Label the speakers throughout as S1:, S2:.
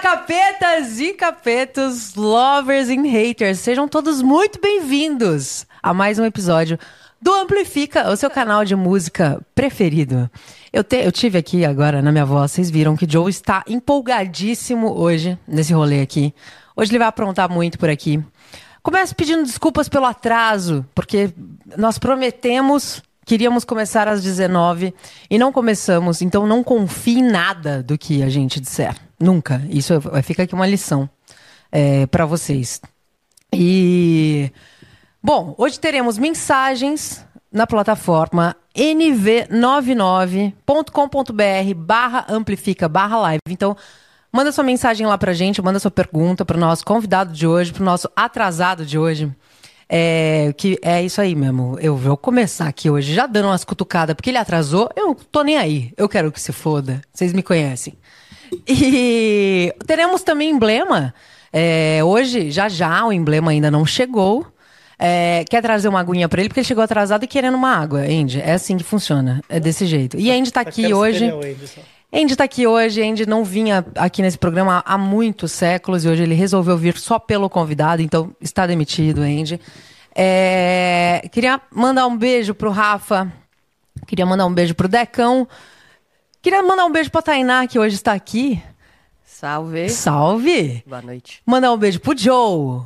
S1: Capetas e capetos, lovers and haters, sejam todos muito bem-vindos a mais um episódio do Amplifica, o seu canal de música preferido. Eu, te- eu tive aqui agora na minha voz, vocês viram que Joe está empolgadíssimo hoje nesse rolê aqui. Hoje ele vai aprontar muito por aqui. Começo pedindo desculpas pelo atraso, porque nós prometemos, queríamos começar às 19 e não começamos, então não confie em nada do que a gente disser. Nunca. Isso é- fica aqui uma lição é, para vocês. E. Bom, hoje teremos mensagens na plataforma nv99.com.br barra amplifica barra live. Então, manda sua mensagem lá pra gente, manda sua pergunta pro nosso convidado de hoje, pro nosso atrasado de hoje. É, que é isso aí mesmo. Eu vou começar aqui hoje já dando umas cutucadas, porque ele atrasou. Eu não tô nem aí. Eu quero que se foda. Vocês me conhecem. E teremos também emblema. É, hoje, já já, o emblema ainda não chegou. É, quer trazer uma aguinha pra ele, porque ele chegou atrasado e querendo uma água, Andy. É assim que funciona. É desse jeito. E a Andy tá aqui hoje. Andy tá aqui hoje, Andy não vinha aqui nesse programa há muitos séculos e hoje ele resolveu vir só pelo convidado, então está demitido, Andy. É, queria mandar um beijo pro Rafa, queria mandar um beijo pro Decão, queria mandar um beijo pra Tainá, que hoje está aqui.
S2: Salve.
S1: Salve!
S2: Boa noite.
S1: Mandar um beijo pro Joe.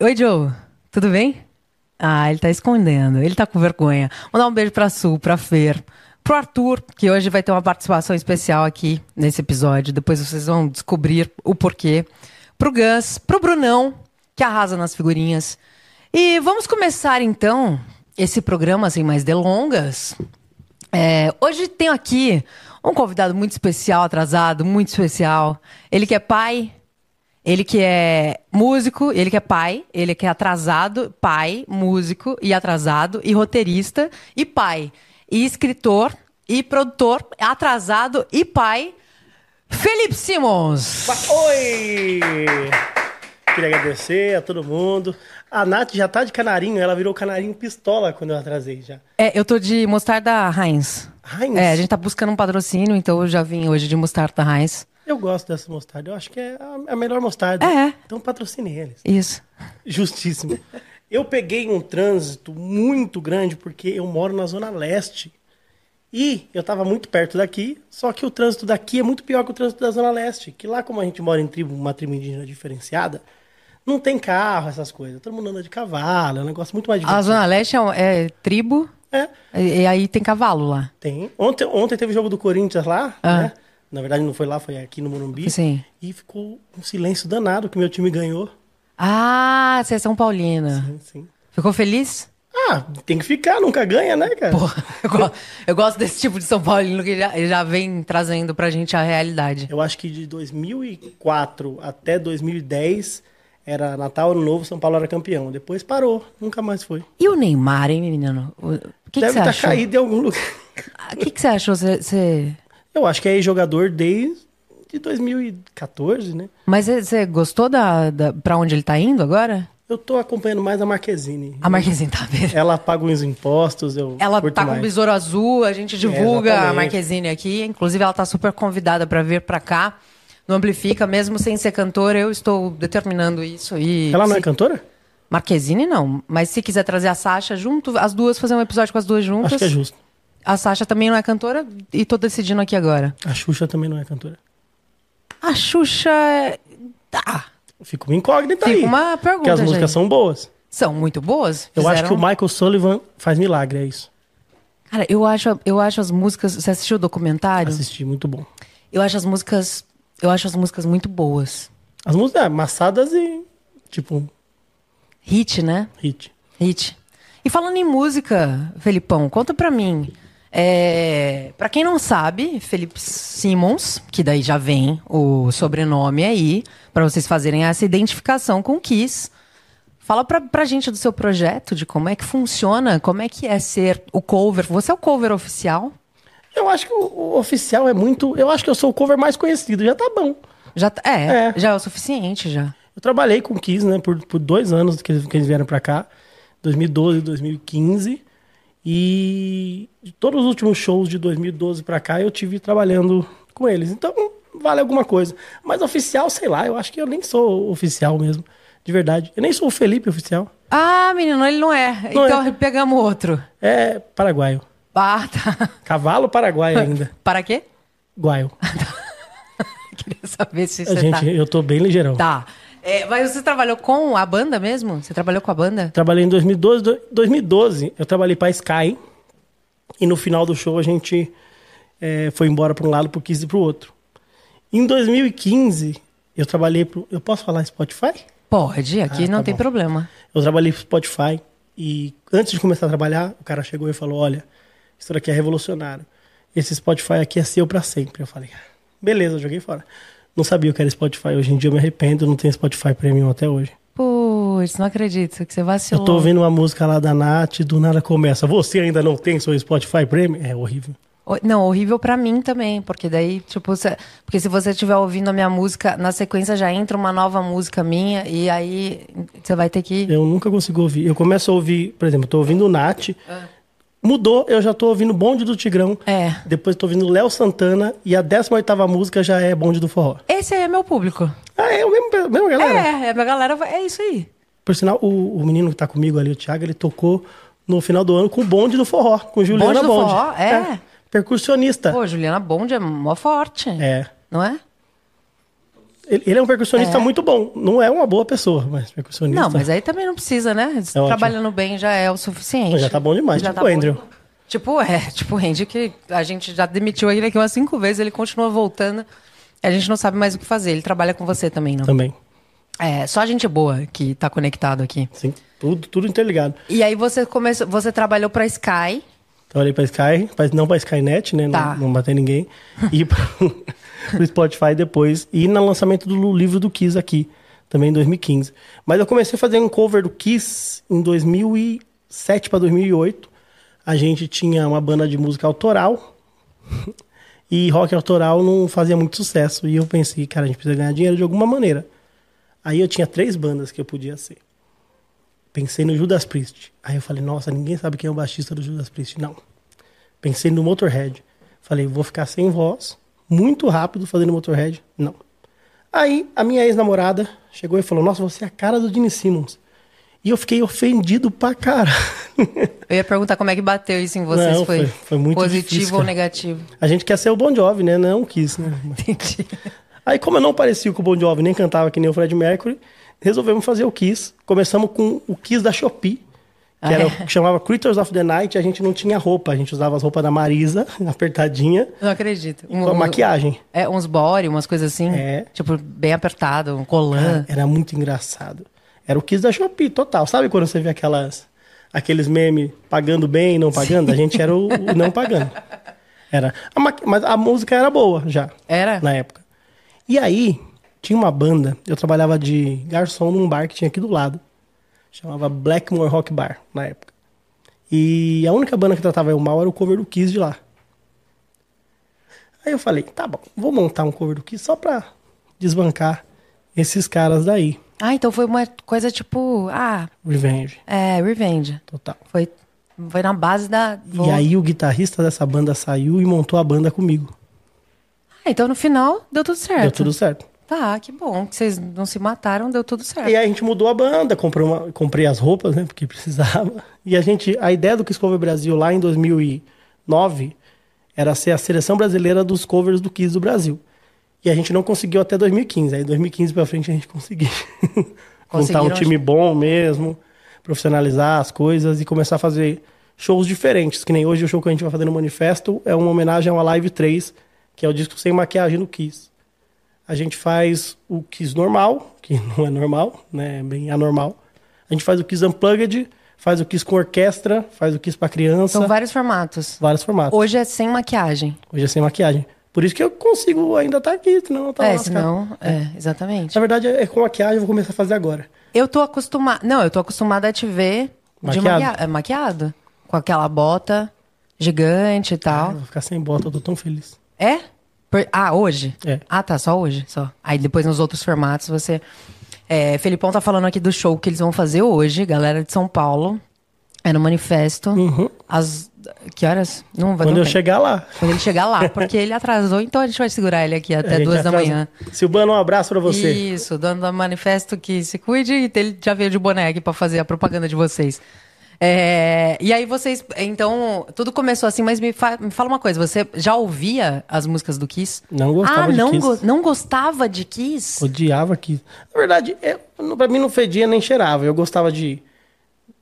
S1: Oi, Joe. Tudo bem? Ah, ele tá escondendo. Ele tá com vergonha. Mandar um beijo pra Sul, pra Fer, pro Arthur, que hoje vai ter uma participação especial aqui nesse episódio. Depois vocês vão descobrir o porquê. Pro Gus, pro Brunão, que arrasa nas figurinhas. E vamos começar então esse programa sem mais delongas. É, hoje tenho aqui um convidado muito especial, atrasado, muito especial. Ele que é pai, ele que é músico, ele que é pai, ele que é atrasado, pai, músico e atrasado, e roteirista, e pai, e escritor, e produtor, atrasado e pai, Felipe Simons.
S3: Oi! Queria agradecer a todo mundo. A Nath já tá de canarinho, ela virou canarinho pistola quando eu atrasei já.
S1: É, eu tô de mostarda Heinz.
S3: Heinz?
S1: É, a gente tá buscando um patrocínio, então eu já vim hoje de mostarda Heinz.
S3: Eu gosto dessa mostarda, eu acho que é a a melhor mostarda.
S1: É.
S3: Então patrocine eles.
S1: Isso.
S3: Justíssimo. Eu peguei um trânsito muito grande porque eu moro na Zona Leste. E eu tava muito perto daqui, só que o trânsito daqui é muito pior que o trânsito da Zona Leste. Que lá, como a gente mora em tribo, uma tribo indígena diferenciada, não tem carro, essas coisas. Todo mundo anda de cavalo, é um negócio muito
S1: A
S3: mais divertido.
S1: Zona Leste é, um- é tribo,
S3: É,
S1: e, e aí tem cavalo lá.
S3: tem. Ontem, ontem teve jogo do Corinthians lá,
S1: Ah.
S3: né? Na verdade, não foi lá, foi aqui no Morumbi.
S1: Sim.
S3: E ficou um silêncio danado que meu time ganhou.
S1: Ah, você é São Paulina.
S3: Sim.
S1: Ficou feliz?
S3: Ah, tem que ficar, nunca ganha, né, cara?
S1: Porra, eu, go- eu gosto desse tipo de São Paulino que já, já vem trazendo pra gente a realidade.
S3: Eu acho que de 2004 até 2010 era Natal, Ano Novo, São Paulo era campeão. Depois parou, nunca mais foi.
S1: E o Neymar, hein, menino? O o que, que
S3: Deve
S1: você
S3: estar
S1: achou?
S3: caído em algum lugar.
S1: Ah, O que, que você achou? Você- você-
S3: Eu acho que é jogador desde de 2014, né?
S1: Mas você- você gostou da, da, pra onde ele tá indo agora?
S3: Eu tô acompanhando mais a Marquezine.
S1: A Marquezine tá vendo.
S3: Ela paga os impostos, eu
S1: Ela
S3: É, curto
S1: tá com
S3: mais. É,
S1: o besouro azul, a gente divulga a
S3: exatamente.
S1: Marquezine aqui. Inclusive, ela tá super convidada pra vir pra cá. No Amplifica, mesmo sem ser cantora, eu estou determinando isso. E
S3: Ela não
S1: se-
S3: é cantora?
S1: Marquezine não, mas se quiser trazer a Sasha junto, as duas, fazer um episódio com as duas juntas.
S3: Acho que é justo.
S1: A Sasha também não é cantora e tô decidindo aqui agora.
S3: A Xuxa também não é cantora.
S1: A Xuxa. é- Tá.
S3: Fica uma incógnita
S1: Fica
S3: aí.
S1: uma pergunta,
S3: Porque as músicas
S1: gente.
S3: são boas.
S1: São muito boas.
S3: Eu acho que
S1: fizeram-
S3: o Michael Sullivan faz milagre, é isso.
S1: Cara, eu acho, eu acho as músicas. Você assistiu o documentário?
S3: Assisti, muito bom.
S1: Eu acho as músicas. Eu acho as músicas muito boas.
S3: As músicas, é, massadas e, tipo,
S1: Hit, né?
S3: hit.
S1: Hit. E falando em música, Felipão, conta pra mim. É, para quem não sabe, Felipe Simons, que daí já vem o sobrenome aí, pra vocês fazerem essa identificação com o Kiss. Fala pra, pra gente do seu projeto, de como é que funciona, como é que é ser o cover. Você é o cover oficial?
S3: Eu acho que o, o oficial é muito. Eu acho que eu sou o cover mais conhecido, já tá bom.
S1: Já tá- é,
S3: É.
S1: já é o suficiente já.
S3: Eu trabalhei com o Kiss, né, por, por dois anos que eles, que eles vieram pra cá, 2012 e 2015. E de todos os últimos shows de 2012 pra cá eu tive trabalhando com eles. Então, vale alguma coisa. Mas oficial, sei lá, eu acho que eu nem sou oficial mesmo. De verdade. Eu nem sou o Felipe oficial.
S1: Ah, menino, ele não é.
S3: Não
S1: então
S3: é.
S1: pegamos outro.
S3: É paraguaio.
S1: Ah, tá.
S3: Cavalo paraguaio ainda.
S1: Para quê?
S3: Guaio.
S1: Queria saber se
S3: A
S1: você
S3: gente, eu tô bem ligeirão.
S1: tá. Tá. É, mas você trabalhou com a banda mesmo? Você trabalhou com a banda?
S3: Trabalhei em 2012, do- 2012 eu trabalhei pra Sky. E no final do show a gente eh, foi embora pra um lado, pro Kiss e pro outro. Em 2015, eu trabalhei pro. Eu posso falar Spotify?
S1: Pode, aqui
S3: Ah, tá
S1: não tem
S3: bom.
S1: problema.
S3: Eu trabalhei pro Spotify e antes de começar a trabalhar, o cara chegou e falou: Olha, isso daqui é revolucionário. Esse Spotify aqui é seu pra sempre. Eu falei: "Ah, Beleza, eu joguei fora. Não sabia o que era Spotify. Hoje em dia eu me arrependo, eu não tenho Spotify Premium até hoje.
S1: Putz, não acredito que você vacilou.
S3: Eu tô ouvindo uma música lá da Nath, do nada começa. Você ainda não tem seu Spotify Premium? É horrível.
S1: O- Não, horrível pra mim também, porque daí, tipo, cê- porque se você estiver ouvindo a minha música, na sequência já entra uma nova música minha, e aí você vai ter que.
S3: Eu nunca consigo ouvir. Eu começo a ouvir, por exemplo, eu tô ouvindo Nath. Mudou, eu já tô ouvindo Bonde do Tigrão.
S1: Ah. É.
S3: Depois eu tô ouvindo Léo Santana e a 18ª música já é Bonde do Forró.
S1: Esse aí é meu público.
S3: Ah, é o mesmo, a mesma
S1: É,
S3: galera?
S1: é, a minha galera vai- é isso aí.
S3: Por sinal, o, o menino que tá comigo ali, o Thiago, ele tocou no final do ano com o Bonde do Forró, com Juliana
S1: Bonde do
S3: Bonde.
S1: Forró, é.
S3: Percussionista.
S1: Pô, Juliana Bond é mó forte.
S3: É.
S1: Não é?
S3: Ele, ele é um percussionista
S1: É.
S3: muito bom. Não é uma boa pessoa, mas percussionista.
S1: Não, mas é. aí também não precisa, né?
S3: É ótimo.
S1: Trabalhando bem já é o suficiente.
S3: Já tá bom demais, tipo o Andrew.
S1: Tipo, é, tipo o Andy, que a gente já demitiu ele aqui umas cinco vezes, ele continua voltando. A gente não sabe mais o que fazer. Ele trabalha com você também, não?
S3: Também.
S1: É, só gente boa que tá conectado aqui.
S3: Sim, tudo, tudo interligado.
S1: E aí você começou, você trabalhou pra Sky.
S3: Trabalhei Então, pra Sky, pra- não pra Skynet, né?
S1: Tá.
S3: Não, não bater ninguém. E pro, pro Spotify depois. E no lançamento do livro do Kiss aqui, também em 2015. Mas eu comecei a fazer um cover do Kiss em 2007 pra 2008. A gente tinha uma banda de música autoral. E rock autoral não fazia muito sucesso. E eu pensei, cara, a gente precisa ganhar dinheiro de alguma maneira. Aí eu tinha três bandas que eu podia ser. Pensei no Judas Priest. Aí eu falei, nossa, ninguém sabe quem é o baixista do Judas Priest. Não. Pensei no Motorhead. Falei, vou ficar sem voz, muito rápido fazendo Motorhead. Não. Aí a minha ex-namorada chegou e falou, nossa, você é a cara do Gene Simmons. E eu fiquei ofendido pra cara.
S1: Eu ia perguntar como é que bateu isso em vocês.
S3: Não, foi- foi muito
S1: positivo
S3: difícil,
S1: ou
S3: cara.
S1: negativo?
S3: a gente quer ser o Bon Jovi, né? Não quis, né?
S1: Entendi.
S3: Aí, como eu não parecia com o Bon Jovi, nem cantava que nem o Fred Mercury, resolvemos fazer o Kiss. Começamos com o Kiss da Shopee, que,
S1: Ah,
S3: era,
S1: é?
S3: o que chamava Creatures of the Night. A gente não tinha roupa, a gente usava as roupas da Marisa, apertadinha,
S1: Não acredito. Um-
S3: com a maquiagem.
S1: É, uns body, umas coisas assim.
S3: É.
S1: Tipo, bem apertado, um colã.
S3: Era muito engraçado. Era o Kiss da Shopee, total. Sabe quando você vê aquelas, aqueles memes pagando bem e não pagando? A gente era o, o não pagando. Era. A maqui- Mas a música era boa já.
S1: Era?
S3: É. na época. E aí, tinha uma banda, eu trabalhava de garçom num bar que tinha aqui do lado. Chamava Blackmore Rock Bar, na época. E a única banda que tratava eu mal era o cover do Kiss de lá. Aí eu falei, tá bom, vou montar um cover do Kiss só pra desbancar esses caras daí.
S1: Ah, então foi uma coisa tipo, ah,
S3: Revenge,
S1: é, revenge.
S3: total.
S1: Foi, foi na base da.
S3: E aí o guitarrista dessa banda saiu e montou a banda comigo.
S1: Ah, então no final deu tudo certo.
S3: Deu tudo certo.
S1: Tá, que bom. Que vocês não se mataram, deu tudo certo.
S3: E aí a gente mudou a banda, comprei, uma- comprei as roupas, né? Porque precisava. E a gente, a ideia do Kiss Cover Brasil lá em 2009 era ser a seleção brasileira dos covers do Kiss do Brasil. E a gente não conseguiu até 2015. Aí 2015 pra frente a gente conseguiu. Montar um
S1: Conseguiram-
S3: time bom mesmo, profissionalizar as coisas e começar a fazer shows diferentes. Que nem hoje o show que a gente vai fazer no Manifesto é uma homenagem a uma Live 3, que é o disco sem maquiagem do Kiss. A gente faz o Kiss normal, que não é normal, né? É bem anormal. A gente faz o Kiss Unplugged, faz o Kiss com orquestra, faz o Kiss pra criança.
S1: São vários formatos.
S3: Vários formatos. Hoje...
S1: Então Hoje é sem maquiagem.
S3: é sem maquiagem. Por isso que eu consigo ainda estar aqui, senão eu tava
S1: é,
S3: lascado.
S1: senão. É, exatamente.
S3: Na verdade, é com maquiagem, eu vou começar a fazer agora.
S1: Eu tô acostumada. Não, eu tô acostumada a te ver de
S3: Maquiado?
S1: maquia- é, maquiado. Com aquela bota gigante e
S3: Eu
S1: tal.
S3: vou ficar sem bota, eu tô tão feliz.
S1: É? Per- Ah, hoje?
S3: É.
S1: Ah, tá, só hoje, só. Aí depois nos outros formatos você. É, Felipão tá falando aqui do show que eles vão fazer hoje, galera de São Paulo. É no manifesto.
S3: Uhum.
S1: Às. Que horas? Não vai
S3: Quando
S1: não
S3: eu
S1: tem.
S3: chegar lá.
S1: Quando ele chegar lá, porque ele atrasou, então a gente vai segurar ele aqui
S3: A
S1: até
S3: gente
S1: duas da
S3: atrasa.
S1: manhã.
S3: Silvano, um abraço pra você.
S1: Isso, dono do manifesto que se cuide, e ele já veio de boné aqui pra fazer a propaganda de vocês. É, e aí vocês, então, tudo começou assim, mas me, fa- me fala uma coisa, você já ouvia as músicas do Kiss?
S3: Não gostava
S1: ah,
S3: de
S1: não
S3: Kiss.
S1: go- não gostava de Kiss?
S3: Odiava Kiss. Na verdade, é, não- pra mim não fedia nem cheirava. Eu gostava de,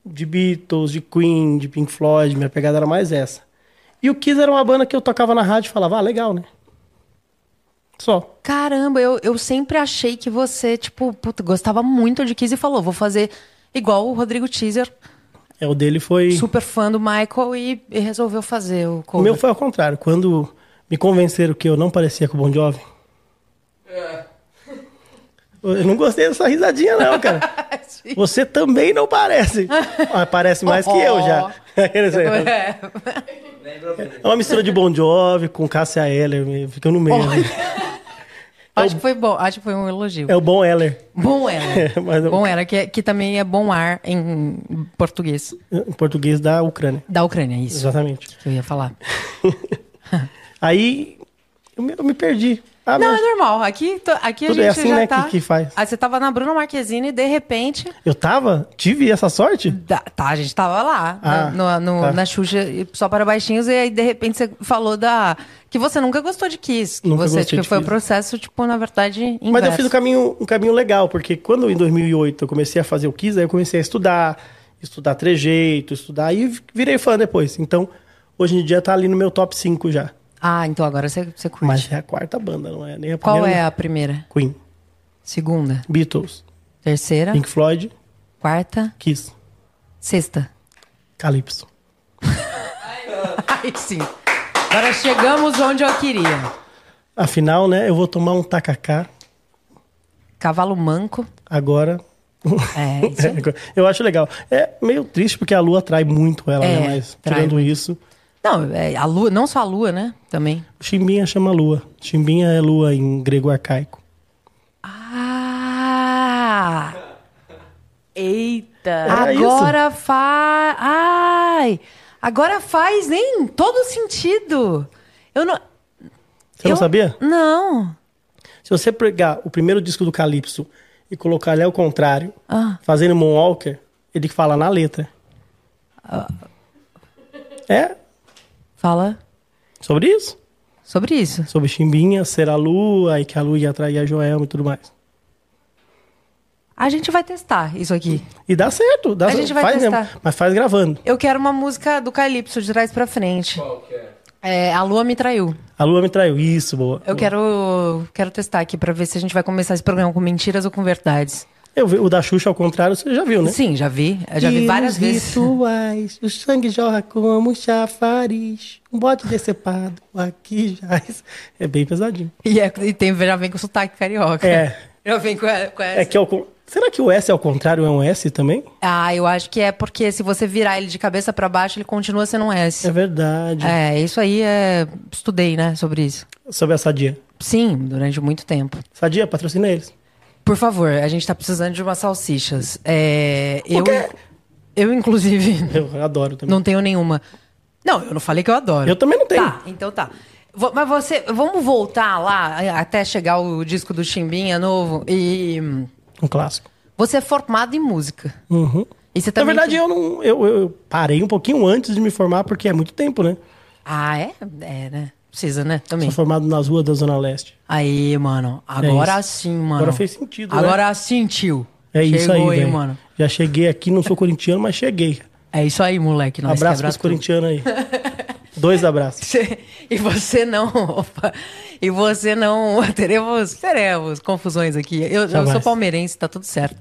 S3: de Beatles, de Queen, de Pink Floyd. Minha pegada era mais essa. E o Kiss era uma banda que eu tocava na rádio e falava, ah, legal, né? Só.
S1: Caramba, eu, eu sempre achei que você, tipo, puta, gostava muito de Kiss e falou, vou fazer igual o Rodrigo Teaser,
S3: É, o dele foi...
S1: super fã do Michael, e, e resolveu fazer o
S3: O
S1: cover.
S3: meu foi ao contrário. Quando me convenceram que eu não parecia com o Bon Jovi...
S1: É.
S3: Eu não gostei dessa risadinha não, cara. Você também não parece. Ah, parece mais que eu já.
S1: É.
S3: É uma mistura de Bon Jovi com Cássia Eller, me- fica no meio. né?
S1: Acho que foi bom, acho que foi um elogio.
S3: É o Bon Eller.
S1: Bom era.
S3: É, mas eu-
S1: Bom era, que, que também é bom ar em português.
S3: Em português da Ucrânia.
S1: Da Ucrânia, isso
S3: Exatamente.
S1: que eu ia falar.
S3: Aí eu me, eu me perdi. Ah,
S1: Não,
S3: mas
S1: é normal. Aqui, to- aqui a
S3: Tudo
S1: gente
S3: é assim,
S1: já
S3: né,
S1: tá...
S3: que- que faz.
S1: Aí você tava na Bruna Marquezine e de repente...
S3: eu tava? Tive essa sorte?
S1: da- Tá, a gente tava lá,
S3: Ah,
S1: na- no- no-
S3: tá.
S1: na Xuxa, e só para baixinhos, e aí de repente você falou da... Que você nunca gostou de Kiss. Que
S3: Nunca
S1: você,
S3: gostei
S1: tipo,
S3: de
S1: foi um
S3: Kiss.
S1: processo, tipo, na verdade, inverso.
S3: Mas eu fiz um caminho, um caminho legal, porque quando em 2008 eu comecei a fazer o Kiss, aí eu comecei a estudar, estudar trejeito, estudar, e virei fã depois. Então, hoje em dia tá ali no meu top 5 já.
S1: Ah, então agora você, você curte.
S3: Mas é a quarta banda, não é nem a primeira.
S1: Qual é
S3: não.
S1: a primeira?
S3: Queen,
S1: Segunda?
S3: Beatles,
S1: Terceira?
S3: Pink Floyd,
S1: Quarta?
S3: Kiss,
S1: Sexta?
S3: Calypso.
S1: Aí sim. Agora chegamos onde eu queria.
S3: Afinal, né, eu vou tomar um tacacá
S1: Cavalo manco.
S3: agora.
S1: É, isso aí.
S3: eu acho legal. É meio triste porque a lua atrai muito ela,
S1: É,
S3: né? Mas
S1: atrai
S3: tirando
S1: muito.
S3: isso,
S1: Não, é, a lua, não só a lua, né? Também.
S3: chimbinha chama lua. Chimbinha é lua em grego arcaico.
S1: Ah! Eita!
S3: Era
S1: Agora faz. Ai! Agora faz nem todo sentido. Eu não.
S3: Você
S1: eu-
S3: não sabia?
S1: Não.
S3: Se você pegar o primeiro disco do Calypso e colocar ele ao contrário,
S1: Ah.
S3: fazendo Moonwalker, ele fala na letra.
S1: Ah.
S3: É?
S1: Fala
S3: Sobre isso?
S1: sobre isso.
S3: Sobre Chimbinha, ser a lua, e que a lua ia atrair a Joelma e tudo mais.
S1: A gente vai testar isso aqui.
S3: E dá certo, dá
S1: A
S3: certo.
S1: gente vai
S3: faz
S1: testar.
S3: mesmo, mas faz gravando.
S1: Eu quero uma música do Calypso de trás pra frente.
S2: Qual que é?
S1: É, a lua me traiu.
S3: A lua me traiu, isso, boa.
S1: Eu quero, quero testar aqui pra ver se a gente vai começar esse programa com mentiras ou com verdades.
S3: Eu vi- o da Xuxa ao contrário, você já viu, né?
S1: Sim, já vi. Eu já vi
S3: E
S1: várias
S3: nos
S1: vezes.
S3: Rituais, o sangue jorra como um chafariz, um bote decepado aqui jaz. É bem pesadinho.
S1: E, é- e tem, já vem com sotaque carioca.
S3: É.
S1: Já vem com, a- com essa.
S3: É que é o con- Será que o S ao contrário é um S também?
S1: Ah, eu acho que é porque se você virar ele de cabeça pra baixo, ele continua sendo um S.
S3: É verdade.
S1: É, isso aí é. Estudei, né, sobre isso.
S3: Sobre a Sadia.
S1: Sim, durante muito tempo.
S3: Sadia, patrocina eles.
S1: Por favor, a gente tá precisando de umas salsichas. É, eu,
S3: quê?
S1: eu, inclusive,
S3: Eu adoro também.
S1: não tenho nenhuma. Não, eu não falei que eu adoro.
S3: Eu também não tenho.
S1: Tá, então tá. Vo- Mas você, vamos voltar lá eh, até chegar o disco do Chimbinha novo. E hum,
S3: Um clássico. você
S1: você é formado em música.
S3: Uhum.
S1: E você
S3: Na
S1: também
S3: verdade, eu não. Eu, eu parei um pouquinho antes de me formar, porque é muito tempo, né?
S1: Ah, é? É, né? Precisa, né? Também.
S3: Sou formado nas ruas da Zona Leste.
S1: Aí, mano. Agora
S3: É isso.
S1: sim, mano.
S3: Agora fez sentido, né?
S1: Agora sentiu.
S3: É isso aí,
S1: Chegou aí,
S3: velho.
S1: mano.
S3: Já cheguei aqui, não sou corintiano, mas cheguei.
S1: É isso aí, moleque. Nós
S3: Abraço
S1: quebra
S3: pros
S1: tudo.
S3: corintianos aí. Dois abraços.
S1: Você- E você não. opa, e você não. Teremos, teremos confusões aqui. Eu, eu
S3: Jamais.
S1: sou palmeirense, tá tudo certo.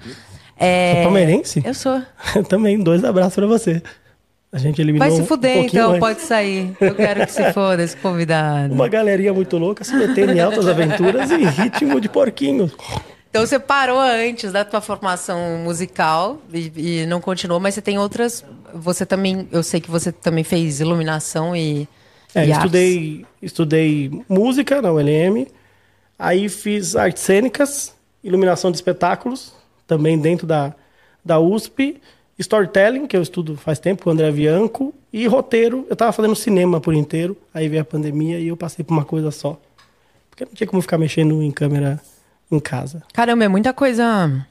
S1: É,
S3: Você é palmeirense?
S1: Eu sou.
S3: também, dois abraços pra você. A gente eliminou
S1: Vai se
S3: um
S1: fuder,
S3: pouquinho
S1: então,
S3: antes.
S1: pode sair. Eu quero que se foda esse convidado.
S3: Uma galeria muito louca se metendo em altas aventuras em ritmo de porquinho.
S1: Então você parou antes da tua formação musical e, e não continuou, mas você tem outras. Você também, eu sei que você também fez iluminação e.
S3: É,
S1: e artes.
S3: estudei, estudei música na ULM, aí fiz artes cênicas, iluminação de espetáculos, também dentro da, da USP, storytelling, que eu estudo faz tempo com o André Bianco, e roteiro. Eu tava fazendo cinema por inteiro, aí veio a pandemia e eu passei por uma coisa só. Porque não tinha como ficar mexendo em câmera em casa.
S1: Caramba, é muita coisa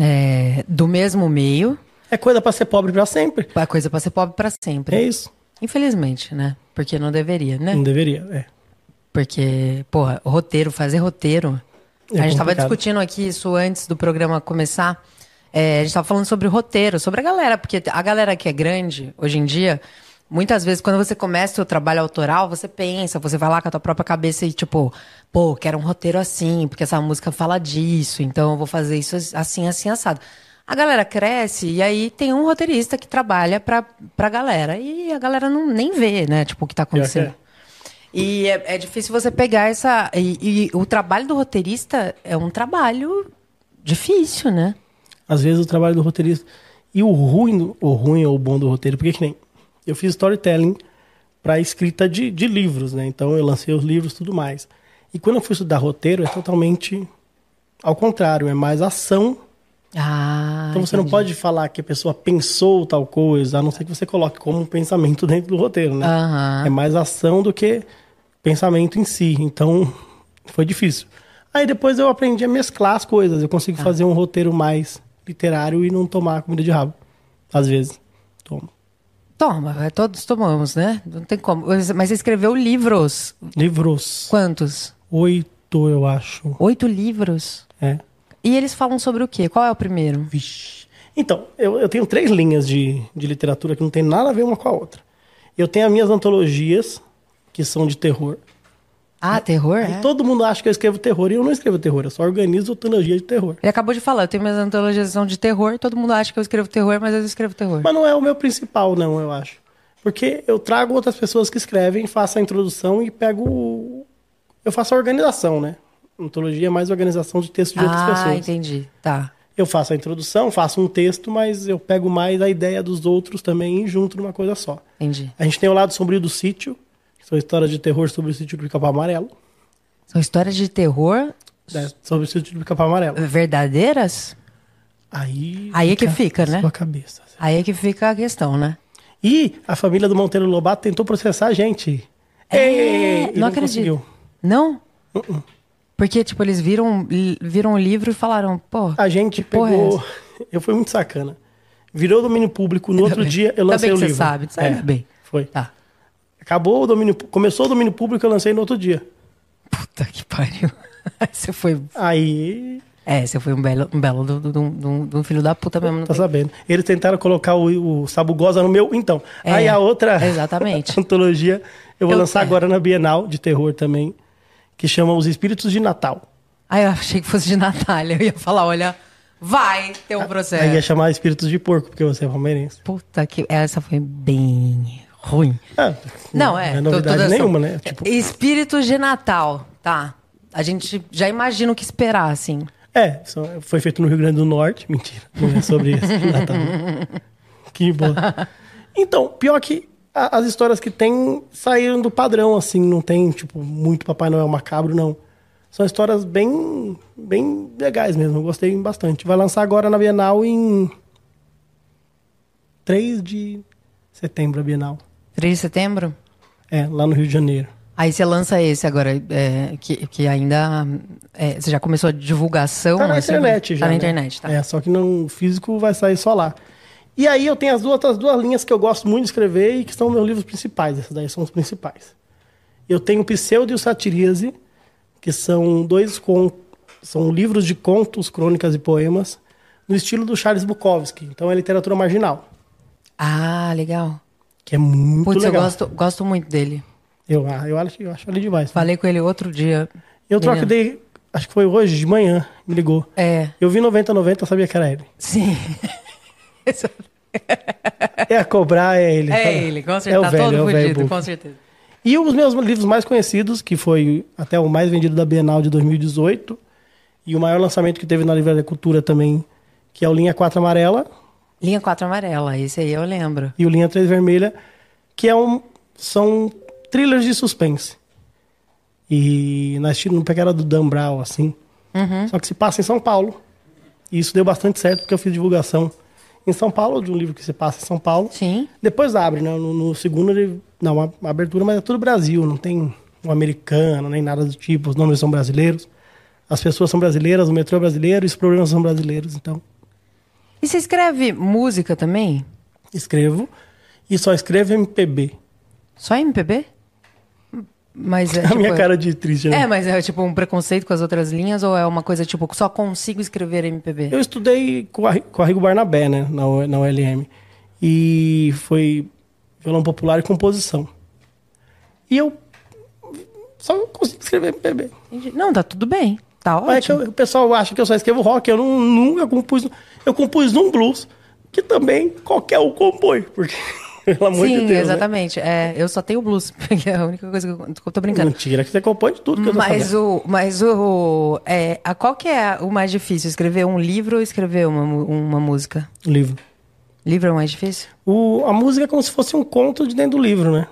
S1: é, do mesmo meio.
S3: É coisa pra ser pobre pra sempre.
S1: É coisa pra ser pobre pra sempre.
S3: É isso.
S1: Infelizmente, né? Porque não deveria, né?
S3: Não deveria, é.
S1: Porque, porra, roteiro, fazer roteiro.
S3: É
S1: a gente estava
S3: complicado.
S1: discutindo aqui isso antes do programa começar. É, a gente estava falando sobre roteiro, sobre a galera, porque a galera que é grande hoje em dia, muitas vezes quando você começa o seu trabalho autoral, você pensa, você vai lá com a tua própria cabeça e tipo, pô, quero um roteiro assim, porque essa música fala disso, então eu vou fazer isso assim, assim, assado. A galera cresce e aí tem um roteirista que trabalha pra, pra galera. E a galera não, nem vê, né, tipo, o que tá
S3: que é.
S1: acontecendo. E é, é difícil você pegar essa. E, e o trabalho do roteirista é um trabalho difícil, né?
S3: Às vezes o trabalho do roteirista. E o ruim, do- o ruim ou o bom do roteiro, porque que nem. Eu fiz storytelling para escrita de, de livros, né? Então eu lancei os livros e tudo mais. E quando eu fui estudar roteiro, é totalmente ao contrário, é mais ação.
S1: Ah.
S3: Então você não
S1: entendi.
S3: pode falar que a pessoa pensou tal coisa, a não ser que você coloque como um pensamento dentro do roteiro, né?
S1: Aham.
S3: É mais ação do que pensamento em si. Então, foi difícil. Aí depois eu aprendi a mesclar as coisas. Eu consigo fazer um roteiro mais literário e não tomar comida de rabo. Às vezes. Tomo.
S1: Toma, é, todos tomamos, né? Não tem como. Mas você escreveu livros.
S3: Livros.
S1: Quantos?
S3: Oito, eu acho.
S1: Oito livros.
S3: É.
S1: E eles falam sobre o quê? Qual é o primeiro?
S3: Vixe. Então, eu, eu tenho três linhas de, de literatura que não tem nada a ver uma com a outra. Eu tenho as minhas antologias, que são de terror.
S1: Ah, terror?
S3: Aí
S1: é?
S3: todo mundo acha que eu escrevo terror e eu não escrevo terror, eu só organizo antologia de terror.
S1: Ele acabou de falar, eu tenho minhas antologias que são de terror, todo mundo acha que eu escrevo terror, mas eu não escrevo terror.
S3: Mas não é o meu principal, não, eu acho. Porque eu trago outras pessoas que escrevem, faço a introdução e pego. o- Eu faço a organização, né? Antologia é mais organização de texto de outras
S1: ah,
S3: pessoas.
S1: entendi. Tá.
S3: Eu faço a introdução, faço um texto, mas eu pego mais a ideia dos outros também e junto numa coisa só.
S1: Entendi.
S3: A gente tem o lado sombrio do sítio, que são histórias de terror sobre o sítio do Pica-Pau Amarelo.
S1: São histórias de terror
S3: né? Sobre o sítio do Pica-Pau Amarelo.
S1: verdadeiras?
S3: Aí.
S1: É. Aí é que fica, né?
S3: Sua cabeça.
S1: Aí é que fica a questão, né?
S3: E a família do Monteiro Lobato tentou processar a gente.
S1: É,
S3: e Uh-uh.
S1: não acredito. Não? Porque, tipo, eles viram, li- viram o livro e falaram, pô,
S3: A gente
S1: porra é
S3: pegou. eu fui muito sacana. Virou domínio público. No outro
S1: bem.
S3: dia eu
S1: Ainda
S3: lancei
S1: bem que
S3: o
S1: você
S3: livro. É,
S1: sabe, isso aí ainda bem.
S3: Foi.
S1: tá.
S3: Acabou o domínio. pu- Começou o domínio público, eu lancei no outro dia.
S1: Puta que pariu. Você foi.
S3: Aí.
S1: É, você foi um belo, um belo do, do, do- do- do filho da puta mesmo. não
S3: Tá
S1: tem-
S3: sabendo. Eles tentaram colocar o, o Sabugosa no meu. Então.
S1: É,
S3: aí a outra.
S1: exatamente.
S3: antologia. Eu vou
S1: Eu-
S3: lançar
S1: é.
S3: agora na Bienal de Terror também. Que chama Os Espíritos de Natal.
S1: Aí eu achei que fosse de Natália. Eu ia falar, olha, vai ter um processo.
S3: Aí ia chamar Espíritos de Porco, porque você é palmeirense.
S1: Puta que. Essa foi bem ruim.
S3: Ah,
S1: Não, é.
S3: Não
S1: to-
S3: é novidade
S1: todas são-
S3: nenhuma, né? Tipo,
S1: Espíritos de Natal, tá. A gente já imagina o que esperar, assim.
S3: É, só- foi feito no Rio Grande do Norte. Mentira, não é sobre isso. Natal. que bom. Então, pior que a- as histórias que tem saíram do padrão, assim. Não tem, tipo, muito Papai Noel macabro, não. São histórias bem, bem legais mesmo. Eu gostei bastante. Vai lançar agora na Bienal em 3 de setembro, a Bienal.
S1: 3 de setembro?
S3: É, lá no Rio de Janeiro.
S1: Aí você lança esse agora, é, que, que ainda. é, você já começou a divulgação?
S3: Tá na
S1: esse-
S3: internet já.
S1: Tá na
S3: né?
S1: internet, tá.
S3: É, só que não, o físico vai sair só lá. E aí eu tenho as duas, outras duas linhas que eu gosto muito de escrever e que são meus livros principais. Esses daí são os principais. Eu tenho Pseudo e o Satiríase, que são dois con- são livros de contos, crônicas e poemas no estilo do Charles Bukowski. Então é literatura marginal,
S1: Ah, legal.
S3: que é muito
S1: Putz, eu
S3: legal.
S1: gosto, gosto muito dele.
S3: Eu, ah, eu acho, eu acho ele demais.
S1: Falei com ele outro dia.
S3: Eu troco
S1: Menino.
S3: dele, acho que foi hoje de manhã, me ligou.
S1: É,
S3: Eu vi 9090, sabia que era ele.
S1: sim.
S3: É a cobrar, é ele.
S1: é ele, com certeza.
S3: o
S1: tá
S3: velho, é
S1: todo
S3: o velho
S1: fudido,
S3: Buff.
S1: com certeza.
S3: E os meus livros mais conhecidos, que foi até o mais vendido da Bienal de 2018, e o maior lançamento que teve na Livraria Cultura também, que é o Linha 4 Amarela
S1: Linha 4 amarela, esse aí eu lembro.
S3: e o Linha 3 Vermelha, que é um, são thrillers de suspense. E na estilo, no pegada do Dan Brown,
S1: Uhum. Hum?
S3: assim. Só que se passa em São Paulo. E isso deu bastante certo, porque eu fiz divulgação em São Paulo, de um livro que se passa em São Paulo.
S1: Sim.
S3: Depois abre, né? No, no segundo ele dá uma, uma abertura, mas é todo Brasil, não tem um americano, nem nada do tipo, os nomes são brasileiros. As pessoas são brasileiras, o metrô é brasileiro e os problemas são brasileiros, então
S1: E você escreve música também?
S3: escrevo e só escrevo MPB.
S1: Só MPB? Mas é
S3: A
S1: tipo,
S3: minha cara de triste, né?
S1: É, mas é tipo um preconceito com as outras linhas ou é uma coisa tipo só consigo escrever MPB?
S3: Eu estudei com a, com a Rigo Barnabé, né, na, U- na ULM. E foi violão popular e composição. E eu só consigo escrever MPB.
S1: Entendi. Não, tá tudo bem. Tá
S3: Mas é que
S1: ótimo.
S3: eu- o pessoal acha que eu só escrevo rock. Eu não- nunca compus. Eu compus um blues, que também qualquer um compõe. Porque, pelo amor de
S1: Sim,
S3: Deus. né?
S1: exatamente. É, eu só tenho blues, porque é a única coisa que eu tô- tô brincando.
S3: Mentira, que você compõe de tudo Hum, que eu tô
S1: Mas
S3: sabendo.
S1: o, mas o, é, a, qual que é o mais difícil, escrever um livro ou escrever uma, mu- uma música?
S3: O livro.
S1: Livro é o mais difícil?
S3: O- a música é como se fosse um conto de dentro do livro, né?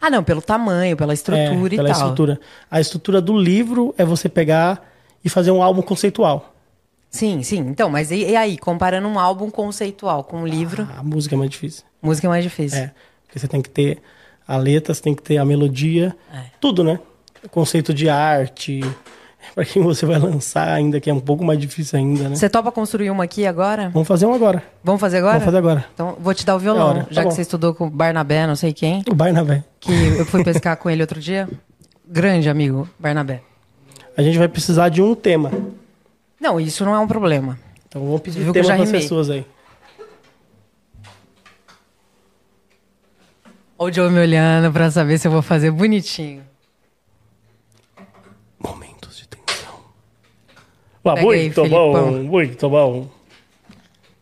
S1: Ah, não, pelo tamanho, pela estrutura
S3: É,
S1: e
S3: pela
S1: tal.
S3: estrutura. A estrutura do livro é você pegar e fazer um álbum conceitual.
S1: Sim, sim. Então, mas e, e aí, comparando um álbum conceitual com um livro,
S3: A música é mais difícil.
S1: música é mais difícil.
S3: É. Porque você tem que ter a letra, você tem que ter a melodia,
S1: É.
S3: tudo, né? O conceito de arte, pra quem você vai lançar ainda, que é um pouco mais difícil ainda, né?
S1: Você topa construir uma aqui agora?
S3: Vamos fazer um agora.
S1: Vamos fazer agora?
S3: Vamos fazer agora.
S1: Então, vou te dar o
S3: É
S1: violão,
S3: hora, tá
S1: já
S3: bom.
S1: que você estudou com o Barnabé, não sei quem,
S3: O Barnabé.
S1: que eu fui pescar com ele outro dia. Grande amigo, Barnabé.
S3: A gente vai precisar de um tema.
S1: Não, isso não é um problema.
S3: Então vamos pedir
S1: Viu que eu
S3: tema
S1: já
S3: para as
S1: rimei.
S3: pessoas aí.
S1: Olha o Joe me olhando pra saber se eu vou fazer bonitinho.
S3: Momentos de tensão. Ah,
S1: Pega aí,
S3: muito bom,
S1: Felipão.
S3: muito bom.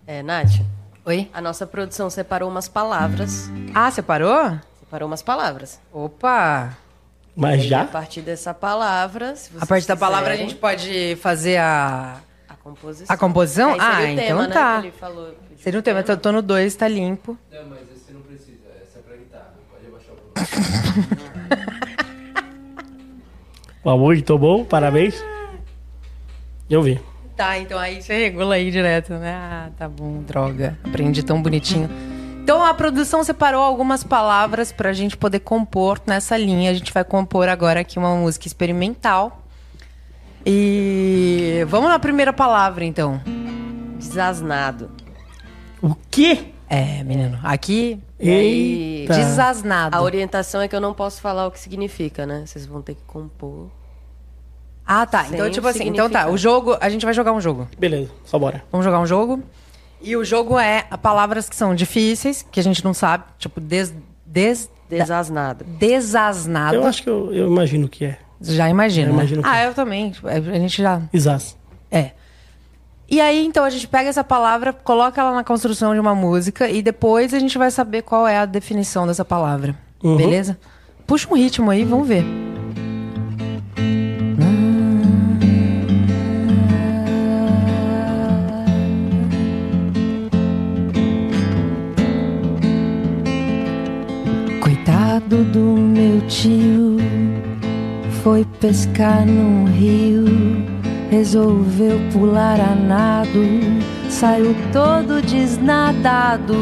S2: É, Nath,
S1: Oi?
S2: a nossa produção separou umas palavras.
S1: Ah, você parou?
S2: Separou umas palavras.
S1: Opa!
S3: Mas
S2: E a
S3: já?
S2: partir dessa palavra, se vocês
S1: A partir da palavra a
S2: quiserem,
S1: gente pode fazer a.
S2: A composição.
S1: A composição?
S2: Que aí
S1: Ah,
S2: seria o
S1: então
S2: tema, né,
S1: tá.
S2: que ele falou. Pediu
S1: Seria um tema, eu tô no 2, tá limpo.
S4: Não, mas esse não precisa, essa é pra guitarra. Pode abaixar o volume.
S3: Ah, Muito bom, parabéns. Eu vi.
S1: Tá, então aí você regula aí direto, né? Ah, tá bom, droga. Aprendi tão bonitinho. Então a produção separou algumas palavras pra gente poder compor nessa linha. A gente vai compor agora aqui uma música experimental. E vamos na primeira palavra, então.
S2: Desasnado.
S3: O quê?
S1: É, menino, aqui
S3: Eita.
S1: desasnado.
S2: A orientação é que eu não posso falar o que significa, né? Vocês vão ter que compor.
S1: Ah, tá. Então,
S2: Sem
S1: tipo assim, então tá.
S2: significado.
S1: O jogo, a gente vai jogar um jogo.
S3: Beleza, só bora.
S1: Vamos jogar um jogo. E o jogo é palavras que são difíceis, que a gente não sabe. Tipo, des, des,
S2: Desasnado.
S1: desasnado.
S3: Eu acho que eu, eu imagino o que é.
S1: Já imagino.
S3: Eu
S1: né?
S3: imagino que
S1: ah,
S3: é.
S1: eu também. Tipo, A gente já.
S3: Isas.
S1: É. E aí, então, a gente pega essa palavra, coloca ela na construção de uma música e depois a gente vai saber qual é a definição dessa palavra.
S3: Uhum.
S1: Beleza? Puxa um ritmo aí, vamos ver. Coitado do meu tio, foi pescar num rio, resolveu pular a nado, saiu todo desnadado.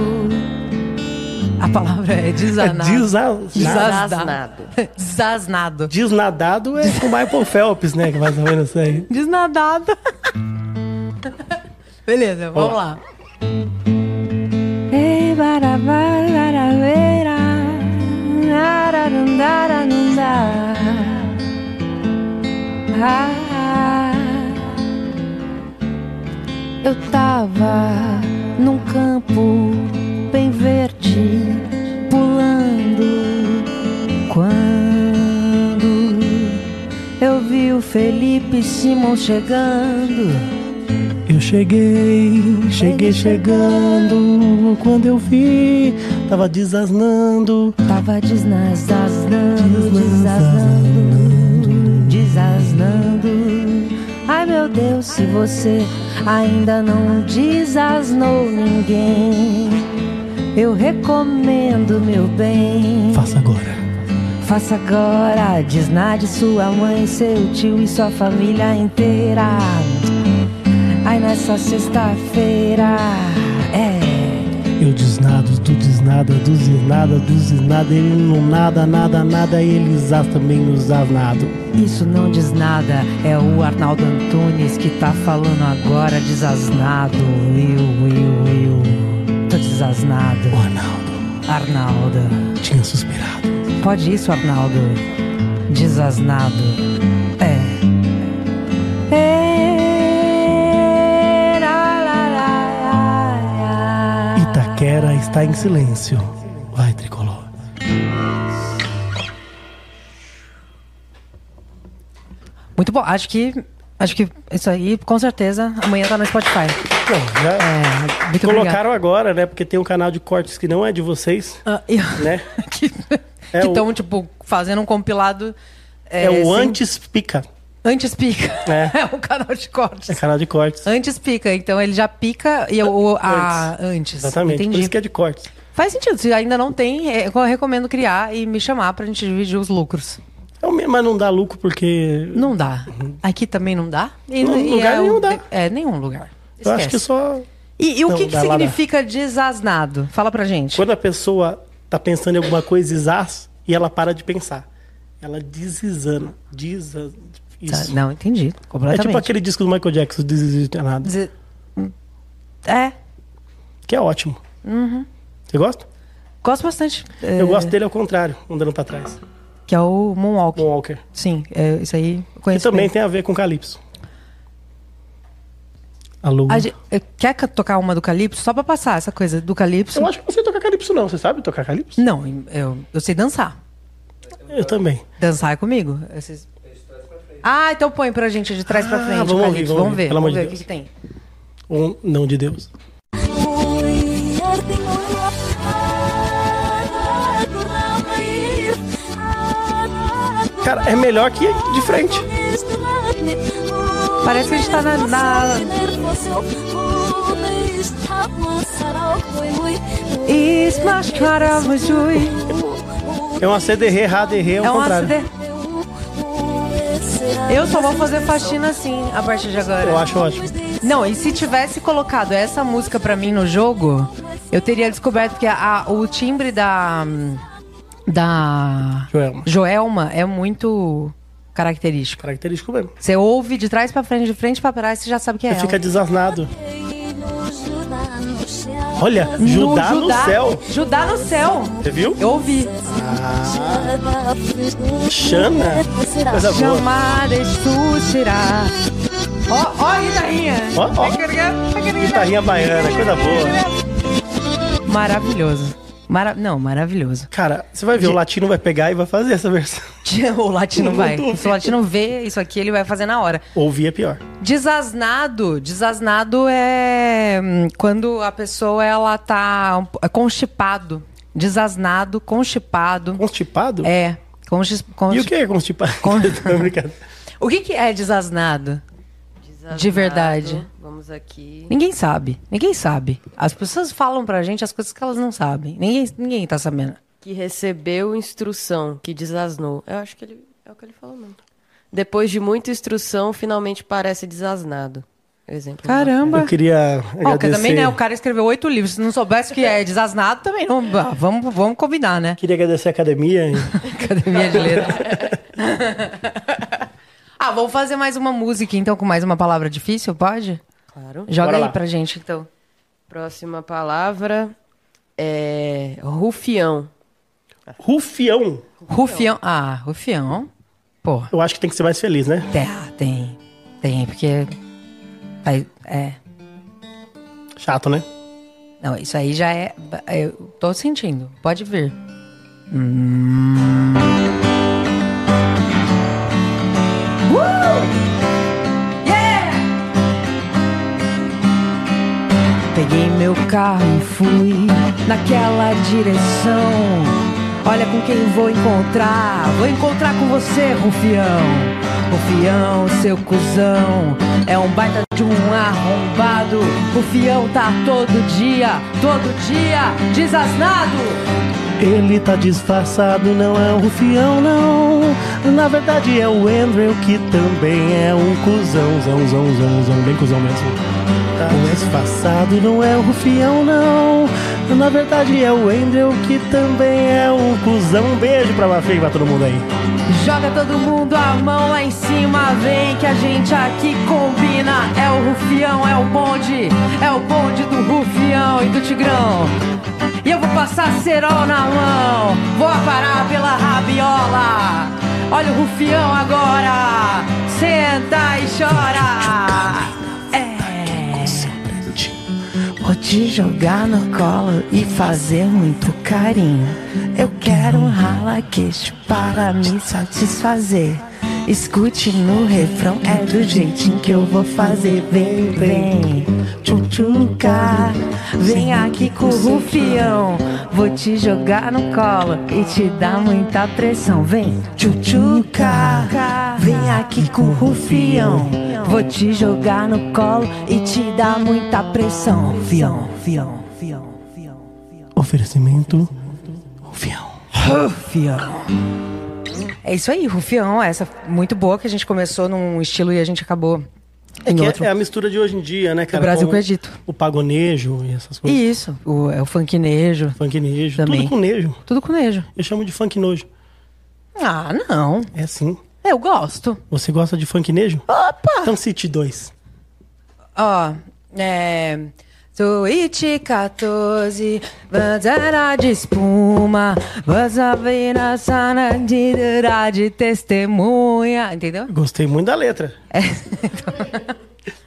S1: A palavra é desanado. Desas-
S3: Desas.
S2: Desasnado.
S1: Desasnado.
S3: Desnadado é com Michael Phelps, né? Que mais ou menos isso aí.
S1: Desnadado. Beleza, vamos
S3: Olá.
S1: lá. Ei, barabá, barabera, nararundararundá. Ah, eu tava num campo bem verde, pulando, quando eu vi o Felipe Simon chegando.
S3: Eu cheguei, cheguei chegando. Quando eu vi, tava desasnando.
S1: Tava desnasnando, desasnando, desasnando. Ai meu Deus, se você ainda não desasnou ninguém, eu recomendo, meu bem.
S3: Faça agora.
S1: Faça agora, desnade sua mãe, seu tio e sua família inteira. Ai nessa sexta-feira, é.
S3: Eu desnado, tu desnada, duzinada, duzinada, ele não nada, nada, nada, eles as também nos avnado.
S1: Isso não diz nada, é o Arnaldo Antunes que tá falando agora desasnado. Eu, eu, eu. Tô desasnado.
S3: O Arnaldo
S1: Arnaldo.
S3: tinha suspirado.
S1: Pode isso, Arnaldo. Desasnado. É. É. Lá, lá, lá, lá, lá.
S3: Itaquera está em silêncio. Vai, tricolor.
S1: Muito bom. Acho que. Acho que isso aí, com certeza, amanhã tá no Spotify.
S3: Não, já
S1: É, muito
S3: colocaram agora, né? Porque tem um canal de cortes que não é de vocês,
S1: obrigado. Ah, eu-
S3: né?
S1: que
S3: É o-
S1: estão, tipo, fazendo um compilado.
S3: É, o antes pica.
S1: Antes pica.
S3: É.
S1: É. um canal de
S3: É
S1: cortes.
S3: canal de cortes.
S1: Antes pica, então ele já pica e eu, o- a, antes.
S3: Exatamente. Por
S1: Entendi.
S3: isso que é de cortes.
S1: Faz sentido. Se ainda não tem, é, eu recomendo criar e me chamar pra gente dividir os lucros.
S3: É o mesmo, mas não dá lucro porque.
S1: Não dá. Aqui também não dá. E,
S3: Uhum. Não,
S1: e
S3: lugar
S1: é
S3: nenhum
S1: o-
S3: dá.
S1: É, nenhum lugar.
S3: eu acho que
S1: Esquece.
S3: só.
S1: E, e o
S3: Não,
S1: que, que
S3: dá lá, dá.
S1: significa desasnado? Fala pra gente.
S3: Quando a pessoa tá pensando em alguma coisa exás e ela para de pensar. Ela desizana. Diz.
S1: Tá,
S3: Isso.
S1: Não, entendi.
S3: é
S1: Completamente.
S3: tipo aquele disco do Michael Jackson, Desizanado,
S1: Dizer- hum, É,
S3: que é ótimo. Você gosta?
S1: gosto bastante. Uhum. É,
S3: Eu gosto dele ao contrário, andando pra trás.
S1: Que é o Moonwalk.
S3: Walker.
S1: Sim, é, isso aí eu
S3: Que
S1: conheço.
S3: também
S1: bem.
S3: tem a ver com Calypso. Alô?
S1: A gente- eh, quer ca- tocar uma do Calypso? Só pra passar essa coisa do Calypso.
S3: Eu acho que não sei tocar Calypso, não. Você sabe tocar Calypso?
S1: Não, eu, eu sei dançar.
S3: Eu também.
S1: Dançar é comigo. Esses- Ah, então põe pra gente de trás pra
S3: Ah,
S1: frente. o
S3: vamos ouvir,
S1: Calypso.
S3: vamos
S1: vamos
S3: ouvir,
S1: ver.
S3: pelo amor
S1: Vamos ver
S3: de
S1: o que,
S3: Deus.
S1: que tem.
S3: Um não de Deus. Cara, é melhor que de frente.
S5: Parece que a gente tá na. na...
S1: Smash cara, mas ui.
S3: É uma CDR, RADR, é o
S1: É um
S3: contrário.
S1: ACD. Eu só vou fazer faxina assim a partir de agora.
S3: Eu acho ótimo.
S1: Não, e se tivesse colocado essa música pra mim no jogo, eu teria descoberto que a- o timbre da. Da.
S3: Joelma.
S1: Joelma é muito característico.
S3: Característico mesmo.
S1: Você ouve de trás pra frente, de frente pra trás, você já sabe que é
S3: Você
S1: ela.
S3: fica desasnado. Olha, Judá no, céu.
S1: Judá no céu.
S3: Você viu?
S1: Eu ouvi.
S3: Ah. Xana. Coisa boa.
S1: Chamada Estutirá. Ó, ó a guitarrinha.
S3: Ó, ó. Guitarrinha baiana, coisa boa.
S1: Maravilhoso. Mara... Não, maravilhoso.
S3: Cara, você vai ver, o latino vai pegar e vai fazer essa versão.
S1: O latino
S3: Não
S1: vai.
S3: duvido.
S1: Se o latino vê isso aqui, ele vai fazer na hora.
S3: Ouvir é pior.
S1: Desasnado. Desasnado é hum, quando a pessoa ela tá um- é constipado. Desasnado, constipado.
S3: Constipado?
S1: É. Consti...
S3: E o que é constipado?
S1: Con-
S3: Tô brincando.
S1: o que, que é desasnado? De verdade.
S2: Vamos aqui.
S1: Ninguém sabe. Ninguém sabe. As pessoas falam pra gente as coisas que elas não sabem. Ninguém, ninguém tá sabendo.
S2: Que recebeu instrução, que desasnou. Eu acho que ele é o que ele falou mesmo. Depois de muita instrução, finalmente parece desasnado. Exemplo.
S1: Caramba.
S3: Eu queria
S1: Ó, porque
S3: agradecer.
S1: também, né? O cara escreveu oito livros. Se não soubesse que é desasnado, também não. ah, Vamos, vamos combinar, né?
S3: Queria agradecer a academia. e-
S1: Academia de Letras. ah, vamos fazer mais uma música, então, com mais uma palavra difícil, pode?
S2: Claro.
S1: Joga
S3: Bora
S1: aí
S3: lá.
S1: pra gente, então.
S2: Próxima palavra é rufião.
S3: Rufião.
S1: Rufião. Ah, Rufião. Pô,
S3: Eu acho que tem que ser mais feliz, né?
S1: tem, ah, tem. Tem, porque. aí, É.
S3: Chato, né?
S1: Não, isso aí já é. Eu tô sentindo. Pode vir. Peguei meu carro e fui naquela direção. Olha com quem vou encontrar. Vou encontrar com você, Rufião. Rufião, seu cuzão. É um baita de um arrombado. Rufião tá todo dia, todo dia desasnado.
S3: Ele tá disfarçado, não é um rufião, não. Na verdade é o Andrew, que também é um cuzão, zão, zão, zão, zão, bem cuzão mesmo. Tá disfarçado, não é o Rufião, não. Na verdade é o Wendel, que também é um cuzão. Um beijo pra Mafê e pra todo mundo aí.
S1: Joga todo mundo a mão lá em cima, vem que a gente aqui combina. É o Rufião, é o bonde, é o bonde do Rufião e do Tigrão. E eu vou passar cerol na mão, vou aparar pela rabiola. Olha o Rufião agora, senta e chora. É. Vou te jogar no colo e fazer muito carinho. Eu quero um ralaqueixo para me satisfazer. Escute no refrão, é do jeitinho que eu vou fazer. Vem, vem, tchutchuca, vem aqui com o rufião. Vou te jogar no colo e te dar muita pressão. Vem, tchutchuca, vem aqui com o rufião. Vou te jogar no colo e te dar muita pressão. Fião, fião, fião, fião, fião.
S3: Oferecimento Rufião.
S1: Rufião. É isso aí, Rufião. Essa muito boa que a gente começou num estilo e a gente acabou
S3: É
S1: em
S3: que é-
S1: outro.
S3: é a mistura de hoje em dia, né, cara?
S1: Brasil com o Egito.
S3: O pagonejo e essas coisas.
S1: E isso, o, é o funknejo,
S3: Funknejo.
S1: Também.
S3: Tudo com nejo.
S1: tudo com nejo.
S3: Eu chamo de funk nojo.
S1: Ah, não.
S3: É assim.
S1: Eu gosto.
S3: Você gosta de funk nejo?
S1: Opa!
S3: Então cite dois.
S1: Ó, é. Suíte 14, bandeira de espuma, vossa vira sanandira de testemunha, entendeu?
S3: Gostei muito da letra.
S1: É.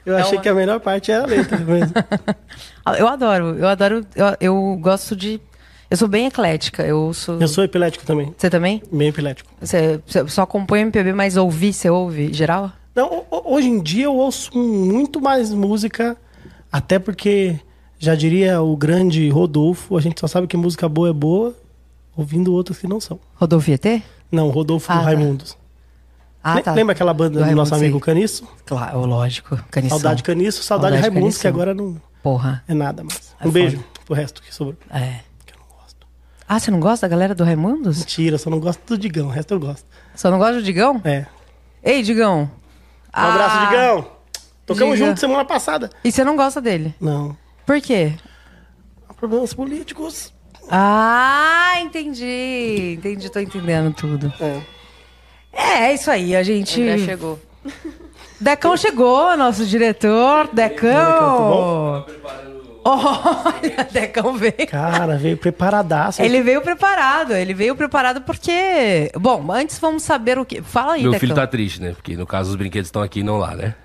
S3: Eu achei que a melhor parte era a letra mesmo.
S1: Ah, Eu adoro, eu adoro, eu, eu gosto de. Eu sou bem eclética, eu sou.
S3: Eu sou epilético também.
S1: Você também?
S3: Meio epilético.
S1: Você você só acompanha MPB, mas ouvir, você ouve geral?
S3: Não, ho- ho- hoje em dia eu ouço muito mais música, até porque, já diria o grande Rodolfo, a gente só sabe que música boa é boa, ouvindo outras que não são.
S1: Rodolfo ET?
S3: Não, Rodolfo
S1: Ah,
S3: do
S1: tá.
S3: Raimundos.
S1: Ah,
S3: Le-
S1: tá.
S3: Lembra aquela banda do,
S1: Raimundo,
S3: nosso amigo
S1: sim.
S3: Caniço?
S1: Claro, lógico. Canição.
S3: Saudade Caniço, saudade,
S1: Saudade
S3: Raimundos,
S1: Caniço.
S3: que agora não
S1: Porra,
S3: é nada mais.
S1: É
S3: um beijo
S1: foda.
S3: pro resto que sobrou,
S1: é.
S3: que eu não gosto.
S1: Ah, você não gosta da galera do Raimundos?
S3: Mentira, só não gosto do Digão, o resto eu gosto.
S1: Só não gosta do Digão?
S3: É. Um
S1: Ei, Digão.
S3: abraço,
S1: Ah,
S3: Digão! Tocamos
S1: Diga.
S3: junto semana passada.
S1: Ah, E você não gosta dele?
S3: Não,
S1: Por quê?
S3: há problemas políticos.
S1: Ah, entendi. Entendi, tô entendendo tudo.
S3: É.
S1: É, é isso aí, a gente.
S2: André chegou.
S1: Decão chegou, nosso diretor. Decão. Olha, Decão veio.
S3: Cara, veio preparadaço.
S1: Ele veio preparado, ele veio preparado porque. Bom, antes vamos saber o que. Fala aí,
S4: Meu
S1: Decão.
S4: filho tá triste, né? Porque no caso os brinquedos estão aqui e não lá, né?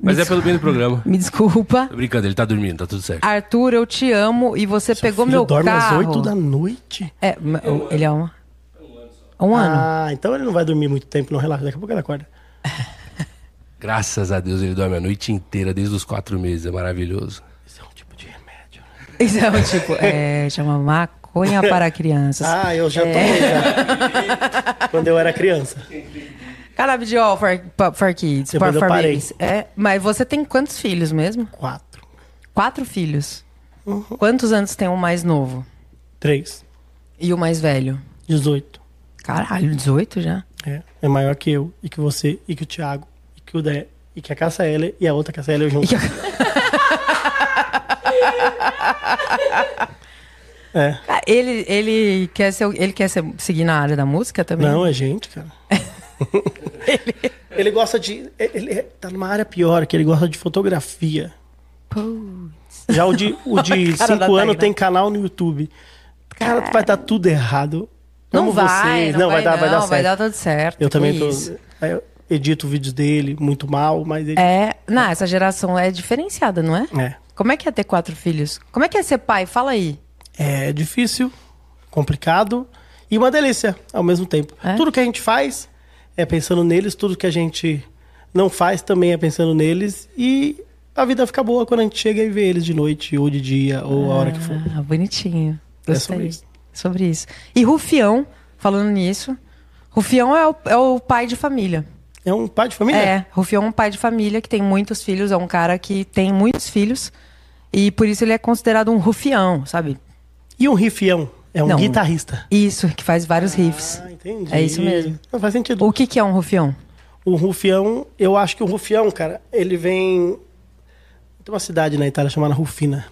S4: Mas é pelo bem do programa.
S1: Me desculpa.
S4: Tô brincando, ele tá dormindo, tá tudo certo.
S1: Arthur, eu te amo e você pegou
S3: Filho
S1: meu
S3: dorme
S1: carro.
S3: às 8 da noite?
S1: É, ma- ele é um. Um ano.
S3: Ah, então ele não vai dormir muito tempo, não. Relaxa, daqui a pouco ele acorda.
S4: Graças a Deus ele dorme a noite inteira, desde os quatro meses, é maravilhoso.
S3: Isso é um tipo de remédio. né?
S1: Isso é um tipo. É, chama maconha para crianças.
S3: Ah, eu
S1: é.
S3: já tomei já. Quando eu era criança.
S1: Canabidiol for, pa- for kids,
S3: Depois
S1: for,
S3: eu
S1: for
S3: parei.
S1: babies. É, mas você tem quantos filhos mesmo?
S3: Quatro,
S1: Quatro filhos. Quantos anos tem o mais novo
S3: três,
S1: e o mais velho?
S3: 18.
S1: Caralho, 18 já.
S3: É, é maior que eu, e que você, e que o Thiago, e que o Dé, e que a Cassaela, e a outra Cassaela eu junto.
S1: que a-
S3: É,
S1: Ah, Ele, ele quer ser, ele quer ser, seguir na área da música também?
S3: não, é gente, cara. ele... gosta de. Ele tá numa área pior, que ele gosta de fotografia. Já o de 5
S1: Cara da
S3: cinco anos
S1: Tainá.
S3: tem canal no YouTube. Cara, vai dar tudo errado.
S1: Não
S3: Amo
S1: vai,
S3: vocês.
S1: não, vai, dar, vai dar certo. Vai dar tudo certo.
S3: Eu também
S1: que
S3: tô.
S1: isso.
S3: aí eu edito vídeos dele muito mal, mas ele.
S1: É, não, essa geração é diferenciada, não é?
S3: É.
S1: Como é que é ter quatro filhos? Como é que é ser pai? Fala aí.
S3: É difícil, complicado e uma delícia ao mesmo tempo.
S1: É?
S3: Tudo que a gente faz é pensando neles, tudo que a gente não faz também é pensando neles e a vida fica boa quando a gente chega e vê eles de noite ou de dia ou a hora que for.
S1: Ah, bonitinho.
S3: É
S1: Gostei.
S3: sobre isso.
S1: Sobre isso. E Rufião, falando nisso, Rufião é o, é o pai de família.
S3: É um pai de família?
S1: É, Rufião é um pai de família que tem muitos filhos, é um cara que tem muitos filhos e por isso ele é considerado um rufião, sabe?
S3: E um rifião? É um
S1: Não.
S3: guitarrista.
S1: Isso, que faz vários riffs.
S3: Ah, entendi.
S1: É isso mesmo.
S3: Não faz sentido.
S1: O que, que é um rufião?
S3: O rufião, eu acho que o rufião, cara, ele vem Tem uma cidade na Itália chamada Rufina.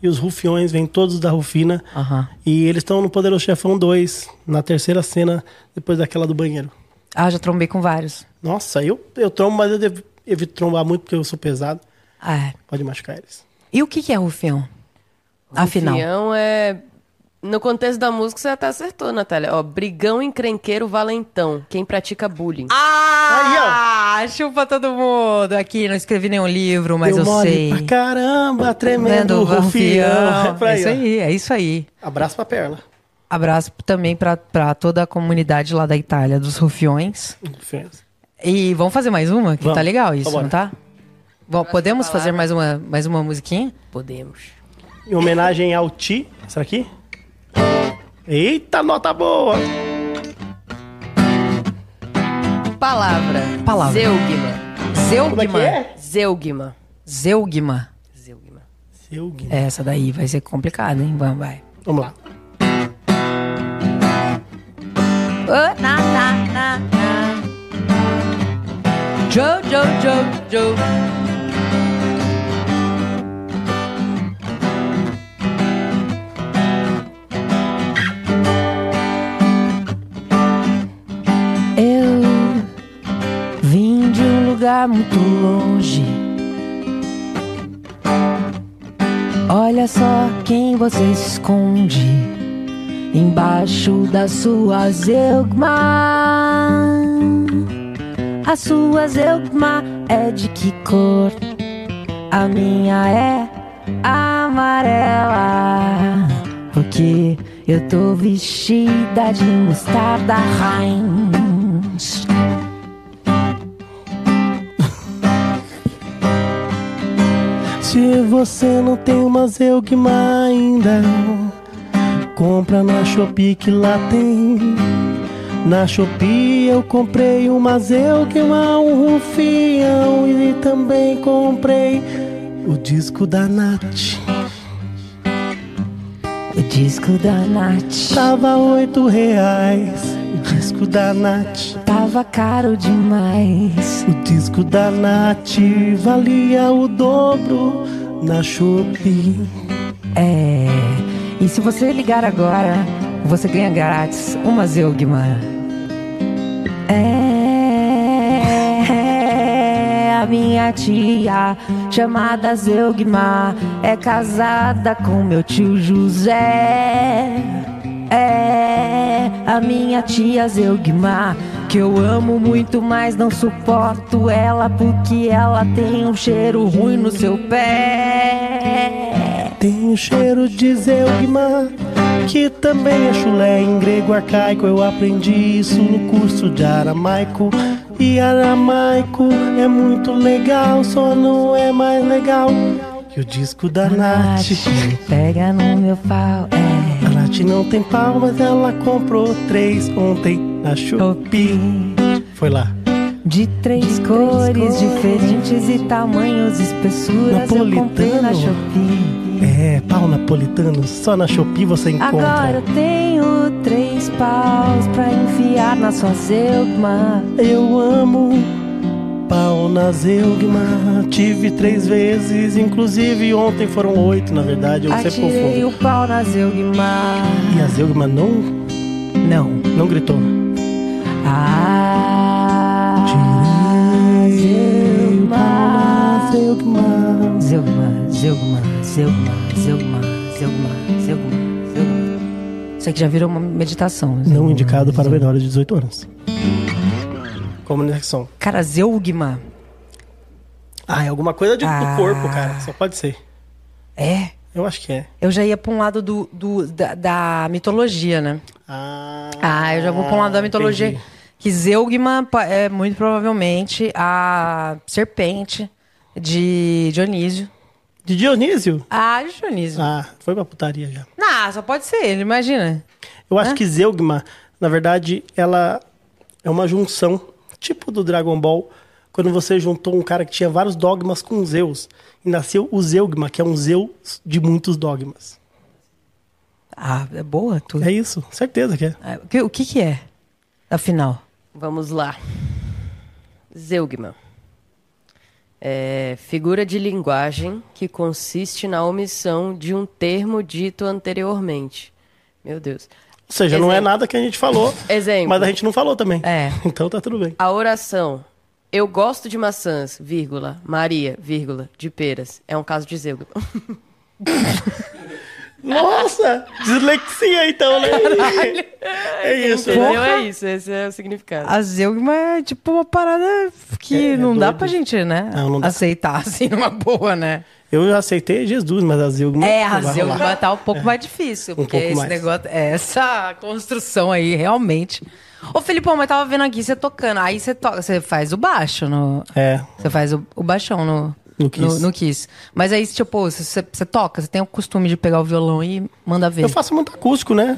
S3: E os rufiões vêm todos da Rufina.
S1: Aham.
S3: E eles estão no Poderoso Chefão 2, na terceira cena, depois daquela do banheiro.
S1: Ah, já trombei com vários.
S3: Nossa, eu, eu trombo, mas eu devo- evito trombar muito porque eu sou pesado.
S1: Ah, é.
S3: Pode machucar eles.
S1: E o que, que é rufião? Afinal.
S2: Fião é. No contexto da música, você até acertou, Natália. Ó, brigão, encrenqueiro, valentão. Quem pratica bullying.
S1: Ah! Chupa todo mundo! Aqui, não escrevi nenhum livro, mas eu,
S3: mole
S1: sei.
S3: pra caramba, tremendo, rufião. É pra
S1: É isso
S3: aí. ó.
S1: aí, é isso aí.
S3: Abraço pra perna.
S1: Abraço também pra, pra toda a comunidade lá da Itália, dos rufiões. E vamos fazer mais uma? Que
S3: Vamos. Então
S1: tá legal isso,
S3: Vambora.
S1: não tá? Bom, podemos fazer mais uma, mais uma musiquinha?
S2: Podemos.
S3: Em homenagem ao Ti. Será que? Eita, nota boa!
S2: Palavra.
S1: Palavra.
S2: Zeugma.
S3: Como é que
S1: Zeugma.
S3: é?
S2: Zeugma.
S1: Zeugma.
S2: Zeugma.
S3: Seu Gui.
S1: É, Essa daí vai ser complicada, hein? Vamos, vai.
S3: Vamos lá.
S1: Ô, na, na, na, na. Jo, jo, jo, jo. Eu vim de um lugar muito longe. Olha só quem você esconde embaixo das suas eugma. A sua eugma é de que cor? A minha é amarela. Porque eu tô vestida de mostarda Heinz.
S3: Se você não tem uma Zeugma ainda, compra na Shopee que lá tem. Na Shopee eu comprei uma Zeugma, um Rufião e também comprei o disco da Nath.
S1: O disco da Nath
S3: Tava oito reais, o disco da Nath.
S1: tava caro demais.
S3: O disco da Nath valia o dobro na Shopee.
S1: É. E se você ligar agora, você ganha grátis uma Zeugma. É. A minha tia, chamada Zeugma, é casada com meu tio José. É. A minha tia Zeugma, que eu amo muito, mas não suporto ela porque ela tem um cheiro ruim no seu pé.
S3: Tem o cheiro de Zeugma, que também é chulé em grego arcaico. Eu aprendi isso no curso de aramaico. E aramaico é muito legal, só não é mais legal que o disco da Nath.
S1: Pega no meu pau, é.
S3: A Nath não tem pau, mas ela comprou três ontem na Shopee. Foi lá.
S1: De três, cores,
S3: cores.
S1: diferentes e tamanhos, espessuras eu comprei na
S3: Napolitano.
S1: Shopee.
S3: É, pau napolitano, só na Shopee você encontra.
S1: Agora eu tenho três paus pra enfiar na sua zeugma.
S3: Eu amo pau na Zeugma. Tive três vezes, inclusive ontem foram oito, na verdade. Eu sempre
S1: Atirei
S3: confundo.
S1: o pau na zeugma.
S3: E a Zeugma não,
S1: Não.
S3: não gritou.
S1: Ah,
S3: Tirei o pau na
S1: zeugma.
S3: Zeugma.
S1: Zeugma, Zeugma, Zeugma, Zeugma, Zeugma, Zeugma, Zeugma. Isso aqui já virou uma meditação.
S3: Não
S1: Zeugma,
S3: indicado para
S1: Zeugma.
S3: menores de 18 anos. Comunicação.
S1: Cara, Zeugma.
S3: Ah, é alguma coisa de,
S1: Ah.
S3: do corpo, cara. Só pode ser.
S1: É.
S3: Eu acho que é.
S1: Eu já ia pra um lado do, do- da, da mitologia, né?
S3: Ah,
S1: Ah, eu já vou pra um lado da mitologia.
S3: entendi.
S1: Que Zeugma pa- é muito provavelmente a serpente de Dionísio.
S3: De Dionísio?
S1: Ah, de Dionísio.
S3: Ah, foi pra putaria já.
S1: Não, só pode ser ele, imagina.
S3: Eu acho que Zeugma, na verdade, ela é uma junção, tipo do Dragon Ball, quando você juntou um cara que tinha vários dogmas com Zeus. E nasceu o Zeugma, que é um Zeus de muitos dogmas.
S1: Ah, é boa tudo.
S3: É isso, certeza que é.
S1: Ah, o que- O que que é? Afinal.
S2: Vamos lá. Zeugma. É, figura de linguagem que consiste na omissão de um termo dito anteriormente. Meu Deus.
S3: Ou seja, não é
S2: Exemplo.
S3: nada que a gente falou,
S2: Exemplo.
S3: mas a gente não falou também.
S1: É.
S3: Então tá tudo bem.
S2: A oração Eu gosto de maçãs, vírgula, Maria, vírgula, de peras. É um caso de Zeus.
S3: Nossa! Dislexia então, né? É
S1: né?
S3: isso.
S2: Entendeu? É isso, esse é o significado.
S1: A Zeugma é tipo uma parada que
S3: É, é
S1: não dá
S3: doido.
S1: pra gente, né?
S3: Não, não dá.
S1: Aceitar assim numa boa, né?
S3: Eu já aceitei Jesus, mas a Zilgma.
S1: É, a
S3: não vai rolar.
S1: Zeugma tá um pouco mais difícil, porque
S3: pouco
S1: esse
S3: mais.
S1: negócio, é, essa construção aí realmente. Ô, Felipão, mas tava vendo aqui você tocando. Aí você toca, você faz o baixo no.
S3: É.
S1: Você faz o, o baixão no.
S3: No Kiss.
S1: No, Kiss. Mas aí, tipo, você, você- você toca, você tem o costume de pegar o violão e manda ver.
S3: Eu faço muito acústico, né?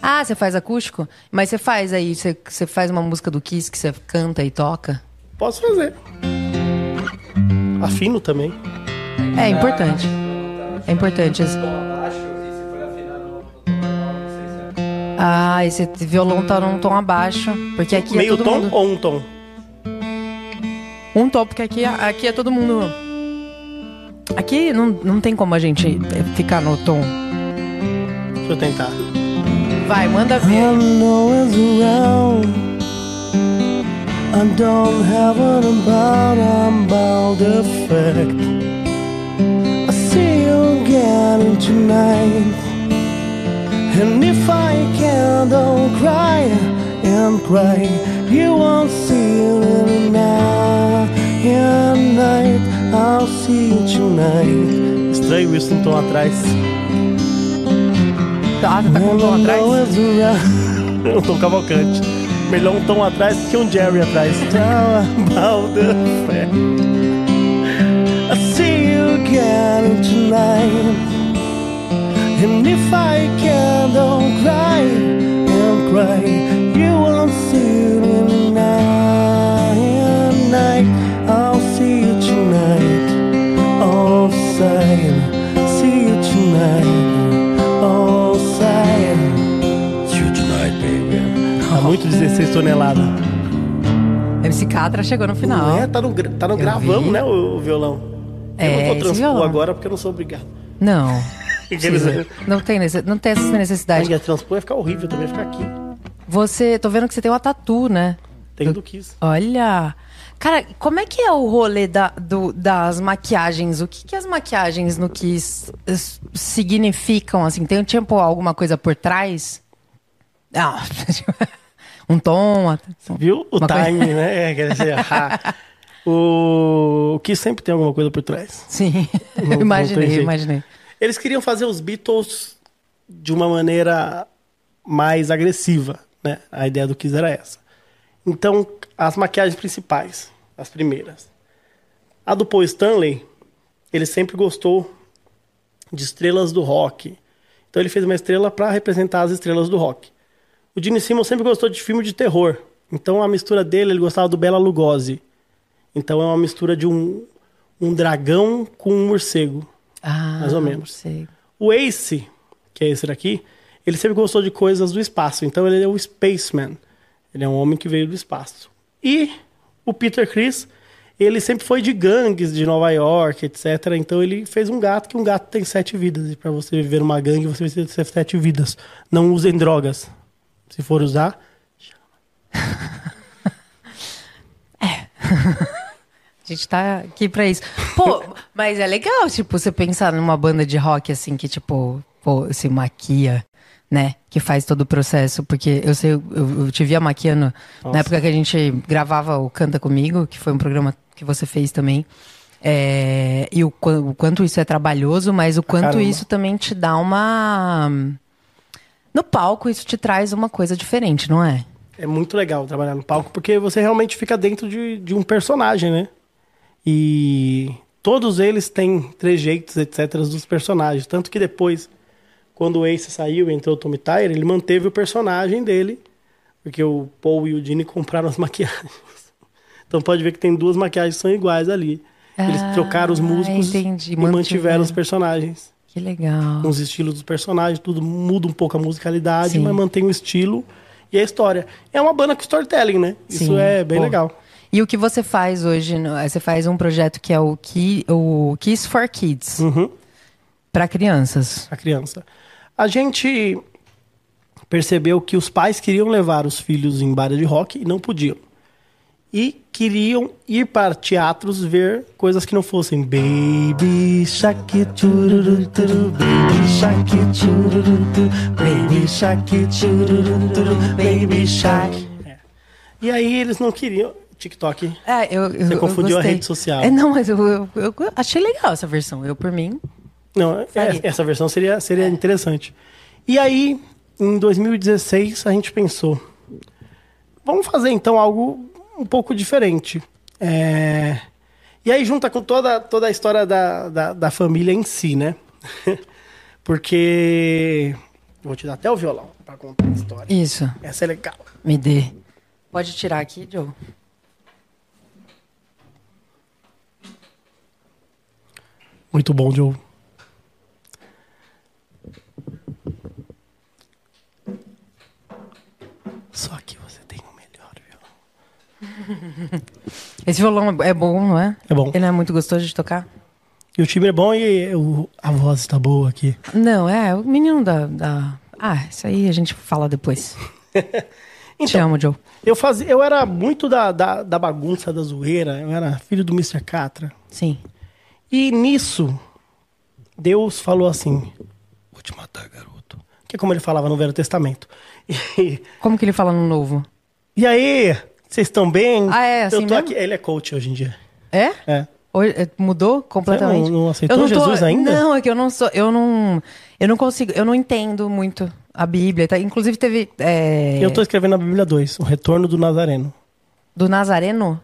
S1: Ah, você faz acústico? Mas você faz aí, você, você faz uma música do Kiss que você canta e toca?
S3: Posso fazer. Afino também.
S1: É importante. É importante. esse- Ah, esse violão tá num tom abaixo. Porque aqui é
S3: Meio
S1: todo
S3: tom
S1: mundo...
S3: ou um tom?
S1: Um tom, porque aqui, aqui é todo mundo... Aqui não, não tem como a gente eh, ficar no tom.
S3: Deixa eu tentar.
S1: Vai, manda ver.
S3: I don't have an about about effect. I see you again tonight. And if I can, don't cry and cry. You won't see it every night. And night, I'll see you tonight. Estranho isso, não tô atrás.
S1: Ah, tá com um tom atrás?
S3: Eu tô cavalcante. Melhor um tom atrás que um Jerry atrás. Balda Ah, fé. I see you again tonight. And if I can, don't cry and cry. You won't see me tonight. Night, I'll see you tonight. Oh, sign. See you tonight. Oh, sign. Tá muito 16 toneladas.
S1: MC Catra chegou no
S3: Não é?
S1: final.
S3: Tá no, gra- tá no gravamos,
S1: vi.
S3: né, o, o violão. eu
S1: É,
S3: não vou
S1: esse
S3: transpor
S1: violão.
S3: agora porque eu não sou obrigado.
S1: Não.
S3: Aqueles-
S1: Não tem, nesse- não tem essa necessidade.
S3: Ainda transpor ia ficar horrível também, ia ficar aqui.
S1: Você, tô vendo que você tem uma tatu, né?
S3: Tem do Kiss.
S1: Olha! Cara, como é que é o rolê da- do- das maquiagens? O que, que as maquiagens no que s- s- significam? Assim, tem tipo, alguma coisa por trás? Não, um tom. uma-
S3: Viu? O
S1: Uma coisa-
S3: time, né? É, Quer dizer, ha. o, o Kiss sempre tem alguma coisa por trás.
S1: Sim,
S3: Não- não tem
S1: imaginei,
S3: jeito.
S1: imaginei.
S3: Eles queriam fazer os Beatles de uma maneira mais agressiva, né? A ideia do Kiss era essa. Então, as maquiagens principais, as primeiras. A do Paul Stanley, ele sempre gostou de estrelas do rock. Então ele fez uma estrela para representar as estrelas do rock. O Gene Simmons sempre gostou de filme de terror. Então a mistura dele, ele gostava do Bela Lugosi. Então é uma mistura de um, um dragão com um morcego.
S1: Ah,
S3: Mais ou menos.
S1: não sei.
S3: O Ace, que é esse daqui, ele sempre gostou de coisas do espaço. Então ele é o Spaceman. Ele é um homem que veio do espaço. E o Peter Chris, ele sempre foi de gangues de Nova York, etc. Então ele fez um gato, que um gato tem sete vidas. E para você viver uma gangue, você precisa ter sete vidas. Não usem drogas. Se for usar,
S1: A gente tá aqui pra isso. Pô, mas é legal, tipo, você pensar numa banda de rock assim que, tipo, pô, se maquia, né? Que faz todo o processo. Porque eu sei, eu, eu te via maquiando na época que a gente gravava o Canta Comigo, que foi um programa que você fez também. É, e o, qua- o quanto isso é trabalhoso, mas o quanto
S3: caramba.
S1: isso também te dá uma. No palco, isso te traz uma coisa diferente, não é?
S3: É muito legal trabalhar no palco, porque você realmente fica dentro de, de um personagem, né? E todos eles têm trejeitos, etc., dos personagens. Tanto que depois, quando o Ace saiu e entrou o Tommy Tyre, ele manteve o personagem dele, porque o Paul e o Dini compraram as maquiagens. Então pode ver que tem duas maquiagens que são iguais ali. Eles
S1: Ah,
S3: trocaram os músicos
S1: entendi,
S3: e mantiveram os
S1: mantiveram.
S3: personagens
S1: Que legal.
S3: com os estilos dos personagens, tudo muda um pouco a musicalidade,
S1: Sim.
S3: mas mantém o estilo e a história. É uma banda com storytelling, né? Isso
S1: Sim,
S3: é bem
S1: pô.
S3: legal.
S1: E o que você faz hoje? no- Você faz um projeto que é o, Ki, o Kiss for Kids.
S3: Uhum.
S1: Pra crianças.
S3: a criança. A gente percebeu que os pais queriam levar os filhos em baile de rock e não podiam. E queriam ir para teatros ver coisas que não fossem Baby Shark tururu, turu, Baby Shark tururu, turu, Baby Shark tururu, turu, Baby Shark. É. E aí eles não queriam TikTok.
S1: É, eu, eu-
S3: Você
S1: eu
S3: confundiu a
S1: gostei.
S3: rede social.
S1: É, não, mas eu, eu- eu achei legal essa versão. Eu, por mim.
S3: Não, é-
S1: Faria.
S3: essa versão seria, seria interessante. E aí, em 2016, a gente pensou: vamos fazer então algo um pouco diferente. É, E aí, junta com toda, toda a história da, da, da família em si, né? Porque. Vou te dar até o violão pra contar a história.
S1: Isso,
S3: Essa é legal.
S1: me dê. Pode tirar aqui, Joe?
S3: Muito bom, Joe. Só que você tem o melhor violão.
S1: Esse violão é bom, não é?
S3: É bom.
S1: Ele não é muito gostoso de tocar?
S3: E o time é bom e o- a voz está boa aqui.
S1: Não, é, o menino da. da- Ah, isso aí a gente fala depois.
S3: Então
S1: Te amo, Joe.
S3: Eu, fazia, eu era muito da, da, da bagunça, da zoeira. Eu era filho do Mr. Catra.
S1: Sim.
S3: E nisso, Deus falou assim: Vou te matar, garoto. Que é como ele falava no Velho Testamento. E,
S1: Como que ele fala no novo?
S3: e aí, vocês estão bem?
S1: Ah, é assim
S3: eu tô
S1: mesmo?
S3: aqui. Ele é coach hoje em dia.
S1: É?
S3: É.
S1: Hoje, é, mudou completamente?
S3: Você não- não aceitou
S1: Eu tô-
S3: Jesus ainda?
S1: Não, é que eu não sou. Eu não. Eu não consigo. Eu não entendo muito a Bíblia. tá? Inclusive teve. é,
S3: Eu tô escrevendo a Bíblia 2, O Retorno do Nazareno.
S1: do Nazareno,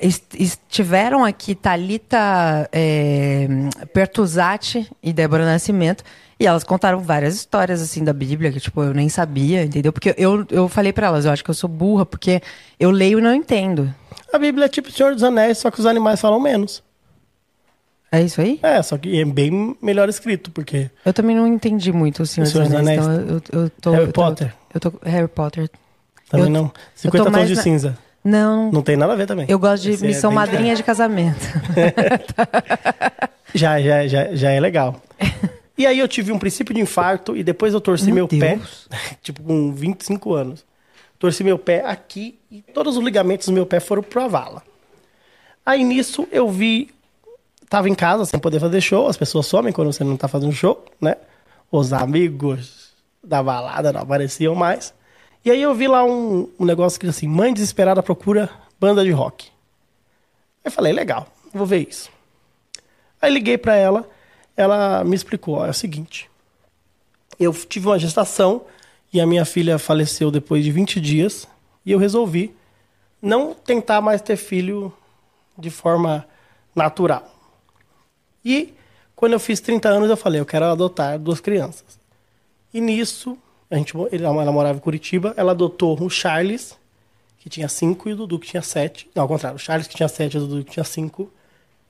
S1: est- estiveram aqui Thalita é, Pertuzati e Débora Nascimento, e elas contaram várias histórias, assim, da Bíblia, que, tipo, eu nem sabia, entendeu? Porque eu, eu falei pra elas, eu acho que eu sou burra, porque eu leio e não entendo.
S3: A Bíblia é tipo o Senhor dos Anéis, só que os animais falam menos.
S1: É isso aí?
S3: É, só que é bem melhor escrito, porque
S1: Eu também não entendi muito o Senhor dos
S3: Senhor dos
S1: Anéis, então
S3: Anéis.
S1: eu, eu- eu tô...
S3: Harry
S1: eu tô-
S3: Potter.
S1: Eu tô, Harry Potter.
S3: também
S1: Eu- eu
S3: não.
S1: tô
S3: 50 tons
S1: mais
S3: de
S1: na-
S3: cinza.
S1: Não,
S3: Não tem nada a ver também.
S1: eu gosto de
S3: Esse é
S1: Missão
S3: bem
S1: Madrinha de Casamento.
S3: diferente. Já, já, já, já é legal. e aí eu tive um princípio de infarto e depois eu torci
S1: Meu
S3: meu, pé,
S1: Deus.
S3: tipo com 25 anos. Torci meu pé aqui e todos os ligamentos do meu pé foram pra vala. Aí nisso eu vi. Tava em casa sem poder fazer show, as pessoas somem quando você não tá fazendo show, né? Os amigos da balada não apareciam mais. E aí eu vi lá um, um negócio que era assim: mãe desesperada procura banda de rock. Aí eu falei, legal, vou ver isso. Aí liguei pra ela, ela me explicou, ó, é o seguinte. Eu tive uma gestação e a minha filha faleceu depois de 20 dias e eu resolvi não tentar mais ter filho de forma natural. E quando eu fiz 30 anos, eu falei, eu quero adotar duas crianças. E nisso, a gente, mo- ele- ela morava em Curitiba, ela adotou o Charles, que tinha 5, e o Dudu, que tinha 7. Não, ao contrário, o Charles, que tinha 7, e o Dudu, que tinha 5.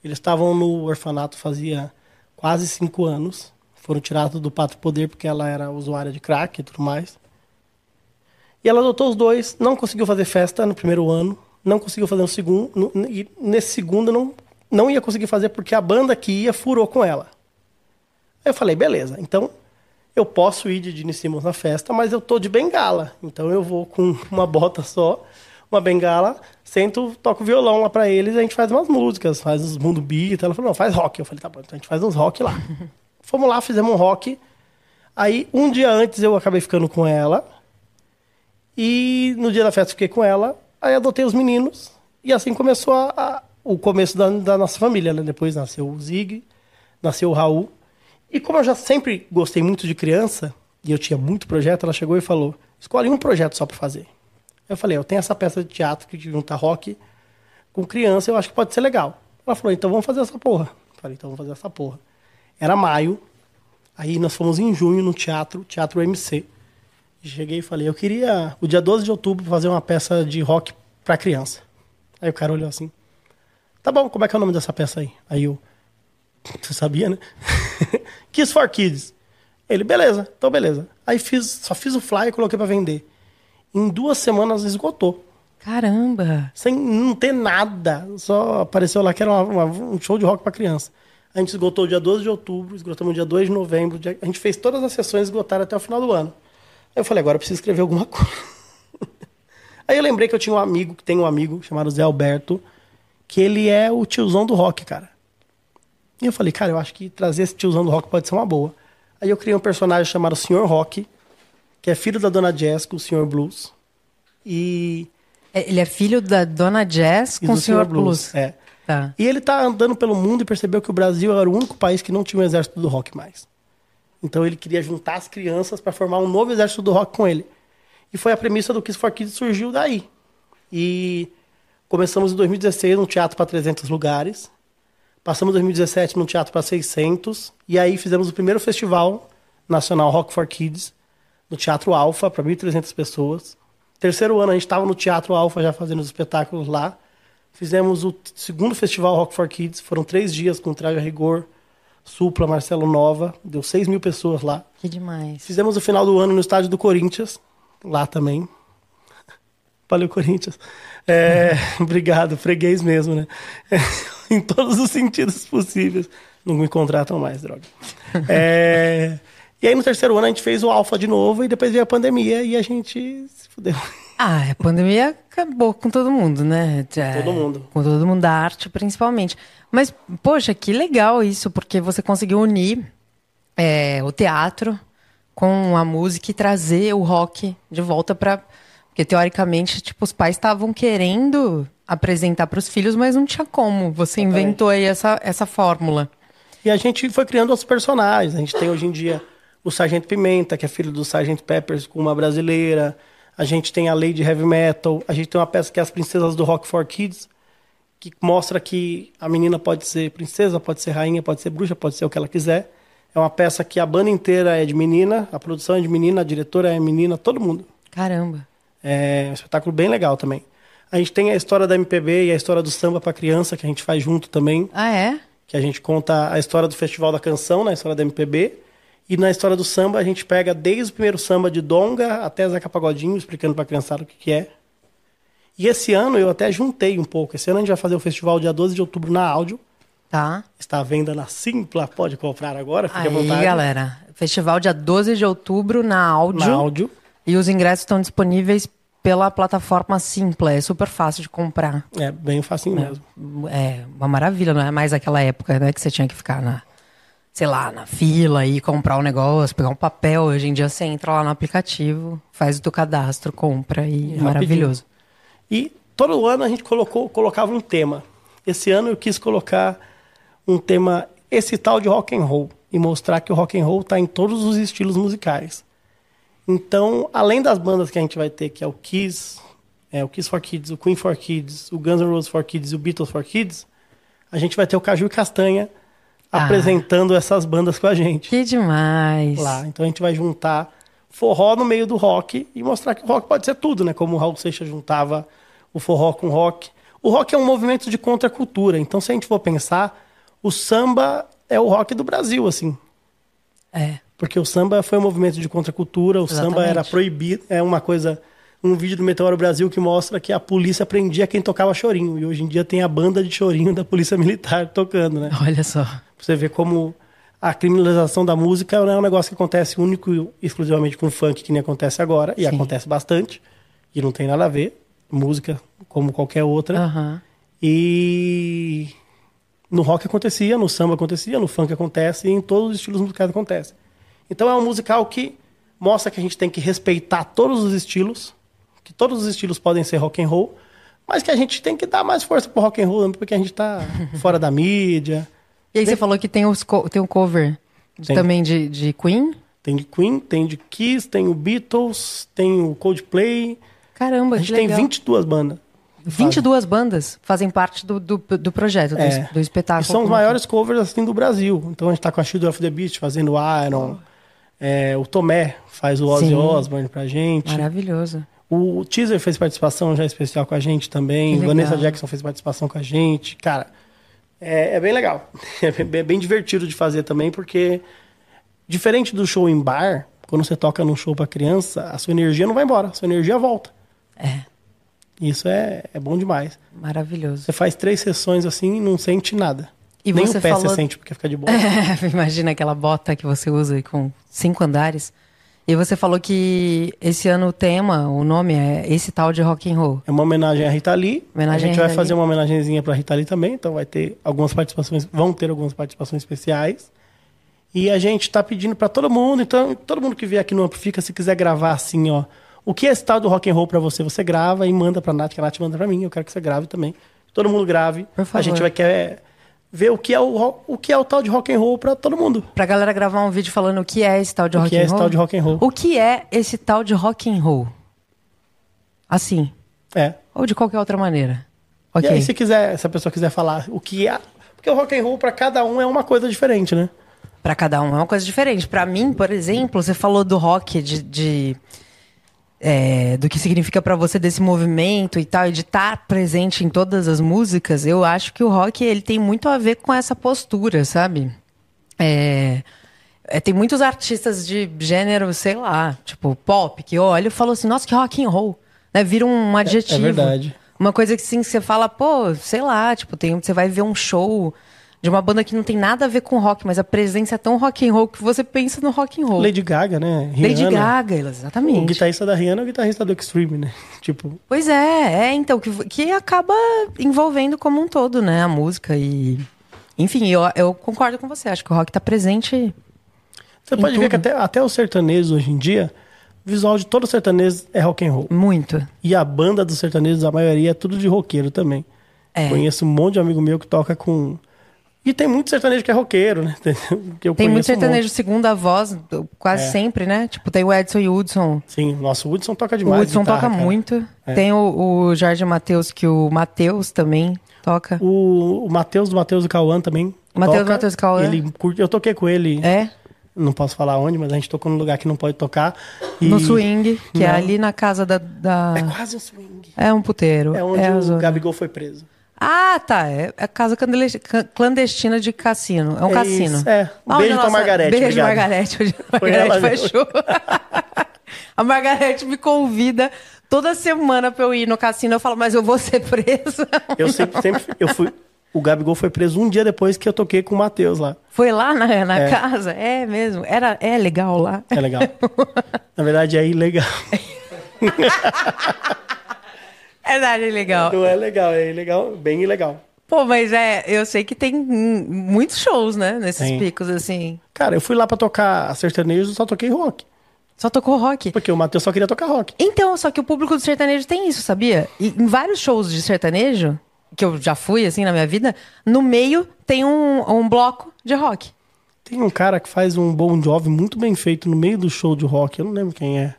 S3: Eles estavam no orfanato fazia quase 5 anos. Foram tirados do Pato Poder porque ela era usuária de crack e tudo mais. E ela adotou os dois, não conseguiu fazer festa no primeiro ano, não conseguiu fazer no segundo, no- e nesse segundo não, não ia conseguir fazer porque a banda que ia furou com ela. Aí eu falei, beleza, então eu posso ir de Dini Simmons na festa, mas eu tô de bengala. Então eu vou com uma bota só, uma bengala, sento, toco violão lá pra eles, a gente faz umas músicas, faz uns mundo beat. Ela falou, não, faz rock. Eu falei, tá bom, então a gente faz uns rock lá. Fomos lá, fizemos um rock. Aí um dia antes eu acabei ficando com ela. E no dia da festa eu fiquei com ela, aí adotei os meninos. E assim começou a- a- o começo da, da nossa família, né? Depois nasceu o Zig, nasceu o Raul. E como eu já sempre gostei muito de criança, e eu tinha muito projeto, ela chegou e falou: escolhe um projeto só pra fazer. Eu falei: eu tenho essa peça de teatro que junta rock com criança, eu acho que pode ser legal. Ela falou: então vamos fazer essa porra. Eu falei: então vamos fazer essa porra. Era maio, aí nós fomos em junho no teatro, Teatro MC. Cheguei e falei, eu queria, o dia 12 de outubro, fazer uma peça de rock pra criança. Aí o cara olhou assim, tá bom, como é que é o nome dessa peça aí? Aí eu, você sabia, né? Kiss for Kids. Ele, beleza, então beleza. Aí fiz, só fiz o flyer e coloquei pra vender. Em duas semanas esgotou.
S1: Caramba!
S3: sem não ter nada. Só apareceu lá que era uma- uma- um show de rock para criança. A gente esgotou dia 12 de outubro, esgotamos dia 2 de novembro. dia- A gente fez todas as sessões esgotaram até o final do ano. Aí eu falei, agora eu preciso escrever alguma coisa. Aí eu lembrei que eu tinha um amigo, que tem um amigo chamado Zé Alberto, que ele é o tiozão do rock, cara. E eu falei, cara, eu acho que trazer esse tiozão do rock pode ser uma boa. Aí eu criei um personagem chamado Senhor Rock, que é filho da dona Jessica, o Senhor Blues. E
S1: É, Ele é filho da Dona Jazz
S3: e
S1: com o
S3: do
S1: Sr. Blues.
S3: É.
S1: Tá.
S3: E ele tá andando pelo mundo e percebeu que o Brasil era o único país que não tinha um exército do rock mais. Então ele queria juntar as crianças para formar um novo exército do rock com ele. E foi a premissa do Kiss for Kids surgiu daí. E começamos em 2016 num teatro para 300 lugares. Passamos 2017 num teatro para 600 e aí fizemos o primeiro festival nacional Rock for Kids no Teatro Alfa para 1.300 pessoas. Terceiro ano a gente estava no Teatro Alfa já fazendo os espetáculos lá. Fizemos o t- segundo festival Rock for Kids, foram três dias com Traje a Rigor, Supla, Marcelo Nova, deu 6 mil pessoas lá.
S1: Que demais.
S3: Fizemos o final do ano no estádio do Corinthians, lá também. Valeu, Corinthians. É, Obrigado, freguês mesmo, né? em todos os sentidos possíveis. Não me contratam mais, droga. É, e aí no terceiro ano a gente fez o Alfa de novo e depois veio a pandemia e a gente se fudeu.
S1: Ah, a pandemia acabou com todo mundo, né? É,
S3: Todo mundo.
S1: Com todo mundo da arte, principalmente. Mas, poxa, que legal isso, porque você conseguiu unir é, o teatro com a música e trazer o rock de volta para. Porque, teoricamente, tipo, os pais estavam querendo apresentar para os filhos, mas não tinha como. Você inventou aí essa, essa fórmula.
S3: E a gente foi criando outros personagens. A gente tem hoje em dia o Sargento Pimenta, que é filho do Sargento Peppers com uma brasileira. A gente tem a lei de heavy metal. A gente tem uma peça que é as Princesas do Rock for Kids, que mostra que a menina pode ser princesa, pode ser rainha, pode ser bruxa, pode ser o que ela quiser. É uma peça que a banda inteira é de menina, a produção é de menina, a diretora é menina, todo mundo.
S1: Caramba.
S3: É um espetáculo bem legal também. A gente tem a história da MPB e a história do samba para criança, que a gente faz junto também
S1: Ah, é?
S3: que a gente conta a história do Festival da Canção, na história da MPB, e na história do samba a gente pega desde o primeiro samba de Donga até Zeca Pagodinho, explicando pra criançada o que, que é. E esse ano eu até juntei um pouco. Esse ano a gente vai fazer o festival dia 12 de outubro na áudio.
S1: Tá.
S3: Está à venda na Simpla, pode comprar agora, fique à
S1: Aí,
S3: vontade.
S1: galera. Festival dia 12 de outubro na áudio.
S3: Na áudio.
S1: E os ingressos estão disponíveis pela plataforma Simpla. É super fácil de comprar.
S3: É bem facinho mesmo.
S1: É uma maravilha, não é mais aquela época né, que você tinha que ficar na, sei lá, na fila e comprar um negócio, pegar um papel. Hoje em dia você entra lá no aplicativo, faz o teu cadastro, compra e é
S3: Rapidinho.
S1: maravilhoso.
S3: E todo ano a gente colocou, colocava um tema. Esse ano eu quis colocar um tema esse tal de rock and roll e mostrar que o rock and roll está em todos os estilos musicais. Então, além das bandas que a gente vai ter, que é o Kiss, é, o Kiss for Kids, o Queen for Kids, o Guns N' Roses for Kids e o Beatles for Kids, a gente vai ter o Caju e Castanha
S1: Ah.
S3: apresentando essas bandas com a gente
S1: Que demais.
S3: lá. Então a gente vai juntar forró no meio do rock e mostrar que o rock pode ser tudo, né? Como o Raul Seixas juntava o forró com o rock. O rock é um movimento de contracultura. Então se a gente for pensar, o samba é o rock do Brasil, assim.
S1: É.
S3: Porque o samba foi um movimento de contracultura, o samba
S1: Exatamente.
S3: era proibido, é uma coisa, um vídeo do Meteoro Brasil que mostra que a polícia prendia quem tocava chorinho, e hoje em dia tem a banda de chorinho da Polícia Militar tocando, né?
S1: Olha só.
S3: Pra você ver como a criminalização da música não é um negócio que acontece único e exclusivamente com o funk, que nem acontece agora, e
S1: Sim.
S3: acontece bastante, e não tem nada a ver. Música como qualquer outra.
S1: Aham.
S3: E no rock acontecia, no samba acontecia, no funk acontece, e em todos os estilos musicais acontece. Então é um musical que mostra que a gente tem que respeitar todos os estilos, que todos os estilos podem ser rock and roll, mas que a gente tem que dar mais força pro rock and roll, porque a gente tá fora da mídia.
S1: E aí você falou que tem, os co- tem um cover
S3: Sim.
S1: também de, de Queen?
S3: Tem de Queen, tem de Kiss, tem o Beatles, tem o Coldplay.
S1: Caramba,
S3: A
S1: que
S3: gente tem
S1: legal.
S3: 22 bandas.
S1: 22 bandas fazem parte do, do, do projeto, do,
S3: É.
S1: es- do espetáculo.
S3: E são os
S1: como um
S3: maiores covers assim do Brasil. Então a gente tá com a Shield of the Beast fazendo o Iron. É, o Tomé faz o Ozzy
S1: Sim.
S3: Osbourne pra gente.
S1: Maravilhoso.
S3: O Teaser fez participação já é especial com a gente também.
S1: Que legal.
S3: Vanessa Jackson fez participação com a gente. Cara, é, é bem legal. É bem, é bem divertido de fazer também, porque diferente do show em bar, quando você toca num show pra criança, a sua energia não vai embora, a sua energia volta.
S1: É.
S3: Isso é, é bom demais.
S1: Maravilhoso.
S3: Você faz três sessões assim e não sente nada.
S1: E
S3: Nem
S1: você
S3: o pé
S1: falou-
S3: você sente, porque fica de boa.
S1: Imagina aquela bota que você usa aí com cinco andares. E você falou que esse ano o tema, o nome é esse tal de rock and roll.
S3: É uma homenagem à Rita Lee.
S1: Homenagem à
S3: a gente vai
S1: Rita
S3: fazer
S1: Lee.
S3: uma homenagenzinha pra Rita Lee também, então vai ter algumas participações, vão ter algumas participações especiais. E a gente tá pedindo pra todo mundo, então todo mundo que vier aqui no Amplifica, se quiser gravar assim, ó, o que é esse tal do rock and roll pra você, você grava e manda pra Nath, que a Nath manda pra mim, eu quero que você grave também. Todo mundo grave.
S1: Por favor.
S3: A gente vai querer ver o que é o, ro- o que é o tal de rock and roll pra todo mundo.
S1: Pra galera gravar um vídeo falando o que é esse tal de
S3: O
S1: rock
S3: que
S1: and
S3: é
S1: roll.
S3: esse tal de rock and roll.
S1: O que é esse tal de rock and roll? Assim,
S3: É.
S1: ou de qualquer outra maneira. OK.
S3: E aí, se quiser, se a pessoa quiser falar o que é, porque o rock and roll pra cada um é uma coisa diferente, né?
S1: Pra cada um é uma coisa diferente. Pra mim, por exemplo, você falou do rock, de, de, é, do que significa pra você desse movimento e tal, e de estar presente em todas as músicas. Eu acho que o rock ele tem muito a ver com essa postura, sabe? É, é, tem muitos artistas de gênero, sei lá, tipo pop, que eu olho e falo assim, nossa, que rock and roll. Né? Vira um adjetivo.
S3: verdade.
S1: Uma coisa que sim, que você fala, pô, sei lá, tipo, tem, você vai ver um show de uma banda que não tem nada a ver com rock, mas a presença é tão rock and roll que você pensa no rock and roll.
S3: Lady Gaga, né?
S1: Lady
S3: Rihanna.
S1: Gaga,
S3: O
S1: exatamente.
S3: guitarrista da Rihanna é o guitarrista do Extreme, né? Tipo,
S1: Pois é, é, então, que, que acaba envolvendo como um todo, né, a música e... Enfim, eu, eu concordo com você, acho que o rock tá presente...
S3: você
S1: Em
S3: pode ver que
S1: tudo.
S3: até, até os sertanejos hoje em dia, o visual de todo sertanejo é rock and roll.
S1: Muito.
S3: E a banda dos sertanejos, a maioria é tudo de roqueiro também.
S1: É.
S3: Conheço um monte de amigo meu que toca com. E tem muito sertanejo que é roqueiro, né? Que eu
S1: Tem muito
S3: conheço É. um monte.
S1: sertanejo segunda voz, do- quase sempre, né? Tipo, tem o Edson e o Hudson.
S3: Sim, nossa, o Woodson toca
S1: O
S3: demais.
S1: Hudson
S3: guitarra,
S1: toca
S3: cara. É.
S1: muito. Tem o, o Jorge Matheus, que o Matheus também toca.
S3: O, o Matheus do Matheus do Cauã também.
S1: Matheus
S3: toca.
S1: do Matheus do Cauã.
S3: Ele curte- Eu toquei com ele.
S1: É,
S3: Não posso falar onde, mas a gente tocou num lugar que não pode tocar. E-
S1: no swing, que é
S3: Não.
S1: ali na casa da... da-
S3: É quase um swing.
S1: É, um puteiro.
S3: É onde
S1: a
S3: o
S1: zona.
S3: Gabigol foi preso.
S1: Ah, tá. É a casa candele- ca- clandestina de cassino. É um
S3: É
S1: cassino.
S3: isso, é. Um
S1: Ah, onde
S3: beijo
S1: a
S3: pra Margarete,
S1: Beijo,
S3: obrigado.
S1: Margarete. Hoje a
S3: Foi
S1: Margarete
S3: ela né? mesmo.
S1: fechou. a Margarete me convida toda semana pra eu ir no cassino. Eu falo, mas eu vou ser presa.
S3: Eu sempre, sempre eu fui. O Gabigol foi preso um dia depois que eu toquei com o Matheus lá.
S1: Foi lá na, na
S3: É.
S1: casa? É mesmo. Era, é legal lá.
S3: É legal. Na verdade, é ilegal.
S1: É verdade, é legal.
S3: Não é legal, é ilegal, bem ilegal.
S1: Pô, mas é, eu sei que tem hum, muitos shows, né? Nesses
S3: Tem.
S1: picos, assim.
S3: Cara, eu fui lá pra tocar sertanejo e só toquei rock.
S1: Só tocou rock.
S3: Porque o Matheus só queria tocar rock.
S1: Então, só que o público do sertanejo tem isso, sabia? E em vários shows de sertanejo, que eu já fui, assim, na minha vida, no meio tem um, um bloco de rock.
S3: Tem um cara que faz um Bon Jovi muito bem feito no meio do show de rock. Eu não lembro quem é.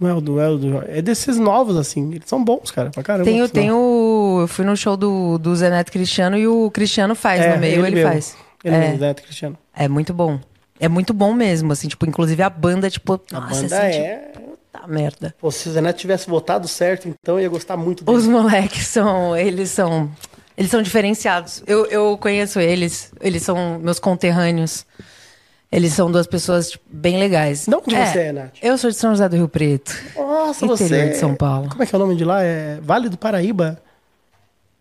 S3: Não é o do, é o do É desses novos, assim. Eles são bons, cara, pra caramba.
S1: tem, o,
S3: por sinal.
S1: tem o. Eu fui no show do, do Zé Neto Cristiano e o Cristiano faz
S3: É,
S1: no meio, ele,
S3: mesmo.
S1: faz.
S3: Ele
S1: é,
S3: mesmo, Zé Neto Cristiano.
S1: é muito bom. É muito bom mesmo, assim, tipo, inclusive a banda, tipo,
S3: A
S1: nossa,
S3: banda
S1: assim,
S3: é.
S1: puta merda.
S3: Pô, se o Zé Neto tivesse votado certo, então eu ia gostar muito dele.
S1: Os moleques são. Eles são. Eles são diferenciados. Eu, eu conheço eles. Eles são meus conterrâneos. Eles são duas pessoas tipo, bem legais.
S3: De onde você é, Nath?
S1: Eu sou de São José do Rio Preto.
S3: Nossa,
S1: interior
S3: você.
S1: de São Paulo.
S3: Como é que é o nome de lá? É Vale do Paraíba?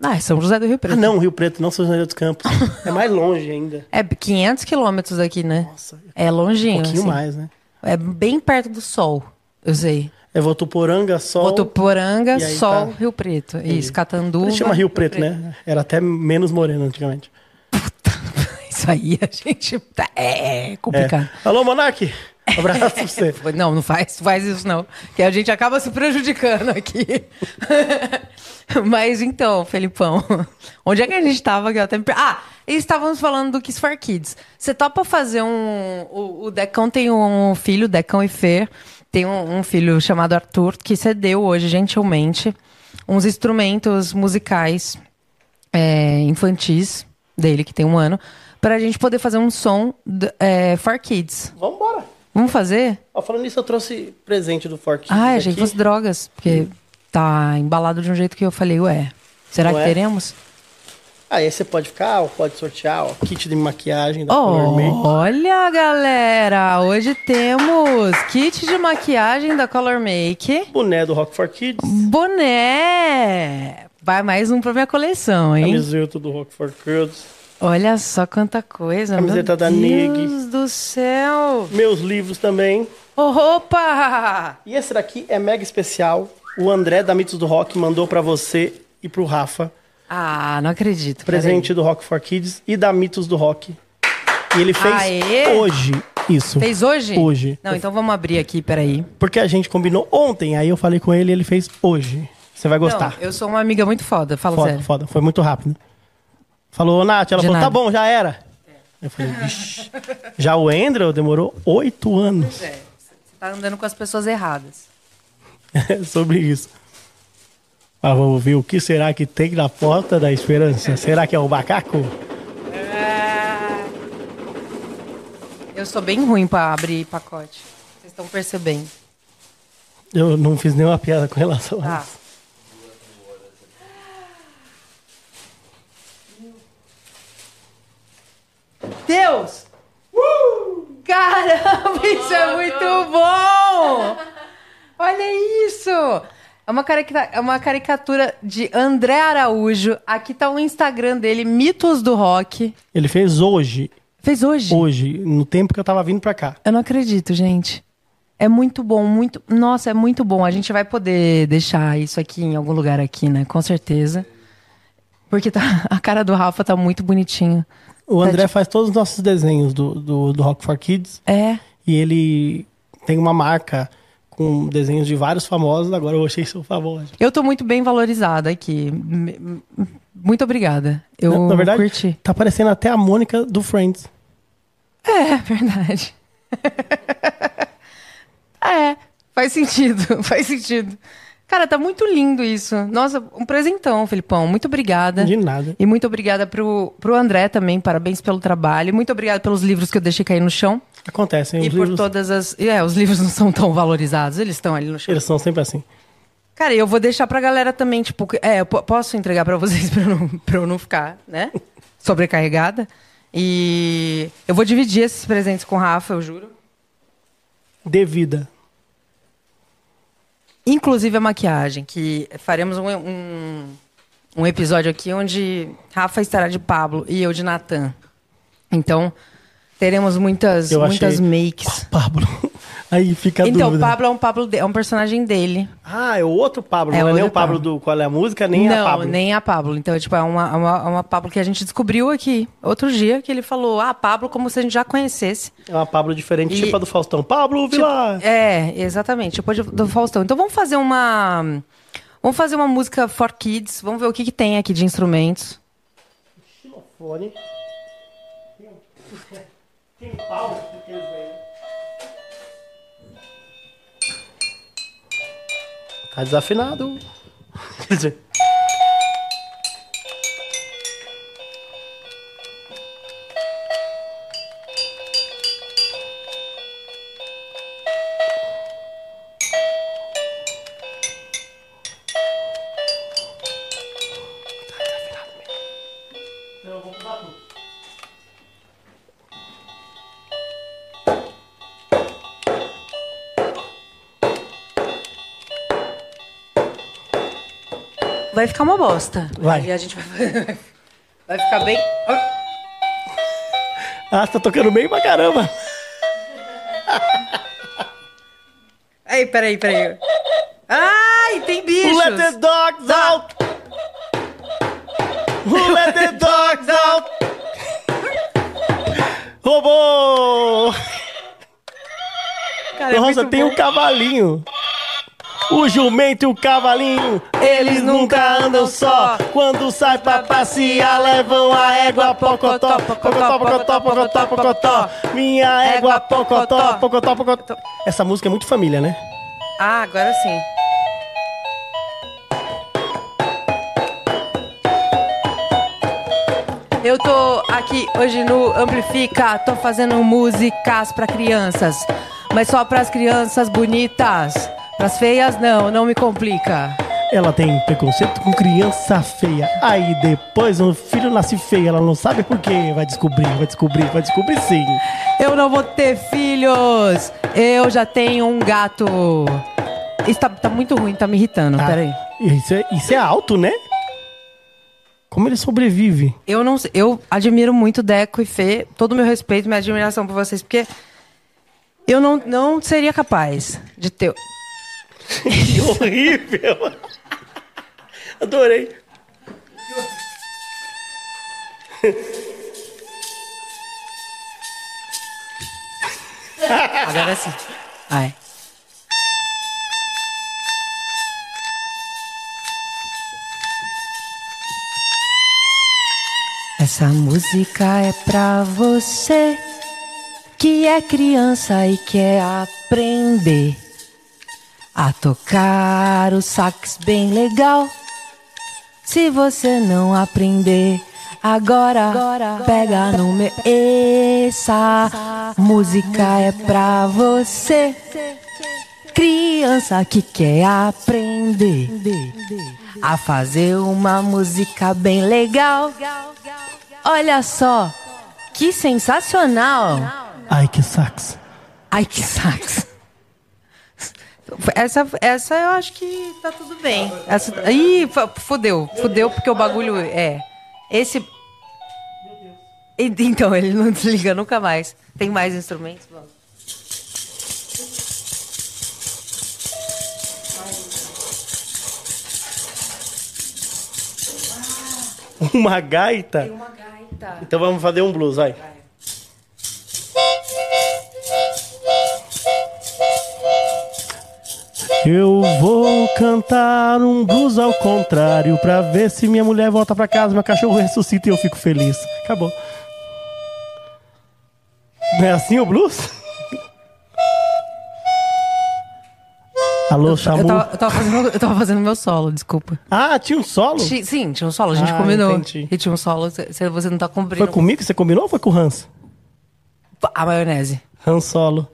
S1: Ah, é São José do Rio Preto.
S3: Ah, não, Rio Preto, não São José dos Campos. É mais longe ainda.
S1: É 500 quilômetros daqui, né?
S3: Nossa, um
S1: É longinho.
S3: pouquinho
S1: assim.
S3: mais, né?
S1: É bem perto do sol. Eu sei.
S3: É Votuporanga, Sol.
S1: Votuporanga,
S3: E aí
S1: Sol,
S3: tá.
S1: Rio Preto. Isso, Catanduva.
S3: Ele chama Rio Preto, né? Era até menos moreno antigamente.
S1: Isso aí a gente. Tá... É
S3: É.
S1: complicado.
S3: Alô, Monark! Abraço pra você.
S1: Foi, Não, não faz, faz isso não, que a gente acaba se prejudicando aqui. Mas então, Felipão, onde é que a gente estava? Que eu até me per- Ah, e estávamos falando do Kiss for Kids. Você topa fazer um... O, o Decão tem um filho, Decão e Fer, tem um, um filho chamado Arthur, que cedeu hoje, gentilmente, uns instrumentos musicais é, infantis dele, que tem um ano, para a gente poder fazer um som d- é, for Kids.
S3: Vambora!
S1: Vamos fazer?
S3: Ó, falando nisso, eu trouxe presente do Fork.
S1: Ah, achei que fosse
S3: Hum.
S1: drogas, porque tá embalado de um jeito que eu falei, ué, será
S3: Ué?
S1: que teremos?
S3: Aí você pode ficar, ó, pode sortear, ó, kit de maquiagem
S1: Oh.
S3: da Color Make.
S1: Olha, galera! Hoje temos kit de maquiagem da Color Make.
S3: Boné do Rock for Kids.
S1: Boné! Vai mais um pra minha coleção, hein?
S3: Camiseta do Rock for Kids.
S1: Olha só quanta coisa,
S3: Camiseta
S1: meu
S3: da
S1: Deus
S3: Nike.
S1: do céu!
S3: Meus livros também.
S1: Opa!
S3: E esse daqui é mega especial. O André da Mitos do Rock mandou pra você e pro Rafa.
S1: Ah, não acredito. peraí.
S3: Presente do Rock for Kids e da Mitos do Rock. E ele fez
S1: Aê!
S3: hoje isso.
S1: Fez hoje?
S3: Hoje.
S1: Não, então vamos abrir aqui, peraí.
S3: Porque a gente combinou ontem, aí eu falei com ele e ele fez hoje. Você vai gostar.
S1: Não, eu sou uma amiga muito foda, fala
S3: Foda,
S1: sério.
S3: foda. Foi muito rápido. Falou, Nath, ela
S1: De
S3: falou,
S1: nada.
S3: tá bom, já era. Eu falei, vixi. Já o Andrew demorou oito anos
S1: É, você tá andando com as pessoas erradas.
S3: sobre isso. Mas vamos ver o que será que tem na porta da esperança. Será que é o macaco?
S1: Eu sou bem ruim pra abrir pacote. Vocês estão percebendo.
S3: Eu não fiz nenhuma piada com relação a
S1: Tá.
S3: isso.
S1: Deus! Uh! Caramba, isso é muito bom! Olha isso! É uma, carica- é uma caricatura de André Araújo. Aqui tá o Instagram dele, Mitos do Rock.
S3: Ele fez hoje,
S1: Fez hoje?
S3: hoje, no tempo que eu tava vindo pra cá.
S1: Eu não acredito, gente. É muito bom, muito. Nossa, é muito bom. A gente vai poder deixar isso aqui em algum lugar aqui, né? Com certeza. Porque tá- a cara do Rafa tá muito bonitinho. Tá
S3: O André faz todos os nossos desenhos do, do, do Rock for Kids
S1: É.
S3: e ele tem uma marca com desenhos de vários famosos. Agora eu achei seu famoso.
S1: Eu tô muito bem valorizada aqui. M- m- Muito obrigada. Eu
S3: na, na verdade,
S1: curti.
S3: tá parecendo até a Mônica do Friends.
S1: É, verdade. é, faz sentido, faz sentido. Cara, tá muito lindo isso. Nossa, um presentão, Felipão. Muito obrigada.
S3: De nada.
S1: E muito obrigada pro, pro André também, parabéns pelo trabalho. E Muito obrigada pelos livros que eu deixei cair no chão.
S3: Acontece, hein?
S1: e
S3: Os
S1: por
S3: livros,
S1: todas as. É, os livros não são tão valorizados, eles estão ali no chão.
S3: Eles são sempre assim.
S1: Cara, e eu vou deixar pra galera também, tipo, que- é, eu po- posso entregar pra vocês pra eu, não, pra eu não ficar, né? Sobrecarregada. E eu vou dividir esses presentes com o Rafa, eu juro.
S3: Devida.
S1: Inclusive a maquiagem, que faremos um, um, um episódio aqui onde Rafa estará de Pablo e eu de Natan. Então, teremos muitas,
S3: Eu
S1: muitas
S3: achei-
S1: makes.
S3: Pablo. Aí fica a
S1: Então, o
S3: dúvida.
S1: Pablo é um Pablo de- é um personagem dele.
S3: Ah, é o outro Pablo.
S1: É
S3: não é nem o
S1: outro
S3: Pablo do Qual é a Música, nem
S1: não,
S3: a Pablo.
S1: nem a Pablo. Então, tipo, é uma, é uma, é uma Pablo que a gente descobriu aqui outro dia, que ele falou, ah, Pablo, como se a gente já conhecesse.
S3: É uma Pablo diferente,
S1: E-
S3: tipo a do Faustão. Pablo Vilar!
S1: É, exatamente. Tipo de- do Faustão. Então vamos fazer uma. Vamos fazer uma música for kids. Vamos ver o que, que tem aqui de instrumentos.
S3: Fone. Tem pau, porque eles vêm. Tá desafinado. Quer dizer,
S1: Vai ficar uma bosta.
S3: Vai.
S1: E a gente vai. Vai ficar bem. Ah,
S3: Ah, você tá tocando bem pra caramba.
S1: Aí, peraí, peraí. Ai, tem bichos!
S3: Who let the dogs
S1: Tá.
S3: out? Who let the dogs out? Robô!
S1: Cara, é
S3: Nossa,
S1: muito
S3: tem
S1: bom.
S3: um cavalinho. O jumento e o cavalinho, eles nunca andam só. Quando sai pra passear, levam a égua pocotó. Pocotó, pocotó, pocotó, pocotó. Minha égua pocotó, pocotó, pocotó. Essa música é muito família, né?
S1: Ah, agora sim. Eu tô aqui hoje no Amplifica, tô fazendo músicas pra crianças, mas só pras crianças bonitas. Pras feias não, não me complica.
S3: Ela tem preconceito com criança feia. Aí depois o filho nasce feio, ela não sabe por quê. Vai descobrir, vai descobrir, vai descobrir sim.
S1: Eu não vou ter filhos! Eu já tenho um gato. Isso tá, tá muito ruim, tá me irritando.
S3: Ah,
S1: Peraí.
S3: Isso é, isso é alto, né? Como ele sobrevive?
S1: Eu não sei- eu admiro muito Deco e Fê, todo o meu respeito, minha admiração por vocês, porque eu não, não seria capaz de ter.
S3: Que horrível! Adorei.
S1: Agora sim. Ai. Essa música é pra você que é criança e quer aprender a tocar o sax bem legal. Se você não aprender agora, pega no meu. Essa música é pra você, criança que quer aprender a fazer uma música bem legal. Olha só, que sensacional!
S3: Ai, que sax.
S1: Ai, que sax. Essa, essa eu acho que tá tudo bem. Essa, ih, fa- fudeu. Fudeu porque o bagulho é. Esse. E- Então, ele não desliga nunca mais. Tem mais instrumentos? Vamos.
S3: Uma gaita? Tem uma gaita. Então vamos fazer um blues, vai. Eu vou cantar um blues ao contrário pra ver se minha mulher volta pra casa, meu cachorro ressuscita e eu fico feliz. Acabou. Não é assim o blues? Alô,
S1: Eu
S3: Chamu?
S1: tava, eu, tava fazendo, eu tava fazendo meu solo, desculpa.
S3: Ah, tinha um solo?
S1: Ti- Sim, tinha um solo, a gente
S3: Ah,
S1: combinou.
S3: entendi.
S1: E tinha um solo, você você tá não tá
S3: Foi
S1: cumprindo
S3: comigo que você combinou ou foi com o Hans?
S1: a maionese.
S3: Han Solo.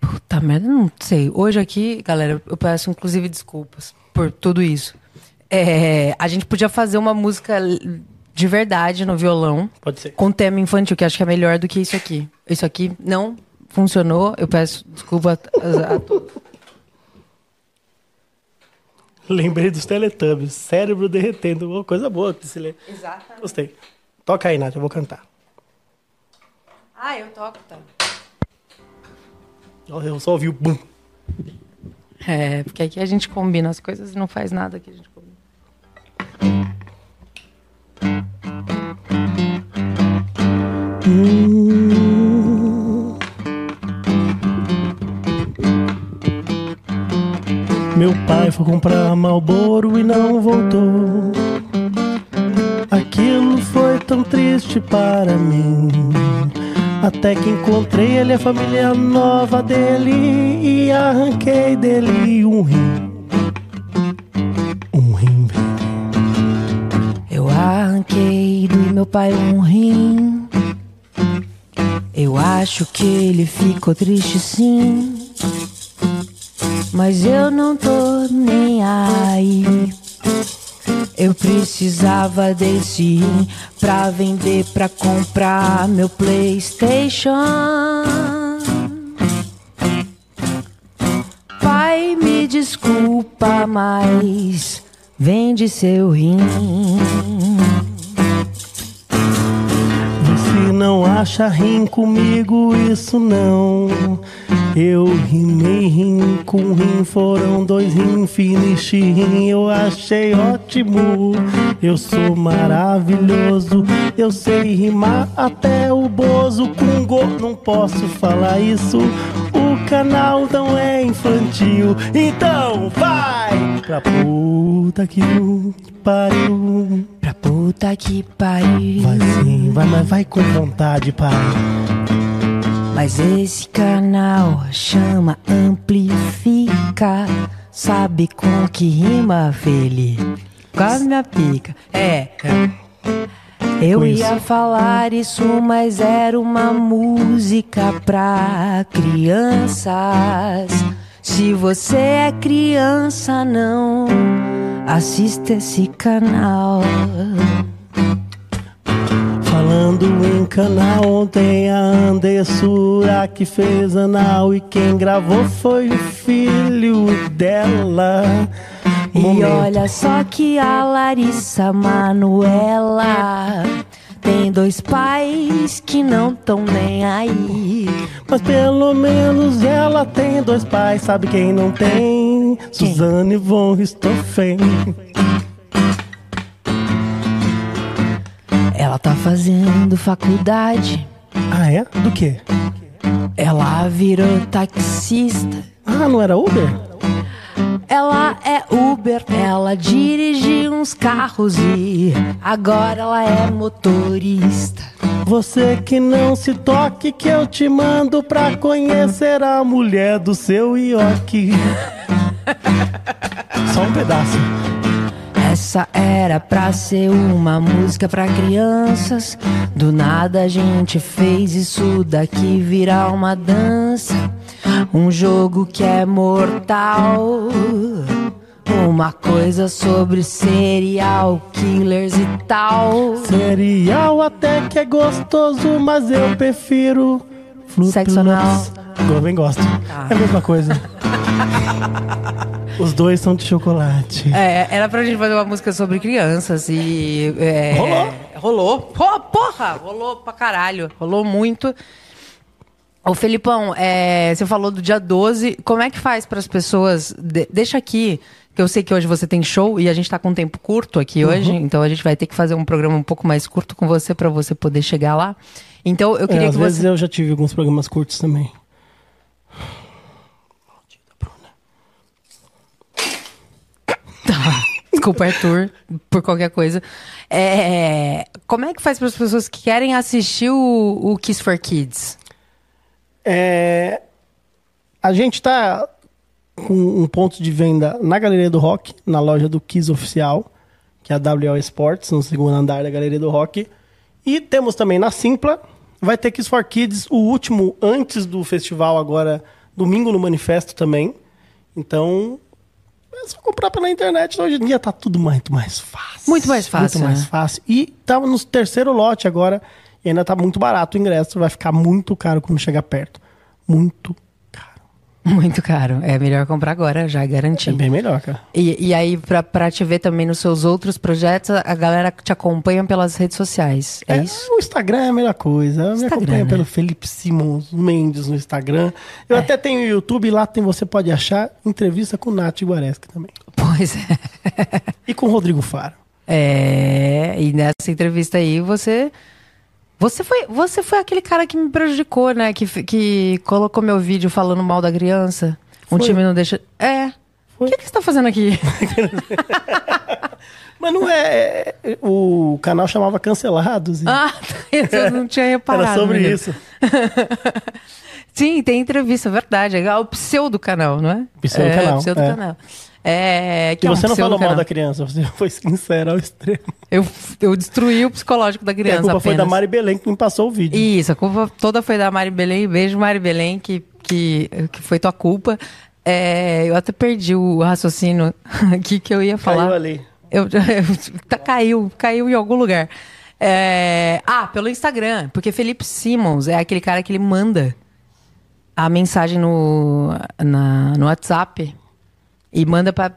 S1: Puta merda, Tá, não sei. Hoje aqui, galera, eu peço inclusive desculpas por tudo isso. É, a gente podia fazer uma música l- de verdade no violão,
S3: Pode ser.
S1: com tema infantil, que acho que é melhor do que isso aqui. Isso aqui não funcionou, eu peço desculpa a, a- a todos.
S3: Lembrei dos Teletubbies. Cérebro derretendo. Uma coisa boa que se lê.
S1: Exatamente.
S3: Gostei. Toca aí, Nath. Eu vou cantar.
S1: Ah, eu toco, tá.
S3: Eu só ouvi o bum.
S1: É, porque aqui a gente combina as coisas e não faz nada que a gente combina.
S3: Meu pai foi comprar Malboro e não voltou. Aquilo foi tão triste para mim. Até que encontrei ele, a família nova dele. E arranquei dele um rim. Um rim verde.
S1: Eu arranquei do meu pai um rim. Eu acho que ele ficou triste sim. Mas eu não tô nem aí. Eu precisava desse rim pra vender, pra comprar meu PlayStation. Pai, me desculpa, mas vende seu rim.
S3: Você não acha rim comigo, isso não. Eu rimei rim com rim, foram dois rim, finish rim, eu achei ótimo. Eu sou maravilhoso, eu sei rimar até o bozo com go. Não posso falar isso, o canal não é infantil. Então vai pra puta que pariu.
S1: Pra puta que pariu.
S3: Vai sim, vai, mas vai com vontade, pai.
S1: Mas esse canal chama Amplifica. Sabe com que rima, Feli? Quase minha pica. É. Eu
S3: Com
S1: ia
S3: isso.
S1: falar isso, mas era uma música pra crianças. Se você é criança, não Assista esse canal.
S3: Falando em canal, ontem a Andessura que fez anal e quem gravou foi o filho dela.
S1: E
S3: Um Momento.
S1: olha só que a Larissa Manuela tem dois pais que não tão nem aí.
S3: Mas pelo menos ela tem dois pais, sabe quem não tem? Suzane von Richthofen.
S1: Ela tá fazendo faculdade,
S3: Ah, é? Do quê?
S1: ela virou taxista,
S3: Ah, não era Uber?
S1: ela é Uber, ela dirige uns carros e agora ela é motorista.
S3: Você que não se toque, que eu te mando pra conhecer a mulher do seu ioque. Só um pedaço.
S1: Essa era pra ser uma música pra crianças. Do nada a gente fez isso daqui virar uma dança. Um jogo que é mortal. Uma coisa sobre serial killers e tal.
S3: Cereal até que é gostoso, mas eu prefiro. Flutulas.
S1: Sexo anal. Tá.
S3: Também gosto. É a mesma coisa. Os dois são de chocolate.
S1: É, era pra gente fazer uma música sobre crianças e. é,
S3: Rolou.
S1: Rolou. Pô, porra! Rolou pra caralho. Rolou muito. Ô, Felipão, é, você falou do dia 12. Como é que faz pras pessoas. de- deixa aqui, que eu sei que hoje você tem show e a gente tá com um tempo curto aqui
S3: Uhum.
S1: hoje, então a gente vai ter que fazer um programa um pouco mais curto com você pra você poder chegar lá. Então eu queria
S3: É, às
S1: que
S3: vezes
S1: você.
S3: eu já tive alguns programas curtos também.
S1: Desculpa, Arthur, por qualquer coisa. É, como é que faz para as pessoas que querem assistir o, o Kiss for Kids?
S3: É, a gente tá com um ponto de venda na Galeria do Rock, na loja do Kiss Oficial, que é a WL Sports, no segundo andar da Galeria do Rock. E temos também na Simpla, vai ter Kiss for Kids, o último antes do festival agora, domingo no Manifesto também. Então, é só comprar pela internet, hoje em dia tá tudo muito mais fácil.
S1: Muito mais fácil,
S3: Muito mais
S1: né?
S3: fácil. E tá no terceiro lote agora, e ainda tá muito barato o ingresso, vai ficar muito caro quando chegar perto. Muito caro.
S1: Muito caro. É melhor comprar agora, já garanti.
S3: É bem melhor, cara.
S1: E, e aí, pra, pra te ver também nos seus outros projetos, a galera te acompanha pelas redes sociais. É, isso?
S3: O Instagram é a melhor coisa. Eu me
S1: Instagram,
S3: acompanho
S1: né? É.
S3: pelo Felipe Simons Mendes no Instagram. Eu até tenho o YouTube, lá tem, você pode achar entrevista com o Nath Guareschi também.
S1: Pois é.
S3: E com o Rodrigo Faro.
S1: É, e nessa entrevista aí você. Você foi, você foi aquele cara que me prejudicou, né? Que, f- que colocou meu vídeo falando mal da criança. Um
S3: Foi.
S1: time não deixa. É. O que, que você tá fazendo aqui?
S3: Mas não é. é- O canal chamava Cancelados. e
S1: ah, né? eu não tinha reparado.
S3: era sobre
S1: menino.
S3: isso.
S1: Sim, tem entrevista, é verdade. É o pseudo do canal, não é?
S3: Pseudo
S1: é,
S3: canal,
S1: O pseudo
S3: é.
S1: canal. É, que
S3: E
S1: é um
S3: você não
S1: pseudo
S3: falou mal
S1: canal.
S3: da criança, você foi sincero ao extremo.
S1: Eu, eu destruí o psicológico da
S3: E É, a
S1: criança
S3: culpa foi da
S1: apenas.
S3: Mari Belém que me passou o vídeo.
S1: Isso, a culpa toda foi da Mari Belém. Beijo, Mari Belém, que, que, que foi tua culpa. É, eu até perdi o raciocínio aqui que eu ia falar.
S3: Caiu ali.
S1: Eu, eu- tá, caiu, caiu em algum lugar. É, ah, pelo Instagram, porque Felipe Simons é aquele cara que ele manda a mensagem no, na- no WhatsApp e manda para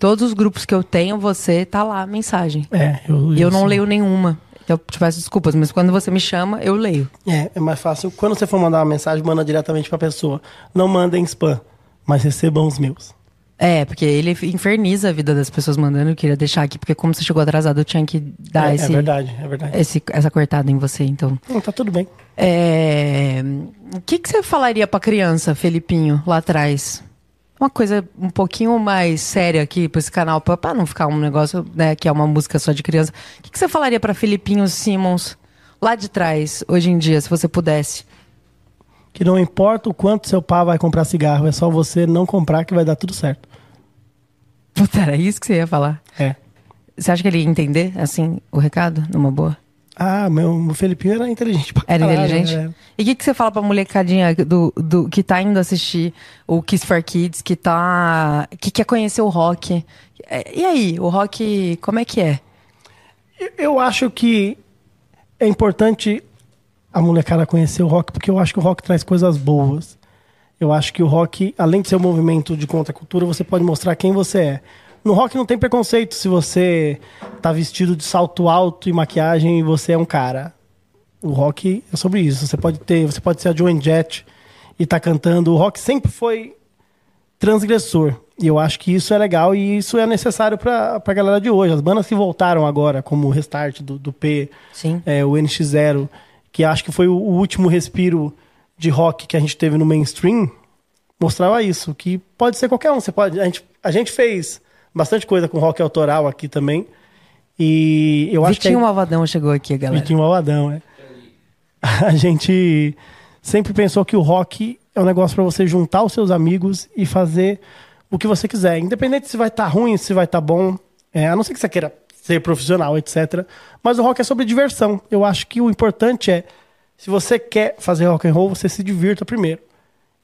S1: todos os grupos que eu tenho, você tá lá a mensagem.
S3: É, eu,
S1: E eu não leio nenhuma. Então, Eu te peço desculpas, mas quando você me chama, eu leio.
S3: É, é mais fácil. Quando você for mandar uma mensagem, manda diretamente pra pessoa. Não mandem spam, mas recebam os meus.
S1: É, porque ele inferniza a vida das pessoas mandando. Eu queria deixar aqui, porque como você chegou atrasado, eu tinha que dar
S3: é, é
S1: esse,
S3: verdade, é verdade.
S1: esse- essa cortada em você, então.
S3: Não, tá tudo bem.
S1: É, O que, que você falaria pra criança, Felipinho, lá atrás? Uma coisa um pouquinho mais séria aqui pra esse canal, pra, pra não ficar um negócio né, que é uma música só de criança. O que, que você falaria pra Felipinho Simmons lá de trás, hoje em dia, se você pudesse?
S3: Que não importa o quanto seu pai vai comprar cigarro, é só você não comprar que vai dar tudo certo.
S1: Puta, era isso que você ia falar?
S3: É.
S1: Você acha que ele ia entender, assim, o recado, numa boa?
S3: Ah, meu, o Felipinho era inteligente pra
S1: Era
S3: caralho,
S1: inteligente?
S3: né?
S1: É E o que, que você fala pra molecadinha do, do, que tá indo assistir o Kiss for Kids, que tá. que quer conhecer o rock? É, E aí, o rock, como é que é?
S3: Eu- Eu acho que é importante a molecada conhecer o rock, porque eu acho que o rock traz coisas boas. Eu acho que o rock, além de ser um movimento de contracultura, você pode mostrar quem você é. No rock não tem preconceito se você tá vestido de salto alto e maquiagem e você é um cara. O rock é sobre isso. Você pode ter, você pode ser a Joan Jett e tá cantando. O rock sempre foi transgressor. E eu acho que isso é legal e isso é necessário para a galera de hoje. As bandas que voltaram agora, como o Restart do, do P,
S1: Sim.
S3: é, o NX0, que acho que foi o, o último respiro de rock que a gente teve no mainstream, mostrava isso, que pode ser qualquer um. Você pode, a, gente, a gente fez bastante coisa com rock autoral aqui também. E eu acho que. é
S1: Vitinho Malvadão chegou aqui, galera.
S3: Vitinho Malvadão, é. A gente sempre pensou que o rock é um negócio pra você juntar os seus amigos e fazer o que você quiser. Independente se vai estar ruim, se vai estar bom. é, a não ser que você queira ser profissional, etc. Mas o rock é sobre diversão. Eu acho que o importante é, se você quer fazer rock and roll, você se divirta primeiro.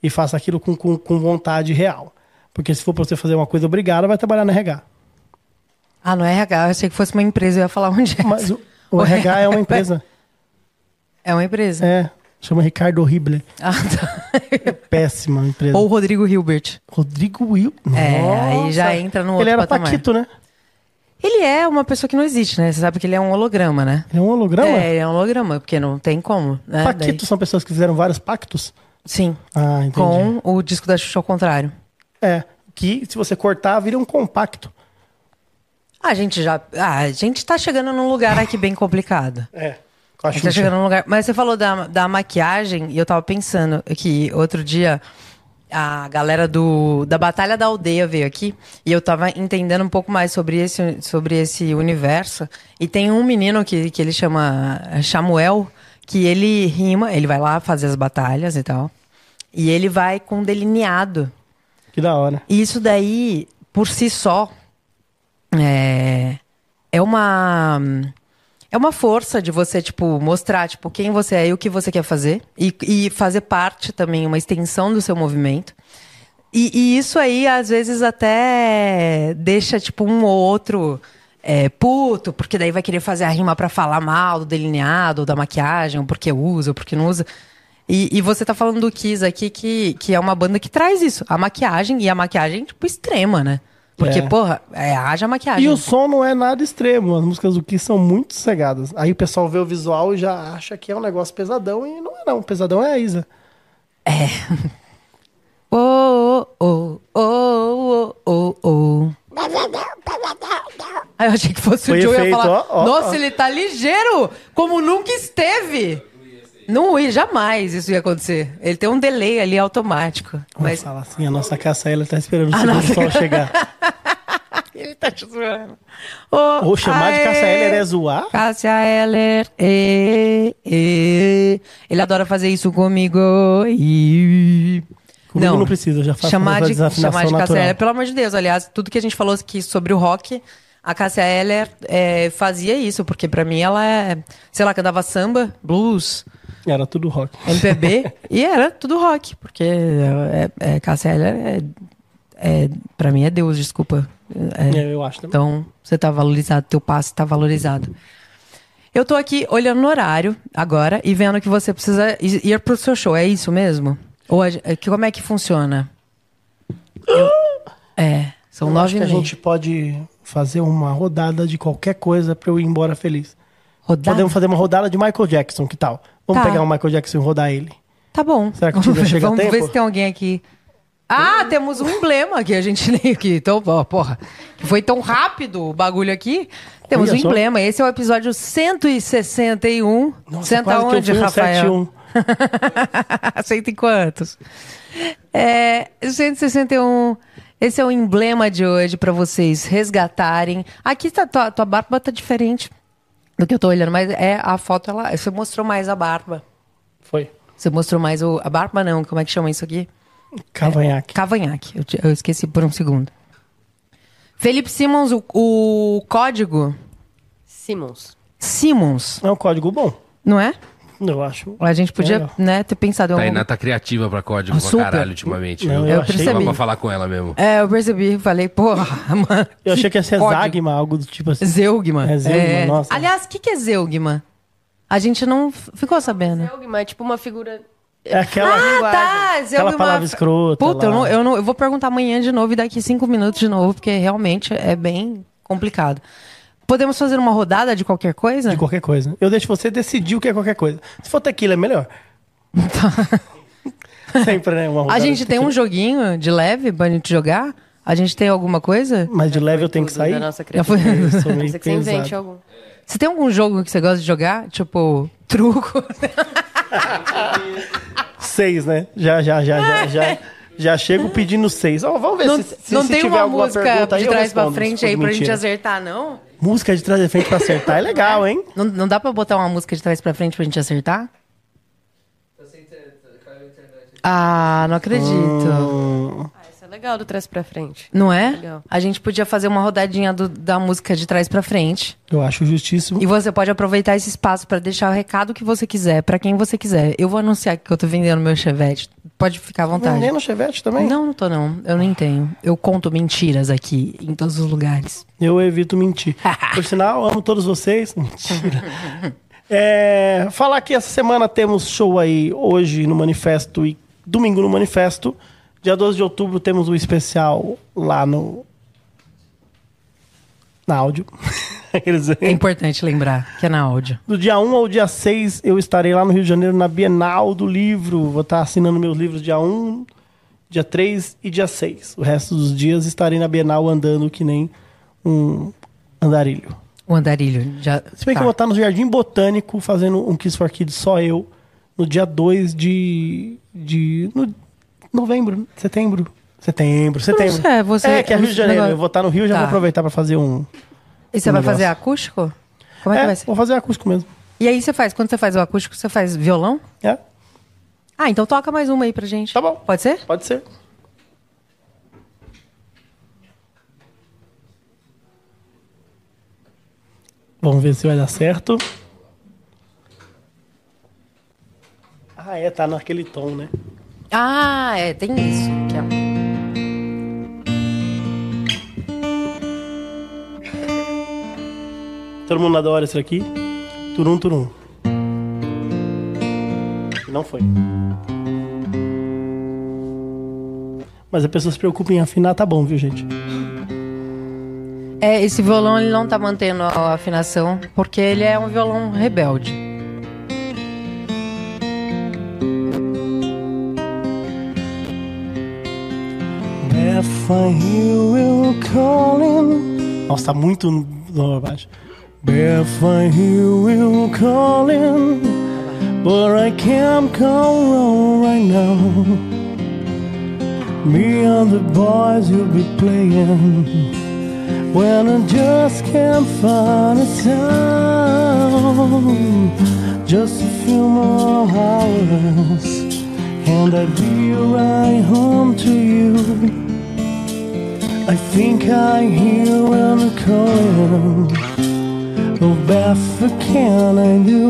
S3: E faça aquilo com, com, com vontade real. Porque se for pra você fazer uma coisa obrigada, vai trabalhar na RH.
S1: Ah, no RH, eu achei que fosse uma empresa, eu ia falar onde é.
S3: Mas o, o RH é uma empresa.
S1: É uma empresa.
S3: É, chama Ricardo Horrible.
S1: Ah, tá.
S3: Péssima empresa.
S1: Ou o Rodrigo Hilbert.
S3: Rodrigo Will.
S1: É, aí já
S3: Nossa.
S1: entra num outro
S3: Ele era
S1: patamar.
S3: Paquito, né?
S1: Ele é uma pessoa que não existe, né? Você sabe que ele é um holograma, né?
S3: Ele é um holograma?
S1: É, ele é um holograma, porque não tem como. Né?
S3: Paquito são pessoas que fizeram vários pactos.
S1: Daí- Sim.
S3: Ah, entendi.
S1: Com o disco da Xuxa ao contrário.
S3: É, que se você cortar, vira um compacto.
S1: A gente já. ah, a gente tá chegando num lugar aqui bem complicado.
S3: É, com a
S1: A gente tá
S3: Xuxa.
S1: chegando num lugar. Mas você falou da, da maquiagem, e eu tava pensando que outro dia a galera do, da Batalha da Aldeia veio aqui e eu tava entendendo um pouco mais sobre esse, sobre esse universo. E tem um menino que, que ele chama é, Samuel, que ele rima, ele vai lá fazer as batalhas e tal. E ele vai com um delineado.
S3: Que da hora.
S1: E isso daí, por si só, é, é uma. É uma força de você, tipo, mostrar, tipo, quem você é e o que você quer fazer. E, e fazer parte também, uma extensão do seu movimento. E, e isso aí, às vezes, até deixa, tipo, um ou outro é, puto, porque daí vai querer fazer a rima pra falar mal do delineado, ou da maquiagem, ou porque usa, ou porque não usa. E, e você tá falando do Kiss aqui, que, que é uma banda que traz isso, a maquiagem, e a maquiagem, tipo, extrema, né? Porque,
S3: É.
S1: porra, é, haja maquiagem.
S3: E o som não é nada extremo. As músicas do Kiss são muito cegadas. Aí o pessoal vê o visual e já acha que é um negócio pesadão. E não é não. Pesadão é a Isa.
S1: Oh, oh, oh, oh, oh, oh. Aí eu achei que fosse
S3: Foi
S1: o Joe ia
S3: efeito,
S1: falar.
S3: ó, ó,
S1: Nossa,
S3: ó."
S1: ele tá ligeiro, como nunca esteve. Não ia, jamais isso ia acontecer. Ele tem um delay ali automático.
S3: Mas
S1: Mas
S3: fala assim, a nossa caça ela tá esperando o
S1: A
S3: segundo
S1: nossa-
S3: sol chegar.
S1: ele tá te zoando. Oh,
S3: Ou chamar de
S1: aê.
S3: caça ela é zoar?
S1: Cássia Heller. ê, ê. Ele adora fazer isso comigo. e-
S3: Comigo não precisa, eu já faço
S1: chamar
S3: essa
S1: de,
S3: desafinação
S1: chamar de Cássia
S3: natural.
S1: Eller, pelo amor de Deus. Aliás, tudo que a gente falou aqui sobre o rock, a Cássia Heller é, fazia isso, porque pra mim ela é, sei lá, cantava samba, blues,
S3: Era tudo rock.
S1: MPB, e era tudo rock, porque é, é, Cássia Heller é, é, pra mim é Deus, desculpa. É-
S3: É, eu acho também.
S1: então, você tá valorizado, teu passe tá valorizado. Eu tô aqui olhando no horário agora e vendo que você precisa i- ir pro seu show, é isso mesmo? Ou a ge- é que- como é que funciona? Eu- é, são
S3: Eu acho
S1: nove
S3: que a
S1: meses.
S3: gente pode fazer uma rodada de qualquer coisa pra eu ir embora feliz.
S1: Rodar?
S3: Podemos fazer uma rodada de Michael Jackson, que tal? Vamos
S1: Tá.
S3: pegar o Michael Jackson e rodar ele.
S1: Tá bom.
S3: Será que o
S1: vamos
S3: Tinder
S1: ver-
S3: chega a
S1: vamos ver
S3: tempo?
S1: se tem alguém aqui. Ah, temos um emblema aqui, a gente nem aqui. Então, ó, porra, foi tão rápido o bagulho aqui. Temos
S3: Olha
S1: um
S3: só.
S1: emblema. Esse é o episódio 161. Senta
S3: quase que eu
S1: onde,
S3: fui um
S1: Rafael?
S3: 71.
S1: Cento e quantos? É, 161. Esse é o emblema de hoje pra vocês resgatarem. Aqui tá tua, tua barba tá diferente do que eu tô olhando, mas é a foto ela, você mostrou mais a barba.
S3: Foi.
S1: Você mostrou mais o a barba não, como é que chama isso aqui? É,
S3: Cavanhaque.
S1: Cavanhaque. Eu, te- eu esqueci por um segundo. Felipe Simons, o, o código
S2: Simmons.
S1: Simmons,
S3: É um código bom,
S1: não é?
S3: eu acho.
S1: A gente podia
S3: Legal.
S1: né, ter pensado em algum...
S4: Tainá tá criativa pra código
S1: Ah,
S4: pra
S1: super.
S4: caralho ultimamente.
S3: Não,
S4: viu?
S3: eu
S1: Eu é
S3: achei-
S4: Tava pra
S1: percebi.
S4: falar com ela mesmo.
S1: É, eu percebi, falei, porra, mano.
S3: Eu achei que ia ser
S1: código.
S3: Zagma, algo do tipo assim.
S1: Zeugman.
S3: É, Zeugman, nossa.
S1: Aliás, o que, que é Zeugman? A gente não f- ficou sabendo.
S2: Mas é tipo uma figura.
S3: É aquela.
S1: Ah, tá, Zeugman.
S3: palavra escrota
S1: Puta, eu,
S3: lá.
S1: não, eu, não, eu vou perguntar amanhã de novo e daqui cinco minutos de novo, porque realmente é bem complicado. Podemos fazer uma rodada de qualquer coisa?
S3: De qualquer coisa. Eu deixo você decidir o que é qualquer coisa. Se for tequila, é melhor. Sempre, né? Uma
S1: A
S3: rodada de
S1: gente tem um
S3: tequila.
S1: joguinho de leve pra gente jogar? A gente tem alguma coisa?
S3: Mas de leve eu tenho que
S2: tudo
S3: sair.
S2: Da nossa
S1: Já foi-
S2: criatividade.
S3: Eu sou
S2: A não
S3: meio
S2: ser que
S1: é
S2: você
S1: um
S2: invente
S3: pesado.
S2: algum.
S1: Você tem algum jogo que você gosta de jogar? Tipo, truco?
S3: Seis, né? Já, já, já, já, já. Já chego pedindo seis. Ó, vamos ver
S1: É. Não,
S3: se, se,
S1: não
S3: se
S1: tem
S3: tiver
S1: uma
S3: alguma
S1: música
S3: pergunta aí,
S1: de
S3: eu
S1: trás pra
S3: respondo, se
S1: frente
S3: for
S1: aí pra gente
S3: mentira.
S1: acertar, não?
S3: Música de trás e frente pra acertar é legal, hein?
S1: não? Não dá pra botar uma música de trás pra frente pra gente acertar? Ah, não acredito.
S2: Ah, isso é legal do trás pra frente.
S1: Não é?
S2: Legal.
S1: A gente podia fazer uma rodadinha do- da música de trás pra frente.
S3: Eu acho justíssimo.
S1: E você pode aproveitar esse espaço pra deixar o recado que você quiser, pra quem você quiser. Eu vou anunciar que eu tô vendendo meu chevette. Pode ficar à vontade.
S3: Vendendo chevette também?
S1: Não, não tô não. Eu não tenho. Eu conto mentiras aqui em todos os lugares.
S3: Eu evito mentir. Por sinal, amo todos vocês. Mentira. É, falar que essa semana temos show aí hoje no Manifesto e domingo no Manifesto. Dia 12 de outubro temos um especial lá no. Na áudio. Aqueles-
S1: É importante lembrar que é na áudio.
S3: Do dia 1 ao dia 6 eu estarei lá no Rio de Janeiro na Bienal do Livro. Vou estar assinando meus livros dia 1, dia 3 e dia 6. O resto dos dias estarei na Bienal andando que nem um andarilho.
S1: O andarilho. Já...
S3: Se bem
S1: tá.
S3: que eu vou estar no Jardim Botânico fazendo um Kiss for Kids só eu no dia 2 de. de. no- novembro, setembro. Setembro, setembro.
S1: sei, é você-
S3: é, que é Rio de Janeiro.
S1: negócio-
S3: Eu vou estar no Rio e já
S1: Tá.
S3: vou aproveitar para fazer um.
S1: E você
S3: um
S1: vai
S3: negócio.
S1: fazer acústico? Como é, que vai ser?
S3: vou fazer acústico mesmo.
S1: E aí você faz? Quando você faz o acústico, você faz violão?
S3: É,
S1: Ah, então toca mais uma aí pra gente.
S3: Tá bom.
S1: Pode ser?
S3: pode ser. Vamos ver se vai dar certo. Ah, é, tá naquele tom, né?
S1: Ah, é, tem isso. Que é...
S3: Todo mundo adora isso aqui. Turum, turum. Não foi. Mas a pessoa se preocupa em afinar, tá bom, viu, gente?
S1: É, esse violão ele não tá mantendo a afinação, porque ele é um violão rebelde.
S3: If I hear you calling. Nossa, tá muito no abaixo. If I hear you calling, but I can't come around right now. Me and the boys will be playing when I just can't find a sound. Just a few more hours, and I'll be right home to you. I think I hear when I'm calling. Oh, Beth, what can I do?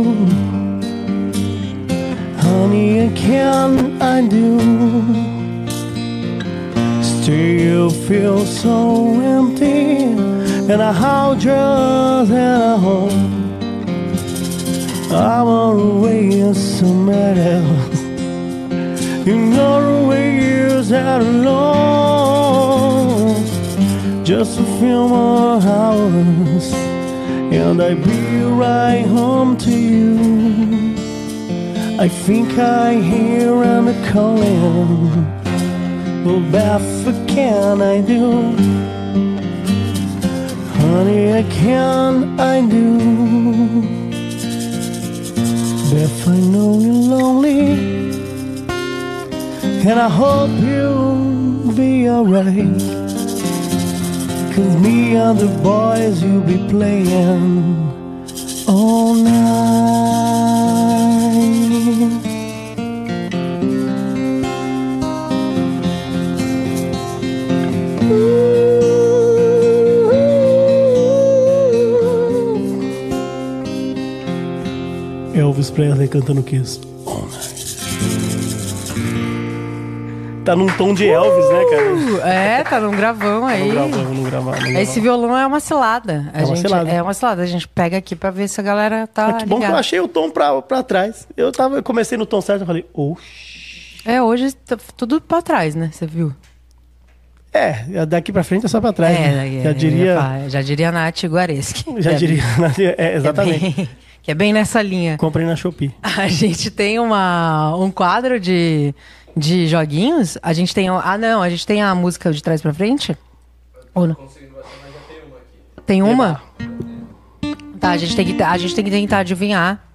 S3: Honey, what can I do? Still feel so empty, and I hold just at home. I'm always somewhere else. In other ways that alone Just a few more hours And I'll be right home to you I think I hear I'm calling But what can I do? Honey, what can I do? Beth, I know you're lonely and I hope you'll be alright. Cause me and the boys you'll be playing all night. Ooh. É Elvis Presley cantando Kiss. Tá num tom de Elvis, né, cara?
S1: É, tá num gravão aí.
S3: Não gravar, não gravar, não gravar.
S1: Esse violão é uma cilada. A
S3: É uma
S1: gente,
S3: cilada.
S1: É uma cilada. A gente pega aqui pra ver se a galera tá
S3: Ah, que bom que eu
S1: ligada.
S3: achei o tom pra, pra trás. Eu tava, eu comecei no tom certo, eu falei, oxe.
S1: É, hoje tá tudo pra trás, né? Você viu?
S3: É, daqui pra frente é só pra trás. né?
S1: é,
S3: já diria.
S1: pá, já diria Nath Guareschi.
S3: já
S1: Que é-
S3: diria. É,
S1: que é bem-
S3: exatamente.
S1: que é bem nessa linha.
S3: Comprei na Shopee.
S1: A gente tem uma, um quadro de, de joguinhos. A gente tem. o- Ah, não, a gente tem a música de trás pra frente? Ou não? Tem uma? Tá, a gente tem que, a gente tem que tentar adivinhar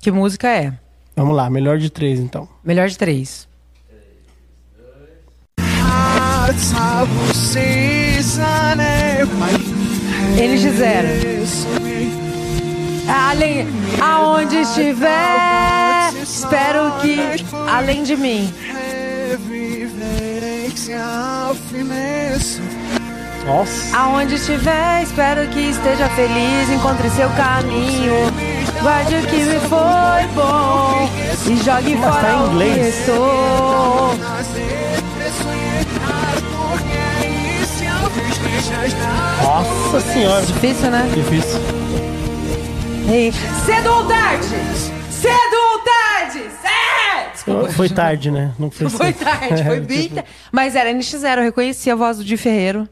S1: que música é.
S3: Vamos lá, melhor de três então.
S1: Melhor de três. NX0. Além, aonde estiver, espero que além de mim.
S3: Nossa.
S1: Aonde estiver, espero que esteja feliz, encontre seu caminho. Guarde o que me foi bom e jogue
S3: Mas tá
S1: fora
S3: em
S1: o que
S3: inglês.
S1: estou.
S3: Nossa senhora.
S1: Difícil, né?
S3: É Difícil.
S1: Ei, Cedo ou tarde? Cedo ou tarde? Cedo!
S3: Foi tarde, né? Não foi
S1: Foi
S3: cedo.
S1: tarde, foi bem tarde. Mas era NX0, eu reconheci a voz do Di Ferreiro.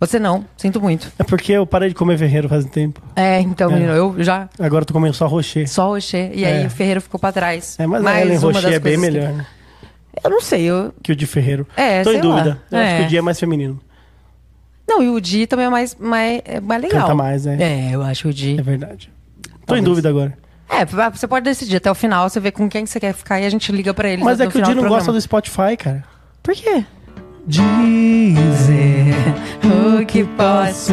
S1: Você não, sinto muito.
S3: É porque eu parei de comer Ferreiro faz um tempo.
S1: É, então, menino, eu já
S3: Agora eu tô comendo só Rocher.
S1: só Rocher. E aí
S3: É.
S1: o Ferreiro ficou pra trás.
S3: É, mas a Ellen Rocher é
S1: coisas
S3: bem
S1: que-
S3: melhor, né?
S1: Eu não sei, eu,
S3: Que o de Ferreiro.
S1: É,
S3: Tô em
S1: sei
S3: dúvida.
S1: lá.
S3: Eu acho
S1: É.
S3: que o dia é mais feminino.
S1: Não, e o Di também é mais, mais, é mais legal.
S3: Canta mais, né?
S1: É, eu acho o Di.
S3: É verdade. Tô em dúvida agora.
S1: É, você pode decidir até o final, você vê com quem que você quer ficar e a gente liga pra eles
S3: Mas
S1: no
S3: é que o
S1: final
S3: Di não
S1: programa.
S3: gosta do Spotify, cara.
S1: Por quê?
S3: Dizem.
S1: O que posso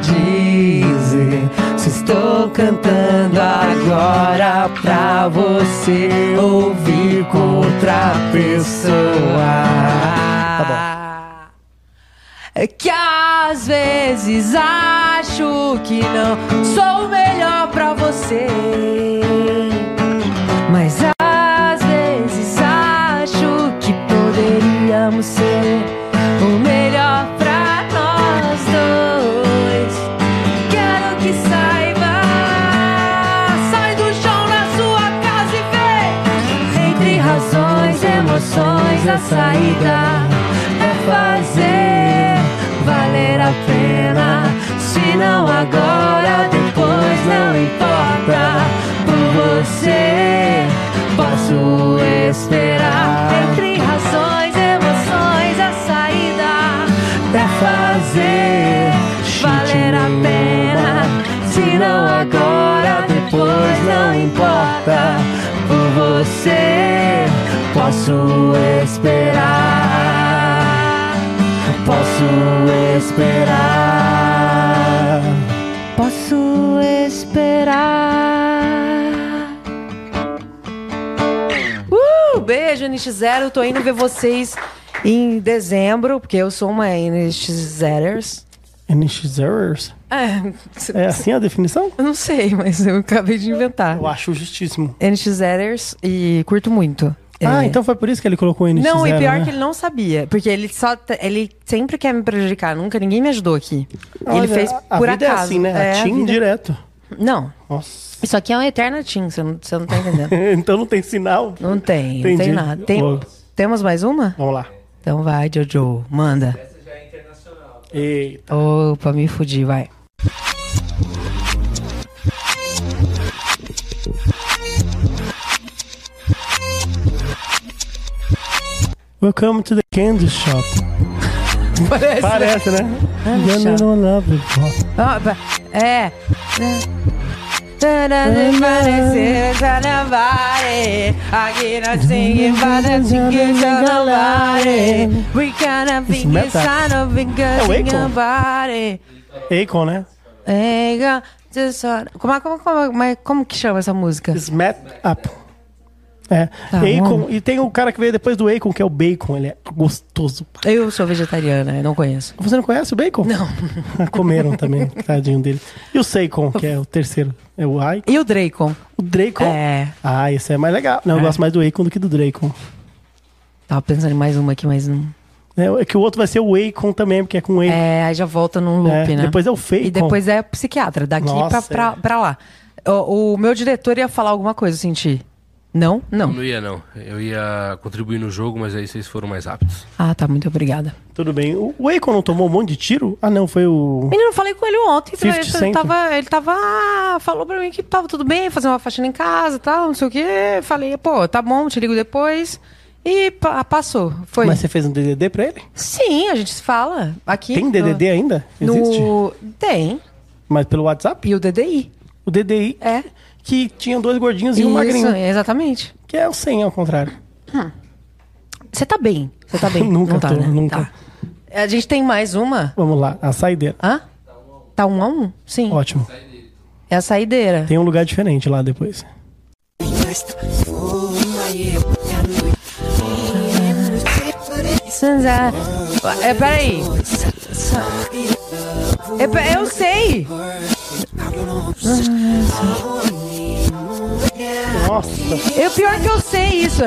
S1: dizer se estou cantando agora pra você ouvir com outra pessoa? Tá bom. É Que às vezes acho que não sou o melhor pra você, mas às vezes acho que poderíamos ser o melhor pra nós dois. Quero que saiba. Sai do chão na sua casa e vê. Entre razões, emoções, a saída é fazer valer a pena. Se não agora, depois não importa. Por você posso esperar. Entre razões, emoções, a saída é fazer valer a pena. Se não agora, depois não importa. Por você posso esperar. Posso esperar. Posso esperar. Uh, beijo, NX0. Tô indo ver vocês em dezembro, porque eu sou uma NX0ers.
S3: NX Errors.
S1: É,
S3: É assim a definição?
S1: eu não sei, mas eu acabei de inventar.
S3: Eu acho justíssimo.
S1: NX0ers e curto muito.
S3: Ah,
S1: É.
S3: então foi por isso que ele colocou o NX
S1: Não, e
S3: Zero,
S1: pior
S3: né?
S1: que ele não sabia. Porque ele só. t- Ele sempre quer me prejudicar, nunca ninguém me ajudou aqui. ele
S3: Olha,
S1: fez
S3: a
S1: por
S3: vida
S1: acaso.
S3: É assim, né?
S1: É,
S3: a
S1: a
S3: Tim
S1: vida- é-
S3: direto.
S1: Não,
S3: Nossa.
S1: isso aqui é uma eterna Tim, você não, você não tá entendendo.
S3: então não tem sinal.
S1: não tem, não
S3: Entendi.
S1: tem nada. Tem-
S3: Ô.
S1: Temos mais uma?
S3: Vamos lá.
S1: Então vai, Jojo, manda.
S3: Eita.
S1: Opa, me fudi, vai.
S3: Welcome to the candy shop.
S1: Parece.
S3: Parece, né?
S1: Candy
S3: You
S1: shop.
S3: don't love it, boy.
S1: Ó, pa- é.
S3: Isso, metal. É o Akon? Akon, né?
S1: Como, como, como, como que chama essa música?
S3: Smet up. É.
S1: Tá
S3: Akon-
S1: bom.
S3: e tem o cara que veio depois do Akon, que é o Bacon. Ele é gostoso. pra-
S1: Eu sou vegetariana, eu não conheço.
S3: Você não conhece o Bacon?
S1: Não.
S3: Comeram também, tadinho dele. E o Seikon, que é o terceiro. É o Ai.
S1: E o Dracon?
S3: O Dracon.
S1: É.
S3: Ah, esse é mais legal. Não, eu
S1: É.
S3: gosto mais do Akon do que do Dracon.
S1: Tava pensando em mais uma aqui, mas não.
S3: É, é que o outro vai ser o Akon também, porque é com Akon.
S1: É, aí já volta num loop,
S3: É,
S1: né?
S3: depois é o Feicon.
S1: E depois é psiquiatra, daqui pra,
S3: Nossa,
S1: pra,
S3: é.
S1: pra lá. O, o meu diretor ia falar alguma coisa, eu senti. Não? Não.
S4: Não ia, não. Eu ia contribuir no jogo, mas aí vocês foram mais rápidos.
S1: Ah, tá, muito obrigada.
S3: Tudo bem. O, o Akon não tomou um monte de tiro? Ah, não, foi o.
S1: Menino, eu falei com ele ontem. falei,
S3: 50
S1: ele
S3: Cent?
S1: tava, ele tava. ah, Falou pra mim que tava tudo bem, fazer uma faxina em casa e tal, não sei o quê. Falei, pô, tá bom, te ligo depois. E pa- passou. Foi.
S3: Mas você fez um DDD pra ele?
S1: Sim, a gente se fala. Aqui.
S3: Tem DDD ainda?
S1: No...
S3: Existe?
S1: no- Tem.
S3: Mas pelo WhatsApp?
S1: E o DDI.
S3: O DDI,
S1: É.
S3: que tinha dois gordinhos e um
S1: Isso,
S3: magrinho.
S1: Exatamente.
S3: Que é o 100 ao contrário.
S1: Você tá bem. Você tá bem.
S3: Nunca
S1: não tá,
S3: tô,
S1: né?
S3: nunca.
S1: Tá. A gente tem mais uma.
S3: Vamos lá, a saideira.
S1: Hã? Tá um a um? Sim.
S3: Ótimo.
S1: É a saideira.
S3: Tem um lugar diferente lá depois.
S1: Sansa. É, peraí. É, pe- eu sei.
S3: Nossa,
S1: É pior que eu sei isso.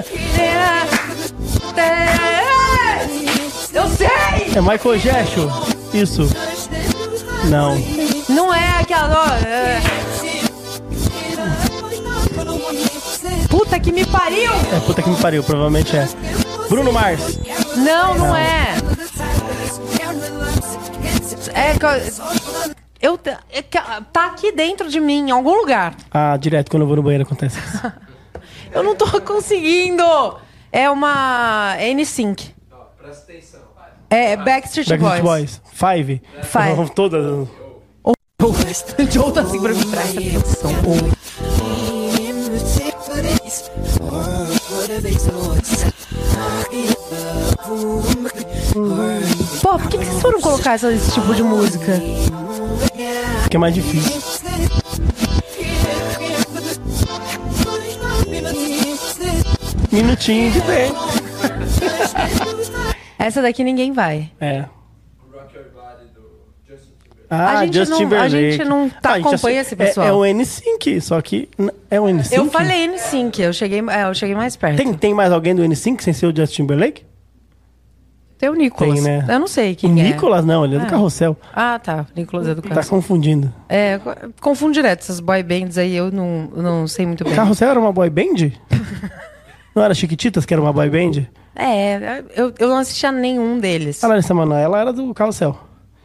S1: Eu sei.
S3: é Michael Jackson? Isso. Não.
S1: Não é aquela... é. Puta que me pariu.
S3: É puta que me pariu, provavelmente é. Bruno Mars.
S1: Não, não é. É que eu- eu, te- é que tá aqui dentro de mim, em algum lugar.
S3: Ah, direto quando eu vou no banheiro acontece isso.
S1: Eu não tô conseguindo. É uma N-Sync. É Backstreet,
S3: Backstreet
S1: Boys.
S3: Boys. Five.
S1: Five.
S3: Todas.
S1: Boys. Joe tá assim pra mim. Presta atenção. Pô, por que, que vocês foram colocar essa- esse tipo de música?
S3: Porque é mais difícil. Minutinho de ver.
S1: Essa daqui ninguém vai.
S3: É. Ah,
S1: A gente não- a gente não tá-
S3: acompanhando
S1: acompanha esse pessoal.
S3: É, é o N5, só que n- é o N5.
S1: Eu falei N-Sync, eu cheguei, é, eu cheguei mais perto.
S3: Tem, tem mais alguém do N5 sem ser o Justin Timberlake?
S1: Tem o Nicolas.
S3: Tem, né?
S1: Eu não sei quem
S3: o
S1: é.
S3: Nicolas não, ele é
S1: Ah.
S3: do Carrossel.
S1: Ah, tá. Nicolas é do
S3: Tá
S1: Carlos.
S3: confundindo.
S1: É, co- confundo direto essas boy bands aí, eu não, eu não sei muito bem.
S3: Carrossel era uma boy band? não era Chiquititas que era uma boy band?
S1: É, eu, eu não assistia nenhum deles.
S3: A Larissa Manoela era do Carrossel.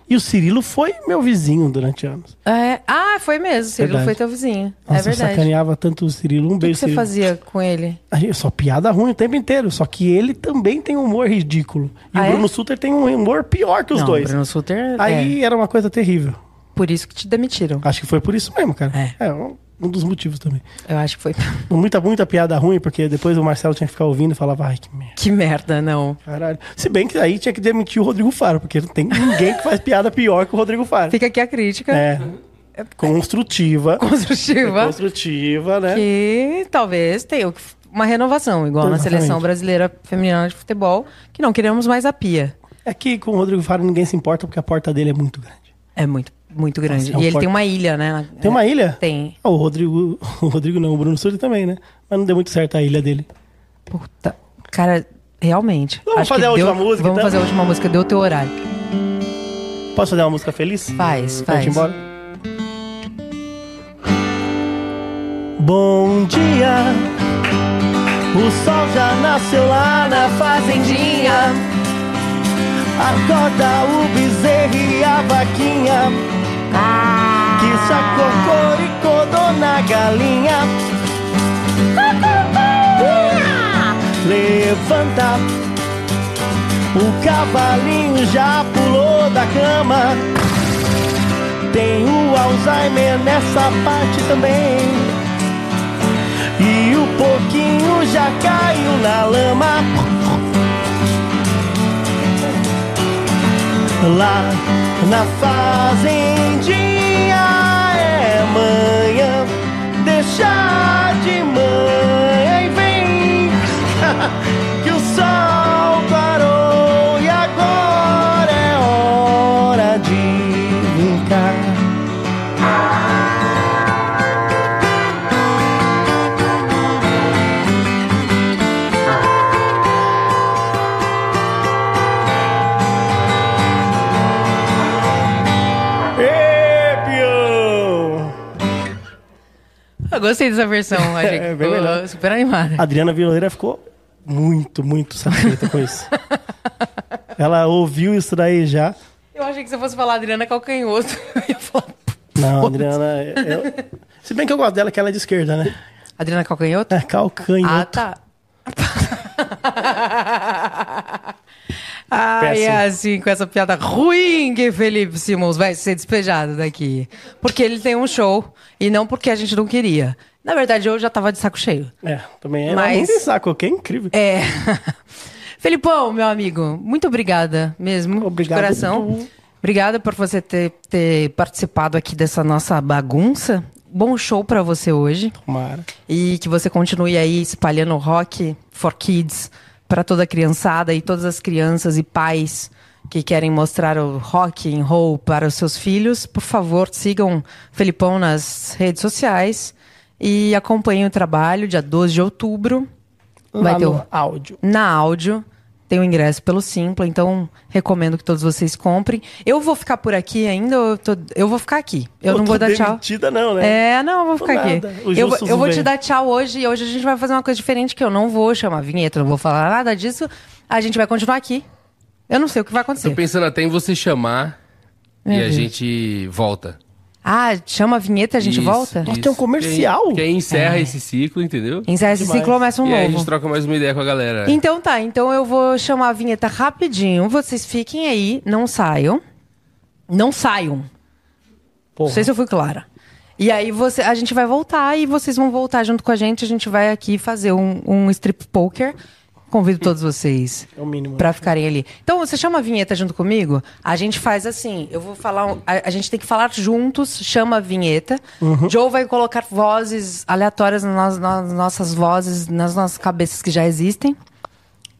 S3: E o Cirilo foi meu vizinho durante anos.
S1: É, ah, foi mesmo. Cirilo
S3: Verdade.
S1: foi teu vizinho.
S3: Nossa,
S1: é verdade.
S3: eu sacaneava tanto o Cirilo. Um
S1: O que, que
S3: beijo,
S1: você
S3: Cirilo.
S1: fazia com ele?
S3: Aí, Só piada ruim o tempo inteiro. Só que ele também tem um humor ridículo. E
S1: Ah,
S3: o
S1: é?
S3: Bruno Suter tem um humor pior que os
S1: não,
S3: dois.
S1: Bruno Suter.
S3: Aí era uma coisa terrível.
S1: é, por isso que te demitiram.
S3: Acho que foi por isso mesmo, cara.
S1: É.
S3: É, um um dos motivos também.
S1: Eu acho que foi.
S3: Muita, muita piada ruim, porque depois o Marcelo tinha que ficar ouvindo e falava, ai, que merda,
S1: que merda, não.
S3: caralho. Se bem que aí tinha que demitir o Rodrigo Faro, porque não tem ninguém que faz piada pior que o Rodrigo Faro.
S1: Fica aqui a crítica
S3: É. Construtiva.
S1: construtiva.
S3: Construtiva, né?
S1: Que talvez tenha uma renovação, igual na
S3: Exatamente.
S1: seleção brasileira feminina de futebol, que não queremos mais a pia.
S3: É que com o Rodrigo Faro ninguém se importa, porque a porta dele é muito grande.
S1: É muito, muito grande.
S3: Nossa, é um
S1: e ele
S3: forte-
S1: tem uma ilha, né?
S3: Tem uma ilha?
S1: Tem.
S3: Ah, o Rodrigo. O Rodrigo não, o Bruno Sully também, né? Mas não deu muito certo a ilha dele.
S1: Puta. Cara, realmente.
S3: Vamos
S1: acho que
S3: fazer a
S1: deu-
S3: última música,
S1: Vamos
S3: então?
S1: fazer a última música, deu o teu horário.
S3: Posso fazer uma música feliz?
S1: Faz,
S3: Pra
S1: faz.
S3: Então, gente ir embora? Bom dia, o sol já nasceu lá na fazendinha. Acorda o bezerro e a vaquinha, que é já cocoricodou na galinha. Levanta, o cavalinho já pulou da cama. Tem o Alzheimer nessa parte também. E o pouquinho já caiu na lama. Lá na fazendinha é manhã, deixa de manhã e vem é
S1: Eu gostei dessa versão, achei que
S3: É, bem
S1: ficou
S3: melhor.
S1: super animada.
S3: A Adriana Violeira ficou muito, muito satisfeita com isso. Ela ouviu isso daí já.
S1: Eu achei que você fosse falar Adriana Calcanhoto. Eu ia falar,
S3: Não, Adriana. eu- Se bem que eu gosto dela, que ela é de esquerda, né?
S1: Adriana Calcanhoto?
S3: É calcanhoto.
S1: Ah, tá. Ah, e
S3: Péssimo.
S1: assim, com essa piada ruim que Felipe Simons vai ser despejado daqui. Porque ele tem um show e não porque a gente não queria. Na verdade, eu já tava de saco cheio.
S3: É, também é.
S1: Mas-
S3: Mas... Não saco, que é incrível.
S1: É. Felipão, meu amigo, muito obrigada mesmo.
S3: Obrigado.
S1: De coração. Obrigada por você ter, ter participado aqui dessa nossa bagunça. Bom show pra você hoje.
S3: Tomara.
S1: E que você continue aí espalhando rock for kids pra toda a criançada e todas as crianças e pais que querem mostrar o rock and roll para os seus filhos. Por favor, sigam Felipão nas redes sociais e acompanhem o trabalho dia 12 de outubro. Vai
S3: Lá
S1: ter um
S3: no
S1: o-
S3: áudio.
S1: na áudio. Tem o ingresso pelo Simpla, então recomendo que todos vocês comprem. Eu vou ficar por aqui ainda, eu, tô- eu vou ficar aqui. Eu, não
S3: tô
S1: vou dar tchau.
S3: demitida, não, né?
S1: É, não, eu vou
S3: Tô
S1: ficar aqui.
S3: nada. O
S1: Eu, vou-
S3: Justus
S1: eu vou te
S3: vem.
S1: dar tchau hoje e hoje a gente vai fazer uma coisa diferente que eu não vou chamar vinheta, não vou falar nada disso. A gente vai continuar aqui. Eu não sei o que vai
S4: Tô
S1: acontecer.
S4: pensando até em você chamar
S1: Meu
S4: e a
S1: Deus.
S4: gente volta.
S1: Ah, chama a vinheta e a gente
S4: Isso,
S1: volta?
S3: Nossa, tem um comercial.
S4: Quem, quem encerra esse ciclo, entendeu?
S1: É. Encerra esse
S3: demais.
S1: ciclo, começa um
S4: e aí a gente
S1: novo.
S4: troca mais uma ideia com a galera.
S1: Então tá, então eu vou chamar a vinheta rapidinho. Vocês fiquem aí, não saiam. Não saiam.
S3: Porra.
S1: Não sei se eu fui clara. E aí você, a gente vai voltar e vocês vão voltar junto com a gente. A gente vai aqui fazer um, um strip poker. Convido todos vocês
S3: É o mínimo.
S1: pra ficarem ali. Então, você chama a vinheta junto comigo? A gente faz assim, eu vou falar... um- a, a gente tem que falar juntos, chama a vinheta. Joe vai colocar vozes aleatórias nas, nas nossas vozes, nas nossas cabeças que já existem.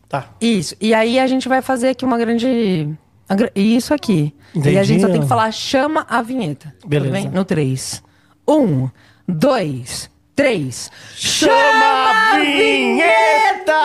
S3: Tá.
S1: Isso. E aí a gente vai fazer aqui uma grande. uma gra- Isso aqui. E a gente só
S3: Entendi.
S1: tem que falar, chama a vinheta. Tudo
S3: Beleza.
S1: bem? No Um, 3. 1, 2, 3.
S3: Chama a vinheta!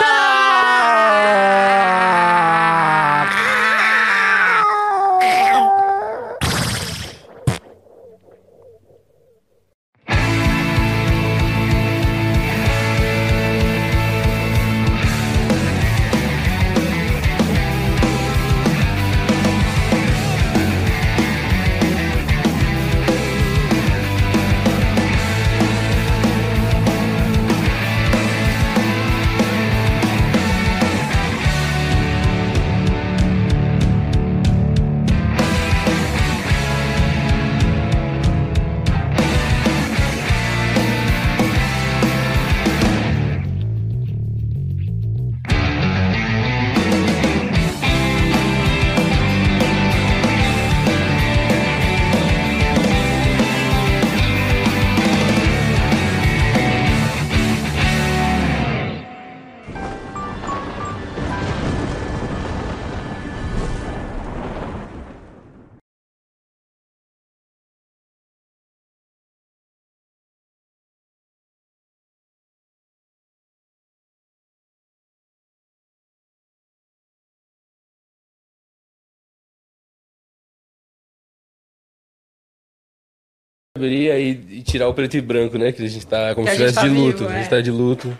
S4: abrir aí e tirar o preto e branco, né? Que a gente tá como
S2: Que a
S4: se
S2: gente
S4: estivesse
S2: tá
S4: de
S2: vivo,
S4: luto. A
S2: é.
S4: gente tá de luto.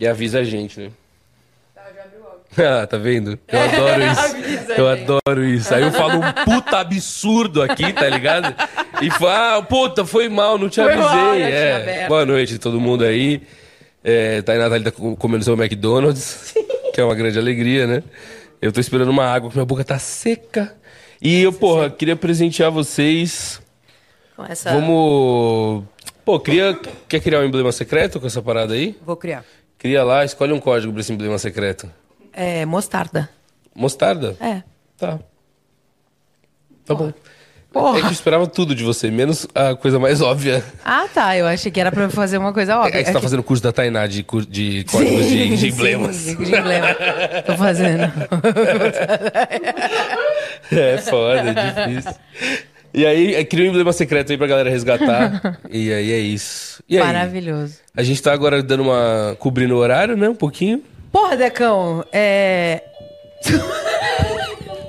S4: E avisa a gente, né?
S2: Tá,
S4: Ah, tá vendo? Eu adoro isso. Eu adoro isso. Aí eu falo um puta absurdo aqui, tá ligado? E falo, ah, puta, foi mal, não te
S2: Foi mal,
S4: avisei.
S2: eu tinha
S4: É.
S2: aberto.
S4: Boa noite a todo mundo aí. É, Tainá tá ali tá com- comendo seu McDonald's, que é uma grande alegria, né? Eu tô esperando uma água, que minha boca tá seca. E eu, porra, queria presentear vocês
S2: Com
S1: Tá.
S2: essa.
S4: Vamos. Pô, cria. Quer criar um emblema secreto com essa parada aí?
S1: Vou criar.
S4: Cria lá, escolhe um código pra esse emblema secreto.
S1: É, mostarda.
S4: Mostarda?
S1: É.
S4: Tá. Tá bom. É que eu esperava tudo de você, menos a coisa mais óbvia.
S1: Ah, tá. Eu achei que era pra eu fazer uma coisa
S4: É
S1: óbvia.
S4: que você tá
S1: É
S4: fazendo o curso da Tainá de, cur- de códigos de, de
S1: Sim,
S4: emblemas.
S1: de- de emblema. Tô fazendo.
S4: É foda, é difícil. E aí, é, cria um emblema secreto aí pra galera resgatar. E aí é isso. E aí?
S1: Maravilhoso.
S4: A gente tá agora dando uma. cobrindo o horário, né? Um pouquinho.
S1: Porra, Decão, é.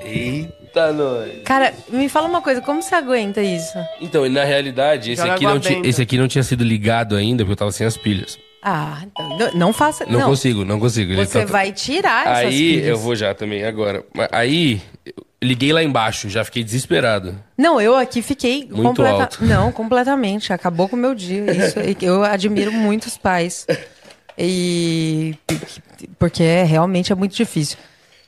S4: Eita! Eita, nós.
S1: Cara, me fala uma coisa, como você aguenta isso?
S4: Então, e na realidade, esse
S2: Joga
S4: aqui, não
S2: água
S4: ti-
S2: benta.
S4: esse aqui não tinha sido ligado ainda, porque eu tava sem as pilhas.
S1: Ah, então, não- não faça.
S4: Não, consigo, não consigo. Ele
S1: Você
S4: tá-
S1: vai tirar essas
S4: Aí
S1: pilhas.
S4: eu vou já também, agora. Mas Aí, eu liguei lá embaixo, já fiquei desesperado.
S1: Não, eu aqui fiquei
S4: Muito
S1: completa-
S4: alto.
S1: Não, completamente. Acabou com o meu dia. Isso, eu admiro muito os pais. E porque é, realmente é muito difícil.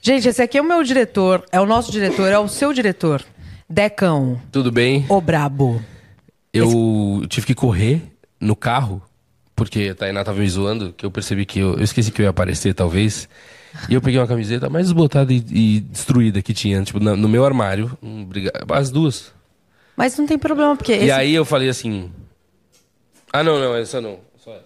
S1: Gente, esse aqui é o meu diretor, é o nosso diretor, é o seu diretor. Decão,
S4: Tudo bem,
S1: o brabo.
S4: eu tive que correr no carro, porque a Tainá tava me zoando, que eu percebi que eu, eu esqueci que eu ia aparecer, talvez. E eu peguei uma camiseta mais desbotada e, e destruída que tinha, tipo, na- no meu armário. um briga- as duas.
S1: Mas não tem problema, porque
S4: E
S1: esse-
S4: aí eu falei assim. Ah, não, não, essa não. Só essa.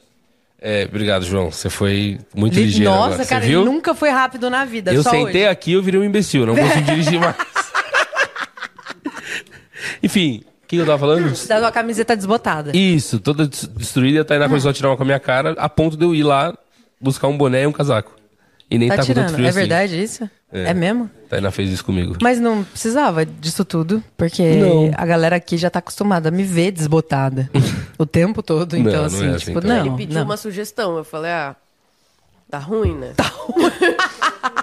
S4: É, obrigado, João. Você foi muito
S1: Ele-
S4: ligeiro.
S1: Nossa,
S4: agora. Você
S1: cara,
S4: viu?
S1: ele nunca foi rápido na vida.
S4: Eu
S1: só
S4: sentei
S1: hoje.
S4: aqui e eu virei um imbecil. Não consigo dirigir mais. Enfim, o que eu tava falando?
S1: Da sua camiseta desbotada.
S4: Isso, toda des- destruída. A Tainá começou a tirar uma com a minha cara, a ponto de eu ir lá buscar um boné e um casaco. E nem tá,
S1: Tá
S4: com tanto
S1: tirando.
S4: frio
S1: É
S4: assim.
S1: verdade isso?
S4: É.
S1: É. mesmo?
S4: Tainá fez isso comigo.
S1: Mas não precisava disso tudo, porque
S4: Não.
S1: a galera aqui já tá acostumada a me ver desbotada o tempo todo. Então,
S4: Não, não
S1: assim,
S4: é assim
S1: tipo,
S4: também.
S1: não.
S2: Ele pediu
S1: não.
S2: uma sugestão. Eu falei, ah, tá ruim, né? Tá ruim.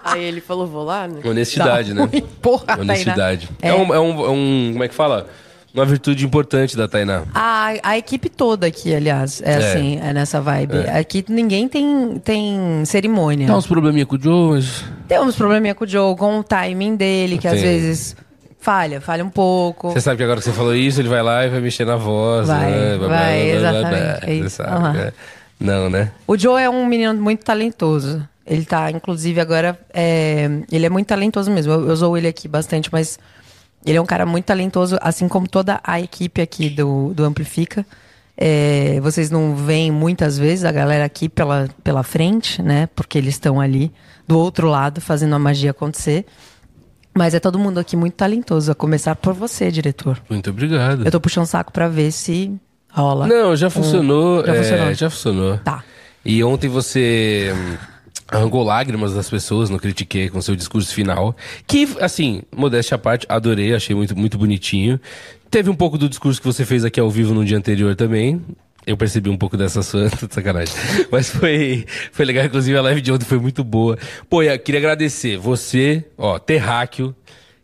S2: Aí ele falou, vou lá, né?
S4: Honestidade,
S1: Tá
S4: né?
S1: ruim, Porra,
S4: Honestidade.
S1: Tainá.
S4: É.
S1: É.
S4: um, é, um, é um. Como é que fala? Uma virtude importante da Tainá.
S1: A, a equipe toda aqui, aliás, é,
S4: É.
S1: assim, é nessa vibe. Aqui ninguém tem, tem cerimônia.
S4: Dá uns probleminha com o Joe, mas.
S1: Tem uns probleminha com o Joe, com o timing dele, que às
S4: Tem.
S1: vezes falha, falha um pouco.
S4: Você sabe que agora que você falou isso, ele vai lá e vai mexer na voz.
S1: Vai,
S4: né?
S1: vai, exatamente, é
S4: Você
S1: isso.
S4: sabe,
S1: Aham.
S4: né? Não, né?
S1: O Joe é um menino muito talentoso. Ele tá, inclusive, agora. é, ele é muito talentoso mesmo. Eu, eu zoo ele aqui bastante, mas ele é um cara muito talentoso, assim como toda a equipe aqui do, do Amplifica. É, vocês não veem muitas vezes a galera aqui pela, pela frente, né? Porque eles estão ali do outro lado fazendo a magia acontecer. Mas é todo mundo aqui muito talentoso, a começar por você, diretor.
S4: Muito obrigado.
S1: Eu tô puxando o saco pra ver se rola.
S4: Não, já funcionou.
S1: Já
S4: é,
S1: funcionou.
S4: Já funcionou.
S1: Tá.
S4: E ontem você hum, arrancou lágrimas das pessoas no Critique com seu discurso final. Que, assim, modéstia à parte, adorei, achei muito, muito bonitinho. Teve um pouco do discurso que você fez aqui ao vivo no dia anterior também. Eu percebi um pouco dessa sua tô de sacanagem. Mas foi, foi legal, inclusive a live de ontem foi muito boa. Pô, e eu queria agradecer você, ó, Terráqueo.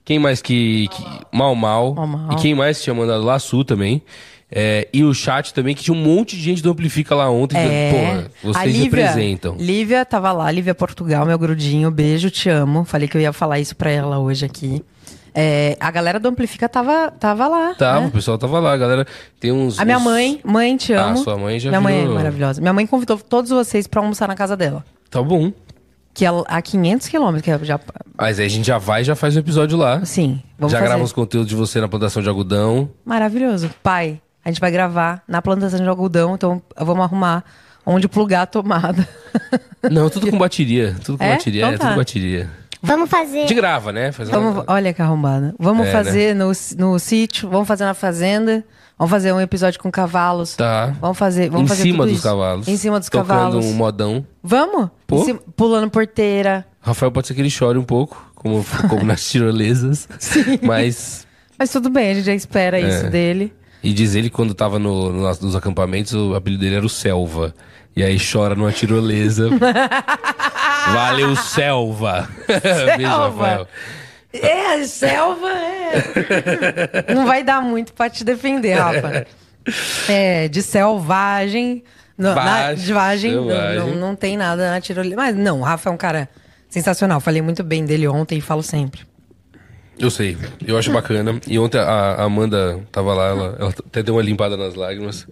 S4: Quem mais que. que Mal Mal.
S1: Mau Mau.
S4: E quem mais tinha mandado lá, Sul também. É, e o chat também, que tinha um monte de gente do Amplifica lá ontem.
S1: É. A
S4: Porra, vocês representam.
S1: Lívia tava lá, Lívia Portugal, meu grudinho, beijo, te amo. Falei que eu ia falar isso pra ela hoje aqui. É, a galera do Amplifica tava, tava lá.
S4: Tava,
S1: né?
S4: Tá, o pessoal tava lá, a galera. Tem uns.
S1: A minha
S4: uns-
S1: mãe, mãe, te
S4: Ah,
S1: amo.
S4: sua mãe já
S1: Minha mãe é
S4: virou-
S1: maravilhosa. Minha mãe convidou todos vocês pra almoçar na casa dela,
S4: Tá bom.
S1: que é a 500 quilômetros, que é já.
S4: Mas aí a gente já vai e já faz o episódio lá.
S1: Sim, vamos
S4: já
S1: fazer.
S4: grava uns conteúdos de você na plantação de algodão.
S1: Maravilhoso. Pai, a gente vai gravar na plantação de algodão, então vamos arrumar onde plugar a tomada.
S4: Não, tudo com bateria. Tudo com
S1: É?
S4: bateria.
S1: Então
S4: é,
S1: tá.
S4: tudo bateria.
S5: Vamos
S4: A
S5: fazer.
S4: gente grava, né? Faz uma-
S1: Vamos, olha que arrombada. Vamos
S4: É,
S1: fazer no, si- no sítio, vamos fazer na fazenda, vamos fazer um episódio com cavalos.
S4: Tá.
S1: Vamos fazer, vamos
S4: em
S1: fazer
S4: cima
S1: tudo
S4: dos
S1: isso.
S4: cavalos.
S1: Em cima dos
S4: tocando
S1: cavalos.
S4: um modão.
S1: Vamos?
S4: Pô.
S1: Em cima- pulando porteira.
S4: Rafael pode ser que ele chore um pouco, como, como nas tirolesas. Sim. Mas
S1: Mas tudo bem, a gente já espera
S4: É.
S1: isso dele.
S4: E diz ele que quando tava no, no- nos acampamentos, o apelido dele era o Selva. E aí chora numa tirolesa. Valeu, Selva! Beijo, Rafael.
S1: É, selva, é. Não vai dar muito pra te defender, Rafa. É, de selvagem. não, na-
S4: Vagem,
S1: de vagem, não-
S4: selvagem.
S1: Não, não tem nada na tirolesa. Mas não, o Rafa é um cara sensacional. Falei muito bem dele ontem e falo sempre.
S4: Eu sei, eu acho bacana. E ontem a, a Amanda tava lá, ela, ela até deu uma limpada nas lágrimas.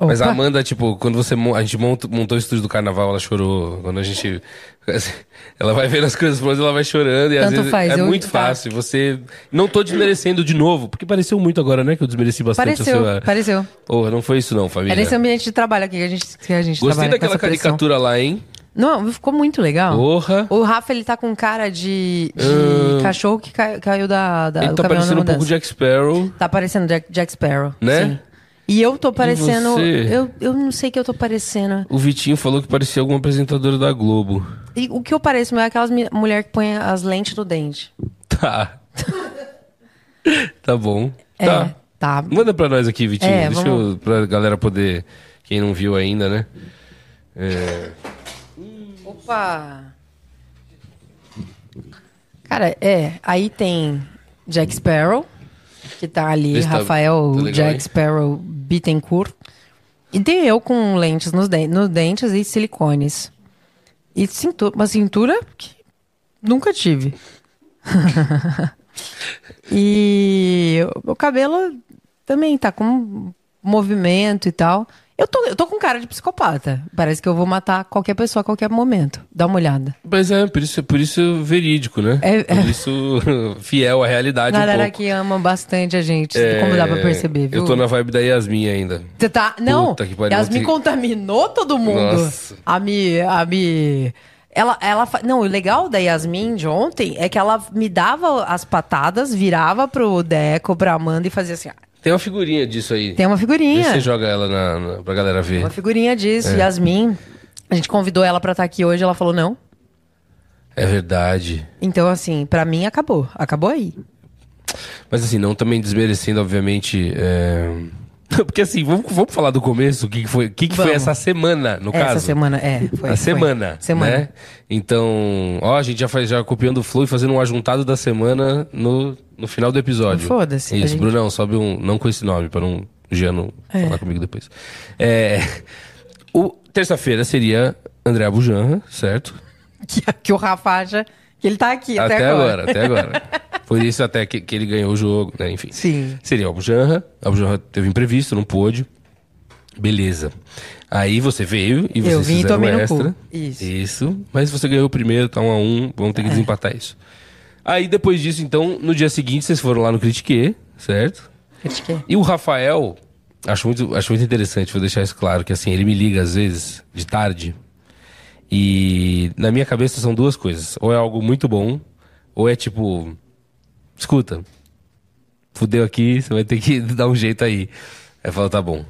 S4: Mas a
S1: Opa.
S4: Amanda, tipo, quando você mon- a gente monta- montou o estúdio do carnaval, ela chorou. Quando a gente. Ela vai vendo as coisas prontas, ela vai chorando. E às
S1: Tanto
S4: vezes
S1: faz,
S4: é
S1: eu-
S4: muito
S1: tá.
S4: fácil. Você. Não tô desmerecendo de novo, porque pareceu muito agora, né? Que eu desmereci bastante
S1: Pareceu,
S4: a sua.
S1: pareceu.
S4: Oh, não foi isso não, família.
S1: É nesse ambiente de trabalho aqui que a gente, que a gente
S4: Gostei
S1: trabalha com
S4: daquela
S1: essa pressão.
S4: caricatura lá, hein?
S1: Não, ficou muito legal.
S4: Porra.
S1: O Rafa, ele tá com cara de, de
S4: Ah.
S1: cachorro que cai- caiu da, da,
S4: Ele
S1: do
S4: tá
S1: caminhão da
S4: parecendo um pouco
S1: mudança.
S4: Jack Sparrow.
S1: Tá parecendo Jack, Jack Sparrow.
S4: Né?
S1: sim. E eu tô parecendo...
S4: você?
S1: Eu, eu não sei o que eu tô parecendo.
S4: O Vitinho falou que parecia alguma apresentadora da Globo.
S1: E o que eu pareço mesmo é aquelas mulheres que põem as lentes no dente.
S4: Tá. Tá bom.
S1: É,
S4: Tá.
S1: tá.
S4: Manda pra nós aqui, Vitinho.
S1: É,
S4: Deixa
S1: vamos-
S4: eu, pra galera poder. Quem não viu ainda, né? É,
S1: Opa! Cara, é, aí tem Jack Sparrow, que tá ali,
S4: Vê se tá-
S1: Rafael
S4: tá legal,
S1: Jack
S4: hein?
S1: Sparrow Bittencourt. E tem eu com lentes nos, den- nos dentes e silicones. E cintu- uma cintura que nunca tive. e o cabelo também tá com movimento e tal. Eu tô, eu tô com cara de psicopata. Parece que eu vou matar qualquer pessoa a qualquer momento. Dá uma olhada.
S4: Mas é, por isso, por isso verídico, né?
S1: É-
S4: Por isso fiel à realidade um
S1: Galera
S4: pouco.
S1: que ama bastante a gente, como dá pra
S4: É,
S1: perceber, viu?
S4: Eu tô na vibe da Yasmin ainda.
S1: Você tá. Não,
S4: Puta que pariu,
S1: Yasmin
S4: ontem-
S1: contaminou todo mundo.
S4: Nossa.
S1: A Mi. A Mi. Ela, ela fa- Não, o legal da Yasmin de ontem é que ela me dava as patadas, virava pro Deco, pra Amanda e fazia assim. ah,
S4: Tem uma figurinha disso aí.
S1: Tem uma
S4: Vê
S1: figurinha.
S4: se você joga ela na, na, pra galera ver.
S1: Uma figurinha disso,
S4: É.
S1: Yasmin. A gente convidou ela pra estar aqui hoje, ela falou não.
S4: É verdade.
S1: Então, assim, pra mim acabou. Acabou aí.
S4: Mas assim, não também desmerecendo, obviamente. é, Porque assim, vamos, vamos falar do começo, o que, que foi, o que, que foi
S1: Vamos.
S4: essa semana, no
S1: Essa
S4: caso?
S1: semana, é. Foi, foi.
S4: a semana,
S1: Semana.
S4: né? Então, ó, a gente já, faz, já copiando o flow e fazendo um ajuntado da semana no, no final do episódio.
S1: Foda-se, a
S4: Isso,
S1: gente-
S4: Brunão, sobe um... Não com esse nome, pra não... o Jean não falar comigo depois. É... O... Terça-feira seria André Abujanra, certo?
S1: Que, que o Rafa acha que ele tá aqui até, agora.
S4: até agora. Por isso até que, que ele ganhou o jogo, né? Enfim.
S1: Sim.
S4: Seria o Abujanra. O Abujanra teve imprevisto, não pôde. Beleza. Aí você veio e vocês
S1: Eu vim e
S4: fizeram
S1: tomei no
S4: extra.
S1: cu. Isso. É.
S4: Isso. Mas você ganhou o primeiro, tá um a um. Vamos ter que desempatar isso. Aí depois disso, então, no dia seguinte, vocês foram lá no Critique, certo?
S1: Critiquei.
S4: E o Rafael, acho muito, acho muito interessante, vou deixar isso claro, que assim, ele me liga às vezes, de tarde, e na minha cabeça são duas coisas. Ou é algo muito bom, ou é tipo, escuta, fudeu aqui, você vai ter que dar um jeito aí. Aí falou, tá bom.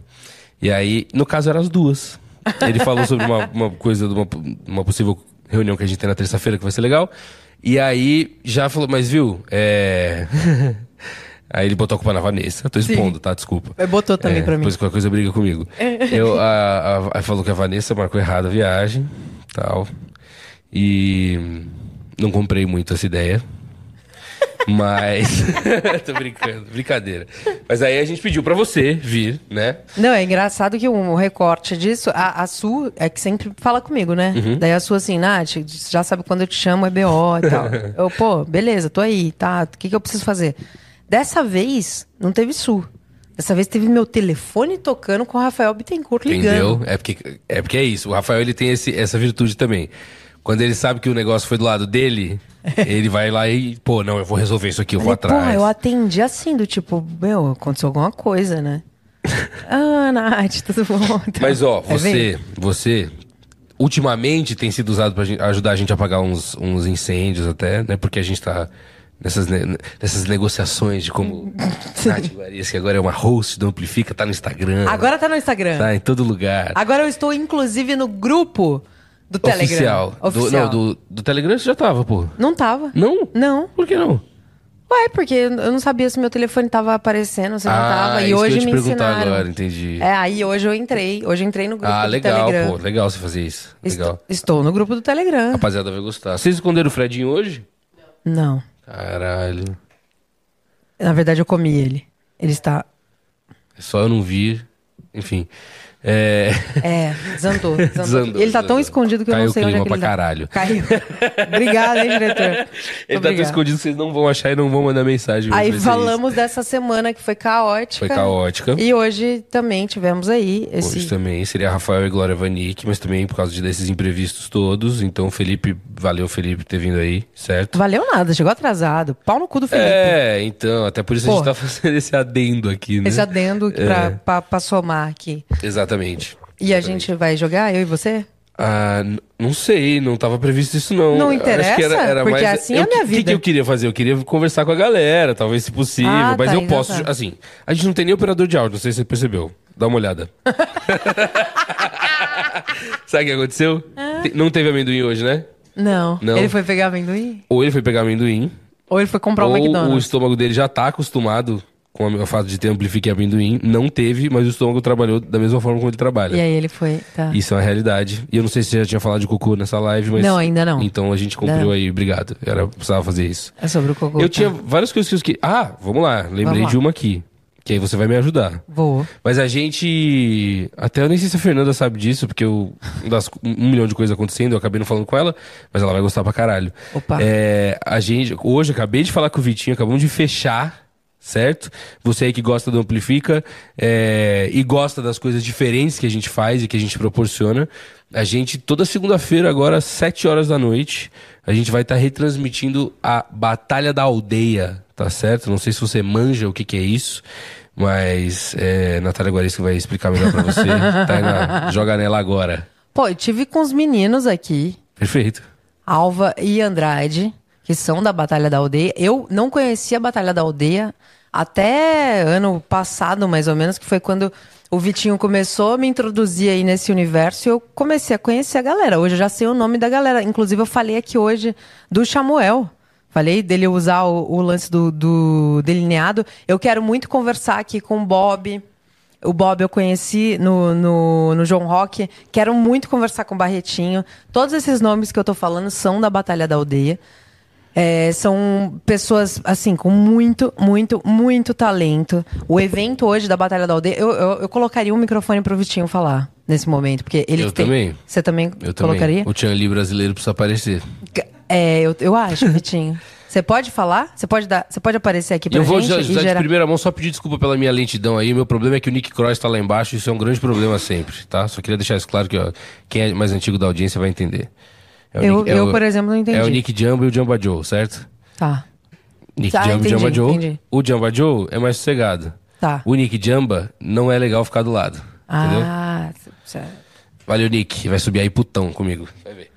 S4: E aí, no caso, eram as duas. Ele falou sobre uma, uma coisa, de uma, uma possível reunião que a gente tem na terça-feira, que vai ser legal. E aí, já falou, mas viu, é... aí ele botou a culpa na Vanessa. Tô expondo, tá? Desculpa.
S1: Mas botou também
S4: É,
S1: pra mim.
S4: Depois qualquer coisa briga comigo. Eu, a, a- a- falou que a Vanessa marcou errado a viagem, tal. E não comprei muito essa ideia. Mas. Tô brincando, brincadeira. Mas aí a gente pediu pra você vir, né?
S1: Não, é engraçado que um recorte disso, a, a Su é que sempre fala comigo, né?
S4: Uhum.
S1: Daí a Su assim, Nath, você já sabe quando eu te chamo, é BO e tal. eu, pô, beleza, tô aí, tá? O que, que eu preciso fazer? Dessa vez, não teve Su. Dessa vez teve meu telefone tocando com o Rafael Bittencourt ligando.
S4: Entendeu? É porque, é porque é isso. O Rafael ele tem esse- essa virtude também. Quando ele sabe que o negócio foi do lado dele, ele vai lá e, pô, não, eu vou resolver isso aqui, eu vou
S1: Falei, Porra,
S4: atrás.
S1: eu atendi assim, do tipo, meu, aconteceu alguma coisa, né? ah, Nath, tudo bom?
S4: Mas ó,
S1: É, vem.
S4: você, você ultimamente tem sido usado pra gente- ajudar a gente a apagar uns, uns incêndios até, né? Porque a gente tá nessas, ne- nessas negociações de como Nath Guarias, que agora é uma host do Amplifica, tá no Instagram.
S1: Agora tá no Instagram.
S4: Tá em todo lugar.
S1: Agora eu estou, inclusive, no grupo Ah, do Telegram.
S4: Oficial. Do, não, do, do Telegram você já tava, pô.
S1: Não tava.
S4: Não?
S1: Não.
S4: Por que não?
S1: Ué, porque eu não sabia se meu telefone tava aparecendo, se não tava. E
S4: Ah, é isso que
S1: hoje
S4: eu ia te
S1: me
S4: perguntar
S1: ensinaram.
S4: agora, entendi.
S1: É, aí hoje eu entrei. Hoje eu entrei no grupo
S4: ah,
S1: do
S4: legal,
S1: Telegram. tá-
S4: pô. Legal você fazer isso.
S1: Est-
S4: Legal.
S1: Estou no grupo do Telegram.
S4: Rapaziada vai gostar. Vocês esconderam o Fredinho hoje?
S1: Não.
S4: Caralho.
S1: Na verdade, eu comi ele. Ele está.
S4: É só eu não vir. Enfim. É...
S1: É, desandou. desandou.
S4: Desandou,
S1: ele tá tão
S4: desandou.
S1: escondido que eu
S4: Caiu
S1: não sei
S4: o
S1: onde é
S4: clima
S1: que ele
S4: pra
S1: tá.
S4: caralho.
S1: Caiu. Obrigada, hein, diretor.
S4: Ele tá tão
S1: Obrigada.
S4: escondido que vocês não vão achar e não vão mandar mensagem. é
S1: Aí
S4: Vocês-
S1: falamos dessa semana que foi caótica.
S4: Foi caótica.
S1: E hoje também tivemos aí esse.
S4: Hoje também seria Rafael e Glória Vanick, mas também por causa de- desses imprevistos todos. Então, Felipe, valeu, Felipe, ter vindo aí, certo?
S1: Valeu nada, chegou atrasado. Pau no cu do Felipe.
S4: É, então, até por isso a gente
S1: Pô.
S4: tá fazendo esse adendo aqui, né?
S1: Esse adendo que pra, pra, pra somar aqui.
S4: É. Exatamente.
S1: E a gente vai jogar, eu e você?
S4: Ah, n- não sei, não tava previsto isso não.
S1: Não
S4: Eu Acho que era,
S1: interessa,
S4: era
S1: porque
S4: mais...
S1: assim
S4: eu,
S1: é a minha
S4: que- Que,
S1: vida.
S4: que eu queria fazer? Eu queria conversar com a galera, talvez se possível,
S1: Ah,
S4: mas
S1: tá,
S4: eu posso,
S1: engraçado.
S4: assim, a gente não tem nem operador de áudio, não sei se você percebeu. Dá uma olhada. Sabe o que aconteceu? Te- Não teve amendoim hoje, né?
S1: Não.
S4: Não.
S1: Ele foi pegar amendoim?
S4: Ou ele foi pegar amendoim,
S1: Ou ele foi comprar um
S4: Ou o
S1: McDonald's.
S4: estômago dele já tá acostumado com a- o fato de ter amplifique e amendoim. Não teve, mas o estômago trabalhou da mesma forma como ele trabalha.
S1: E aí ele foi. Tá.
S4: Isso é uma realidade. E eu não sei se você já tinha falado de cocô nessa live, mas.
S1: Não, ainda não.
S4: Então a gente cumpriu
S1: Não.
S4: aí, obrigado. Era, precisava fazer isso.
S1: É sobre o cocô.
S4: Eu
S1: tá.
S4: tinha várias coisas que. Ah, vamos lá. Lembrei
S1: Vamos lá.
S4: de uma aqui. Que aí você vai me ajudar.
S1: Boa.
S4: Mas a gente. Até eu nem sei se a Fernanda sabe disso, porque eu. Das, um milhão de coisas acontecendo, eu acabei não falando com ela, mas ela vai gostar pra caralho.
S1: Opa.
S4: É, a gente. Hoje, eu acabei de falar com o Vitinho, acabamos de fechar, certo? Você aí que gosta do Amplifica é, e gosta das coisas diferentes que a gente faz e que a gente proporciona. A gente, toda segunda-feira, agora, às 7 horas da noite, a gente vai estar retransmitindo a Batalha da Aldeia, tá certo? Não sei se você manja o que, que é isso. Mas é, Natália Guarisco vai explicar melhor pra você. Tainá, joga nela agora.
S1: Pô, eu tive com os meninos aqui,
S4: Perfeito.
S1: Alva e Andrade, que são da Batalha da Aldeia. Eu não conhecia a Batalha da Aldeia até ano passado, mais ou menos, que foi quando o Vitinho começou a me introduzir aí nesse universo e eu comecei a conhecer a galera. Hoje eu já sei o nome da galera. Inclusive, eu falei aqui hoje do Samuel. Falei dele usar o, o lance do, do delineado. Eu quero muito conversar aqui com o Bob. O Bob eu conheci no, no, no João Rock. Quero muito conversar com o Barretinho. Todos esses nomes que eu tô falando são da Batalha da Aldeia. É, são pessoas, assim, com muito, muito, muito talento. O evento hoje da Batalha da Aldeia... Eu, eu, eu colocaria um microfone pro Vitinho falar nesse momento, porque ele
S4: Eu
S1: tem...
S4: também.
S1: Você também
S4: Eu também.
S1: colocaria?
S4: O Tian Lee brasileiro precisa aparecer.
S1: É, eu, eu acho, Vitinho. Você pode falar? Você pode, dar, você pode aparecer aqui pra
S4: eu vou
S1: gente
S4: já,
S1: e
S4: já de
S1: gerar...
S4: primeira mão só pedir desculpa pela minha lentidão aí. Meu problema é que o Nick Cross tá lá embaixo, isso é um grande problema sempre, tá? Só queria deixar isso claro que ó, quem é mais antigo da audiência vai entender. É o
S1: Eu-
S4: Nick- é
S1: eu,
S4: o-
S1: por exemplo, não entendi.
S4: É o Nick Jumbo e o Jamba Joe, certo?
S1: Tá,
S4: Nick
S1: Tá,
S4: Jumbo e
S1: entendi,
S4: Jamba Joe.
S1: entendi.
S4: O Jamba Joe é mais sossegado.
S1: tá.
S4: O Nick Jamba não é legal ficar do lado. Entendeu?
S1: Ah, certo.
S4: Valeu, Nick. Vai subir aí putão comigo. Vai ver.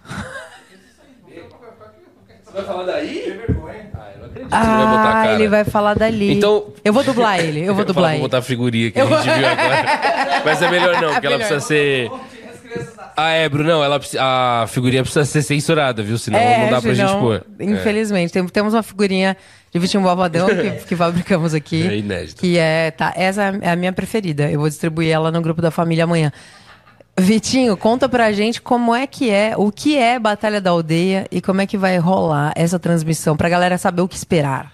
S4: Você vai falar daí? Ah, eu não acredito. que você vai botar a
S1: Ah,
S4: cara.
S1: ele vai falar dali.
S4: Então-
S1: Eu vou dublar ele, eu vou
S4: falar,
S1: dublar
S4: Vou
S1: ele.
S4: botar a figurinha que a gente viu agora. Mas é melhor não, porque ela precisa ser. Ah, é, Bruno, não, ela, precisa- a figurinha precisa ser censurada, viu? Senão não dá pra gente
S1: É,
S4: É.
S1: senão,
S4: pôr.
S1: Infelizmente. Tem- Temos uma figurinha de Vitinho Bobadão que, que fabricamos aqui.
S4: É inédito.
S1: Que é, tá, essa é a minha preferida. Eu vou distribuir ela no grupo da família amanhã. Vitinho, conta pra gente como é que é, o que é Batalha da Aldeia e como é que vai rolar essa transmissão, pra galera saber o que esperar.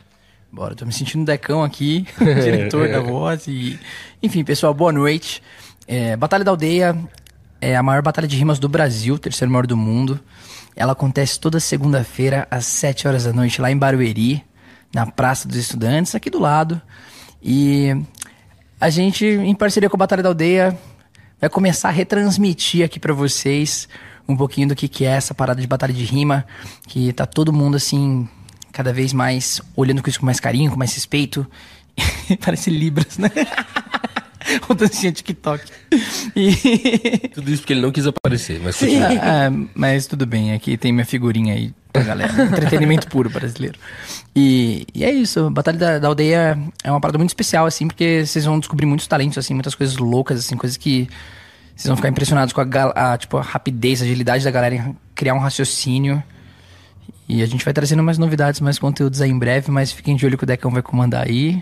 S5: Bora, tô me sentindo decão aqui, diretor da voz e... Enfim, pessoal, boa noite. É, batalha da Aldeia é a maior batalha de rimas do Brasil, terceiro maior do mundo. Ela acontece toda segunda-feira, às 7 horas da noite, lá em Barueri, na Praça dos Estudantes, aqui do lado. E a gente, em parceria com a Batalha da Aldeia, vai começar a retransmitir aqui pra vocês um pouquinho do que, que é essa parada de batalha de rima, que tá todo mundo assim, cada vez mais olhando com isso com mais carinho, com mais respeito. Parece Libras, né? Ou dancinha TikTok. E...
S4: É. Tudo isso porque ele não quis aparecer, mas continua.
S5: Ah, mas tudo bem, aqui tem minha figurinha aí pra galera. Entretenimento puro brasileiro. E, e é isso, Batalha da, da Aldeia é uma parada muito especial, assim, porque vocês vão descobrir muitos talentos, assim, muitas coisas loucas, assim, coisas que vocês vão ficar impressionados com a, gal- a, tipo, a rapidez, a agilidade da galera em criar um raciocínio. E a gente vai trazendo mais novidades, mais conteúdos aí em breve, mas fiquem de olho que o Decão vai comandar aí.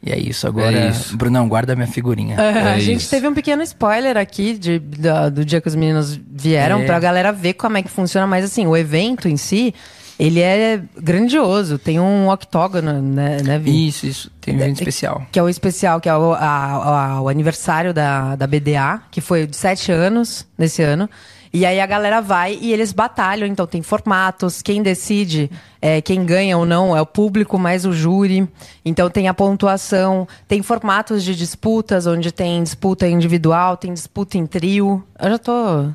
S5: E é isso, agora.
S4: É isso.
S5: Brunão, guarda minha figurinha.
S1: a
S4: É
S1: gente
S4: isso.
S1: teve um pequeno spoiler aqui de- da- do dia que os meninos vieram,
S5: É.
S1: pra galera ver como é que funciona, mas assim, o evento em si, ele é grandioso. Tem um octógono, né, né Vi?
S5: Isso, isso, tem um evento especial.
S1: Que é o especial, que é o, a- a- o aniversário da, da BDA, que foi de sete anos nesse ano. E aí a galera vai e eles batalham, então tem formatos, quem decide é, quem ganha ou não é o público mais o júri. Então tem a pontuação, tem formatos de disputas, onde tem disputa individual, tem disputa em trio. Eu já tô.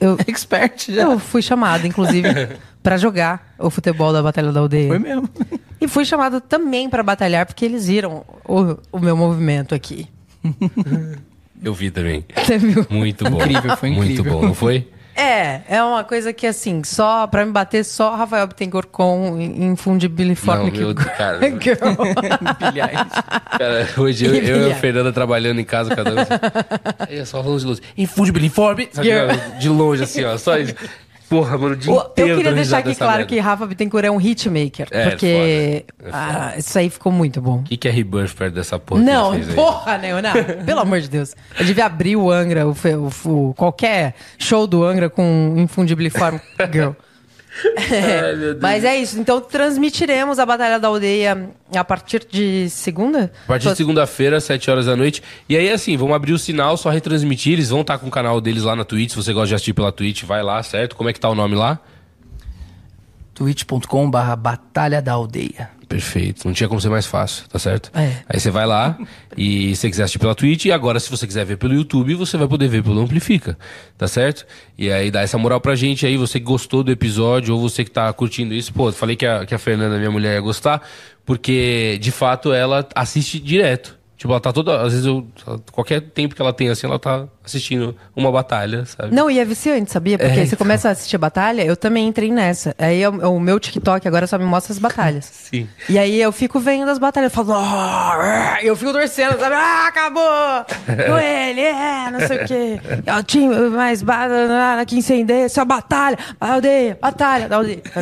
S1: Eu,
S5: Expert já.
S1: eu fui chamada, inclusive, pra jogar o futebol da Batalha da Aldeia.
S5: Foi mesmo.
S1: E fui chamada também pra batalhar, porque eles viram o, o meu movimento aqui.
S4: Eu vi também.
S1: Você viu?
S4: Muito bom.
S5: Incrível, foi
S4: Muito
S5: incrível.
S4: bom, não foi?
S1: É, é uma coisa que assim, só pra me bater, só Rafael Bittencourt com infundibiliforme
S4: Não,
S1: que
S4: meu cara.
S5: Bilhões.
S4: Cara, hoje eu, eu e a
S1: Pilhar.
S4: Fernanda trabalando em casa, cada um. assim, Aí é só falando de luz. Infundible informe. Sabe, de longe, assim, ó. Só isso. Porra, mano, o dia
S1: O-
S4: inteiro
S1: Eu queria deixar
S4: dando risada
S1: aqui
S4: dessa
S1: claro
S4: merda.
S1: que Rafa Bittencourt é um hitmaker.
S4: É,
S1: porque
S4: foda. É
S1: ah, isso aí ficou muito bom.
S4: O que, que é Rebirth perto dessa porra
S1: não,
S4: que ele fez aí?
S1: porra, Leonardo. Pelo amor de Deus. Eu devia abrir o Angra, o, fe- o- o- qualquer show do Angra com Infundibliform Girl.
S4: Ai, meu Deus.
S1: Mas é isso. Então transmitiremos a Batalha da Aldeia a partir de segunda?
S4: A partir de segunda-feira, 7 horas da noite. E aí, assim, vamos abrir o sinal, só retransmitir. Eles vão estar com o canal deles lá na Twitch. Se você gosta de assistir pela Twitch, vai lá, certo? Como é que tá o nome lá?
S5: twitch.com barra batalha da aldeia.
S4: Perfeito. Não tinha como ser mais fácil, tá certo?
S1: É.
S4: Aí você vai lá e se você quiser assistir pela Twitch, e agora se você quiser ver pelo YouTube, você vai poder ver pelo Amplifica, tá certo? E aí dá essa moral pra gente aí, você que gostou do episódio ou você que tá curtindo isso. Pô, eu falei que a, que a Fernanda, minha mulher, ia gostar, porque de fato ela assiste direto. Tipo, ela tá toda. Às vezes eu. Qualquer tempo que ela tem assim, ela tá assistindo uma batalha, sabe?
S1: Não, e é viciante, sabia? Porque
S4: É,
S1: você
S4: então.
S1: começa a assistir batalha, eu também entrei nessa. Aí eu- o meu TikTok agora só me mostra as batalhas.
S4: Sim.
S1: E aí eu fico vendo as batalhas, eu falo, "Ah", eu fico torcendo, sabe? Ah, acabou! Com ele, é, não sei o quê. É o time mais ba- na- na- que incendeia, essa batalha, aldeia, batalha, da aldeia. Tá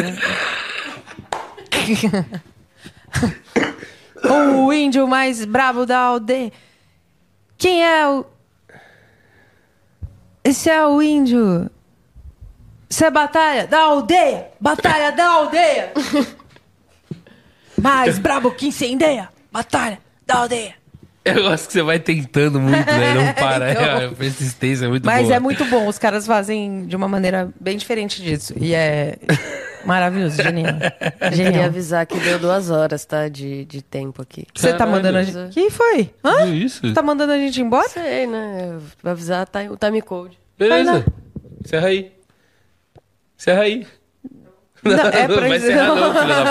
S1: vendo? o índio mais brabo da aldeia. Quem é o. Esse é o índio. Isso é batalha da aldeia! Batalha da aldeia! Mais brabo que incendeia! Batalha da aldeia!
S4: Eu acho que você vai tentando muito, né? Não para.
S1: Então.
S4: É, a persistência é muito
S1: Mas
S4: boa.
S1: é muito bom, os caras fazem de uma maneira bem diferente disso. E é maravilhoso, genial.
S2: Eu queria
S1: Genial.
S2: avisar que deu duas horas, tá? De, de tempo aqui.
S1: Você tá
S4: Caralho.
S1: mandando a gente. Quem foi? Hã?
S4: Tudo isso?
S1: Tá mandando a gente embora?
S2: Sei, né? Vai avisar tá, o time code.
S1: Vai
S4: Beleza.
S1: lá.
S4: Encerra aí. Encerra aí.
S1: Não, é pra
S4: vai
S1: dizer-
S4: encerrar não, filho da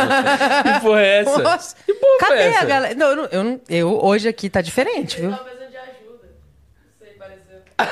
S4: puta. Que porra é essa?
S1: Nossa.
S4: Que porra
S1: Cadê
S4: é essa?
S1: a galera? Não, eu, não- eu, não- eu- hoje aqui tá diferente, viu?
S2: precisando de ajuda. Sei, pareceu.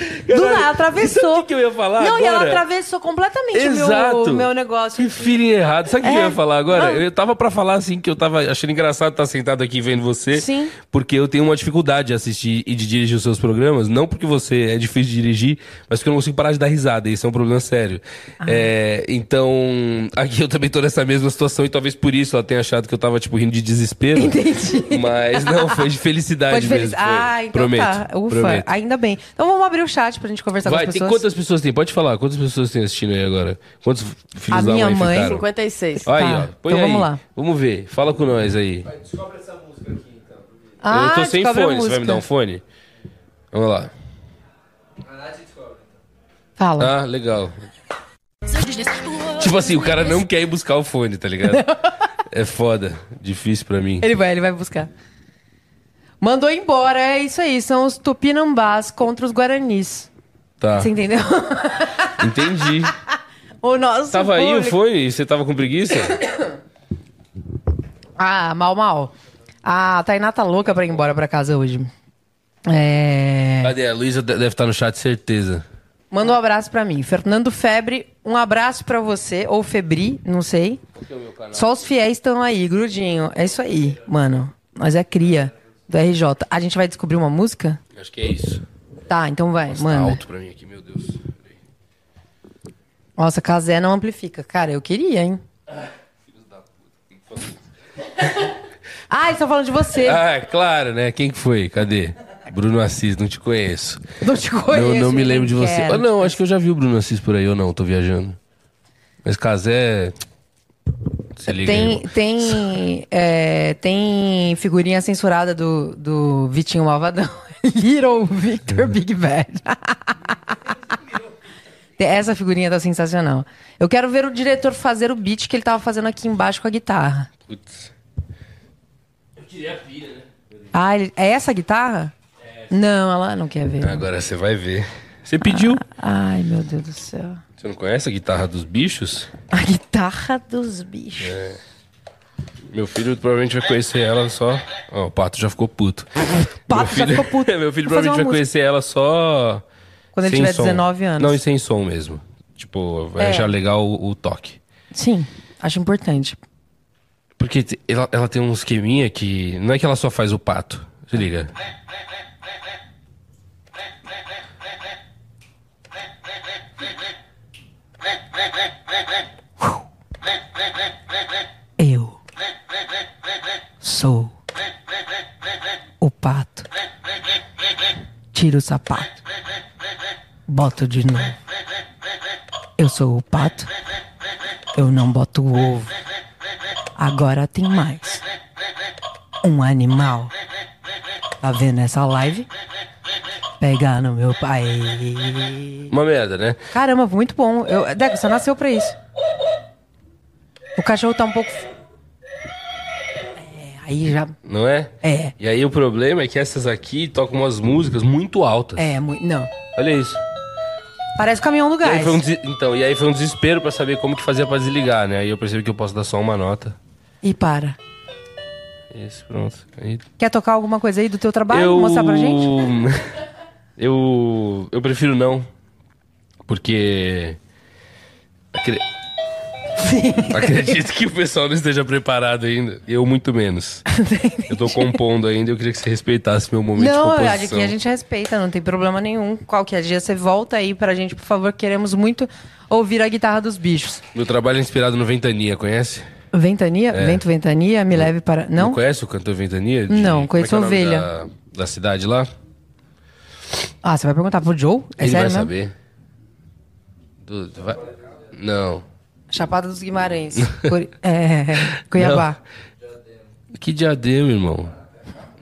S1: Do
S4: Caralho,
S1: nada,
S4: sabe
S1: atravessou.
S4: é o que que eu ia falar
S1: Não, e ela
S4: agora?
S1: atravessou completamente o meu,
S4: Exato.
S1: o meu negócio.
S4: Que feeling errado. Sabe o que
S1: É.
S4: eu ia falar agora?
S1: Ah.
S4: Eu tava pra falar assim que eu tava achando engraçado estar sentado aqui vendo você.
S1: Sim.
S4: Porque eu tenho uma dificuldade de assistir e de dirigir os seus programas. Não porque você é difícil de dirigir, mas porque eu não consigo parar de dar risada. Isso é um problema sério.
S1: Ah.
S4: É, então, aqui eu também tô nessa mesma situação e talvez por isso ela tenha achado que eu tava, tipo, rindo de desespero.
S1: Entendi.
S4: Mas não, foi de felicidade
S1: Pode
S4: mesmo. foi.
S1: Ah, então
S4: prometo,
S1: tá. Ufa,
S4: prometo.
S1: ainda bem. Então vamos abrir o chat pra gente conversar
S4: Vai,
S1: com as
S4: tem
S1: Tá, pessoas.
S4: quantas pessoas tem? Pode falar, quantas pessoas tem assistindo aí agora? Quantos filhos
S1: A
S4: da
S1: minha mãe,
S4: ficaram?
S2: 56.
S4: Aí,
S1: Tá,
S4: ó. Põe
S1: então
S4: aí.
S1: vamos lá.
S4: Vamos ver. Fala com nós aí.
S1: Ah,
S4: eu tô sem
S1: descobre a
S4: fone. Você vai
S1: música.
S4: me dar um fone? Vamos lá.
S1: Fala.
S4: Ah, legal. Tipo assim, o cara não quer ir buscar o fone, tá ligado? É foda. Difícil pra mim.
S1: Ele vai, ele vai buscar. Mandou embora, é isso aí. São os tupinambás contra os guaranis.
S4: Tá.
S1: Você entendeu?
S4: Entendi.
S1: o nosso
S4: Tava aí o
S1: público- É.
S4: fone e você tava com preguiça?
S1: Ah, mal, mal. A Tainá tá louca pra ir embora pra casa hoje. É...
S4: Cadê? A Luísa de- deve estar no chat, certeza.
S1: Manda um abraço pra mim. Fernando Febre, um abraço pra você. Ou Febri, não sei. Só os fiéis estão aí, grudinho. É isso aí, mano. Nós é cria do RJ. A gente vai descobrir uma música?
S4: Acho que é isso.
S1: Tá, então vai,
S4: Tá
S1: manda.
S4: alto pra mim aqui, meu Deus.
S1: Nossa, Casé não amplifica. Cara, eu queria, hein? Ah, eles estão falando de você.
S4: Ah, é claro, né? Quem que foi? Cadê? Bruno Assis, não te conheço.
S1: não te conheço.
S4: Não, não me lembro de
S1: nem
S4: você.
S1: quero.
S4: Ah, não, acho que eu já vi o Bruno Assis por aí, ou não, tô viajando. Mas Casé. Se liga
S1: É, Tem,
S4: aí,
S1: tem, é, tem figurinha censurada do, do Vitinho Malvadão. Little
S4: Uhum.
S1: Victor Big Bad. Essa figurinha tá sensacional. Eu quero ver o diretor fazer o beat que ele tava fazendo aqui embaixo com a guitarra.
S4: Putz.
S1: Ah, ele- é essa a guitarra? Não, ela não quer ver.
S4: É Agora você vai ver. Você pediu.
S1: Ai, meu Deus do céu.
S4: Você não conhece a guitarra dos bichos?
S1: A guitarra dos bichos.
S4: É. Meu filho provavelmente vai conhecer ela só. Ó, o pato já ficou puto.
S1: Pato já
S4: Meu
S1: ficou puto.
S4: É, meu filho
S1: Vou fazer
S4: provavelmente vai
S1: uma música.
S4: conhecer ela só.
S1: Quando ele
S4: sem
S1: tiver
S4: som.
S1: 19 anos.
S4: Não, e sem som mesmo. Tipo, vai
S1: É.
S4: achar legal o- o toque.
S1: Sim, acho importante.
S4: Porque te- ela, ela tem um esqueminha que. Não é que ela só faz o pato. Se liga.
S1: Tiro o sapato. Boto de novo. Eu sou o pato. Eu não boto o ovo. Agora tem mais. Um animal. Tá vendo essa live? Pegar no meu pai.
S4: Uma merda, né?
S1: Caramba, muito bom. Eu, Deco, você nasceu pra isso. O cachorro tá um pouco. É, aí já.
S4: Não é?
S1: É.
S4: E aí o problema é que essas aqui tocam umas músicas muito altas.
S1: É, muito. Não.
S4: Olha isso.
S1: Parece o caminhão do
S4: E aí
S1: gás.
S4: foi um des- Então, e aí foi um desespero pra saber como que fazia pra desligar, né? Aí eu percebi que eu posso dar só uma nota.
S1: E para.
S4: Isso, pronto. Aí...
S1: Quer tocar alguma coisa aí do teu trabalho? Mostrar pra gente?
S4: Eu. Eu prefiro não. Porque. acre- Acredito que o pessoal não esteja preparado ainda. Eu muito menos. eu tô compondo ainda, eu queria que você respeitasse meu momento
S1: Não,
S4: de
S1: eu
S4: composição.
S1: acho que a gente respeita, não tem problema nenhum. Qualquer dia você volta aí pra gente, por favor. Queremos muito ouvir a guitarra dos bichos.
S4: Meu trabalho é inspirado no Ventania, conhece?
S1: Ventania?
S4: É.
S1: Vento Ventania, me leve para. Não?
S4: conhece o cantor Ventania? De-
S1: Não,
S4: como é que
S1: conheço
S4: é o nome
S1: Ovelha.
S4: Da, da cidade lá?
S1: Ah, você vai perguntar pro Joe? É
S4: Ele vai
S1: sério mesmo?
S4: saber. Do- do- vai- Não.
S1: Chapada dos Guimarães. Curi- é, Cuiabá.
S4: Que diadema, irmão.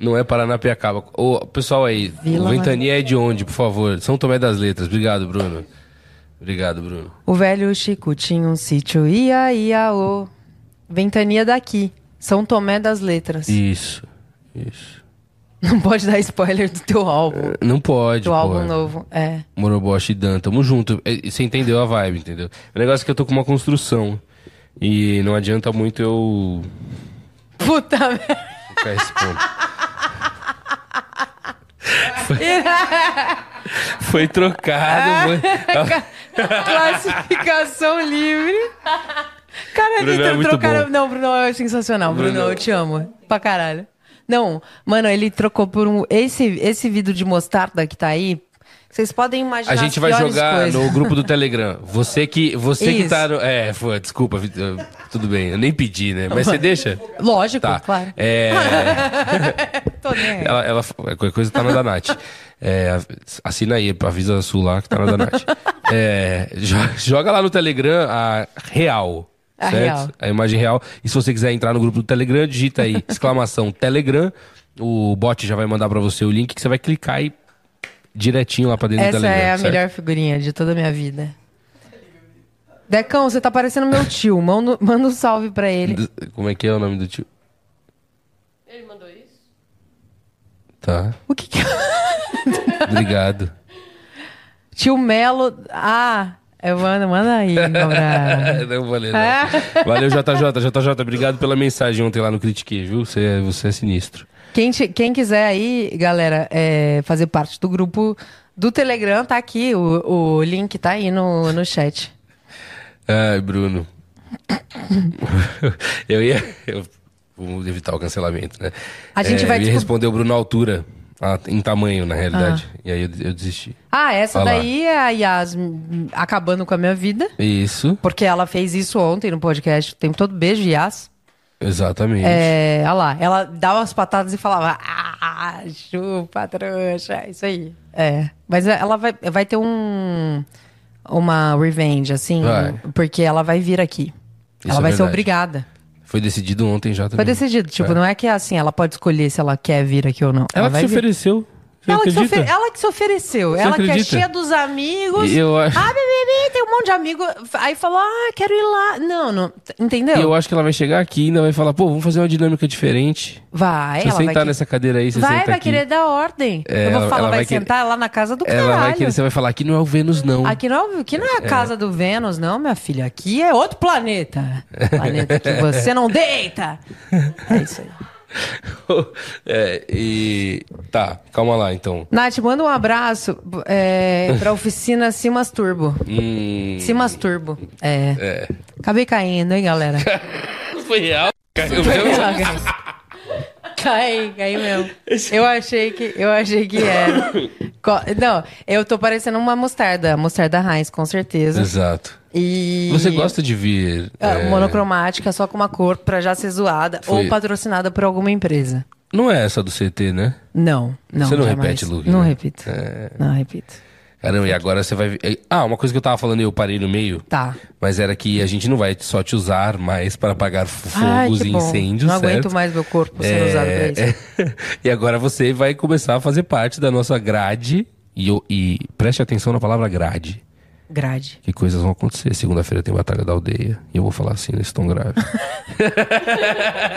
S4: Não é Paranapiacaba. Ô, pessoal aí,
S1: Vila
S4: o Ventania é de onde, por favor? São Tomé das Letras. Obrigado, Bruno. Obrigado, Bruno.
S1: O velho Chico tinha um sítio. Ia, ia, ô. Ventania daqui. São Tomé das Letras.
S4: Isso. Isso.
S1: Não pode dar spoiler do teu álbum.
S4: Não pode,
S1: Do álbum
S4: porra.
S1: novo. É.
S4: Moroboshi e Dan, tamo junto. É, e Você entendeu a vibe, entendeu? O negócio é que eu tô com uma construção. E não adianta muito eu
S1: Puta merda.
S4: ficar esse ponto. Foi, foi trocado. Foi...
S1: Classificação livre. Cara,
S4: Bruno é
S1: Vitor,
S4: muito
S1: trocaram.
S4: bom.
S1: Não, Bruno é sensacional. Bruno,
S4: Bruno.
S1: eu te amo. Pra caralho. Não, mano, ele trocou por um. Esse, esse vidro de mostarda que tá aí, vocês podem imaginar.
S4: A
S1: as
S4: gente vai
S1: piores
S4: jogar
S1: coisas.
S4: no grupo do Telegram. Você que, você que
S1: Isso.
S4: tá no. É, foi, desculpa, Vitor, tudo bem. Eu nem pedi, né? Mas você deixa?
S1: Lógico,
S4: Tá.
S1: claro.
S4: É,
S1: Tô nem aí.
S4: ela, ela, qualquer coisa tá na Danat. É, assina aí, avisa a Su lá que tá na Danat. É, jo- joga lá no Telegram a real.
S1: A
S4: certo?
S1: real.
S4: A imagem real. E se você quiser entrar no grupo do Telegram, digita aí exclamação Telegram. O bot já vai mandar pra você o link que você vai clicar e direitinho lá pra dentro do
S1: Essa
S4: Telegram.
S1: é a
S4: certo?
S1: melhor figurinha de toda a minha vida. Decão, você tá parecendo meu tio. Manda, manda um salve pra ele.
S4: Como é que é o nome do tio?
S2: Ele mandou isso?
S4: Tá,
S1: O que que.
S4: obrigado.
S1: Tio Melo. Ah, eu mando, manda aí, Gabriel.
S4: não valeu,
S1: É?
S4: não. Valeu, JJ, JJ, obrigado pela mensagem ontem lá no Critique, viu? Você é, você é sinistro.
S1: Quem, ti- quem quiser aí, galera, é, fazer parte do grupo do Telegram, tá aqui. O, o link tá aí no, no chat.
S4: Ai, Bruno. eu ia. Eu, vamos evitar o cancelamento, né?
S1: A gente
S4: É,
S1: vai
S4: Eu ia
S1: discu-
S4: responder o Bruno à altura, a- em tamanho, na realidade. E aí eu, eu desisti.
S1: Ah, essa
S4: Olha lá.
S1: daí é a Yasmin acabando com a minha vida.
S4: Isso,
S1: Porque ela fez isso ontem no podcast o tempo todo. Beijo, Yas.
S4: exatamente.
S1: É, olha lá. Ela dava umas patadas e falava, ah, chupa, trouxa. Isso aí. É. Mas ela vai, vai ter um. Uma revenge, assim.
S4: Vai.
S1: Porque ela vai vir aqui.
S4: Isso
S1: ela
S4: é
S1: vai ser
S4: verdade.
S1: obrigada.
S4: Foi decidido ontem já também.
S1: Foi decidido. Tipo,
S4: É.
S1: não é que é assim, ela pode escolher se ela quer vir aqui ou não.
S4: Ela, que
S1: vai
S4: se
S1: vir.
S4: ofereceu. Você
S1: Ela que, se
S4: acredita?
S1: ofe- ela que se ofereceu. ela que é
S4: acredita?
S1: cheia dos amigos.
S4: Eu acho-
S1: Ah, bebê, tem um monte de amigo. Aí falou, ah, quero ir lá. Não, "Ah, não. Entendeu?
S4: E eu acho que ela vai chegar aqui e ainda vai falar, pô, vamos fazer uma dinâmica diferente.
S1: Vai,
S4: Se
S1: É, ela
S4: você
S1: vai.
S4: sentar
S1: que-
S4: nessa cadeira aí, você
S1: vai,
S4: senta
S1: vai
S4: aqui.
S1: querer dar ordem.
S4: É,
S1: eu
S4: ela-
S1: vou falar,
S4: ela
S1: vai,
S4: vai querer-
S1: sentar lá na casa do
S4: Ela
S1: caralho.
S4: vai querer, você vai falar, aqui não é o Vênus, não.
S1: Aqui não, aqui não é a casa do Vênus, não, minha filha. Aqui é outro planeta. Planeta que você não deita. É isso aí.
S4: é, e... Tá, calma lá, então.
S1: Nath, manda um abraço é, pra oficina Simas Turbo.
S4: Hum,
S1: Simas Turbo. É.
S4: é.
S1: Acabei caindo, hein, galera?
S4: Foi real? Caiu mesmo?
S1: Caí, caí mesmo. Eu achei que, eu achei que era. Co- Não, eu tô parecendo uma mostarda, mostarda Heinz, com certeza.
S4: Exato.
S1: E
S4: Você gosta de vir...
S1: Ah,
S4: é,
S1: monocromática, só com uma cor pra já ser zoada
S4: Foi.
S1: ou patrocinada por alguma empresa.
S4: Não é essa do CT, né?
S1: Não, não.
S4: Você não
S1: jamais.
S4: repete, Luke,
S1: Não
S4: né?
S1: repito. Não repito.
S4: Caramba, e agora você vai. Ah, uma coisa que eu tava falando e eu parei no meio.
S1: Tá.
S4: Mas era que a gente não vai só te usar mais para apagar f-
S1: Ai,
S4: fogos
S1: que
S4: e
S1: bom.
S4: incêndios,
S1: Não
S4: certo?
S1: aguento mais meu corpo sendo
S4: É,
S1: usado pra isso.
S4: e agora você vai começar a fazer parte da nossa grade. E, eu- e preste atenção na palavra grade.
S1: Grade.
S4: Que coisas vão acontecer. Segunda-feira tem Batalha da Aldeia. E eu vou falar assim nesse tom grave.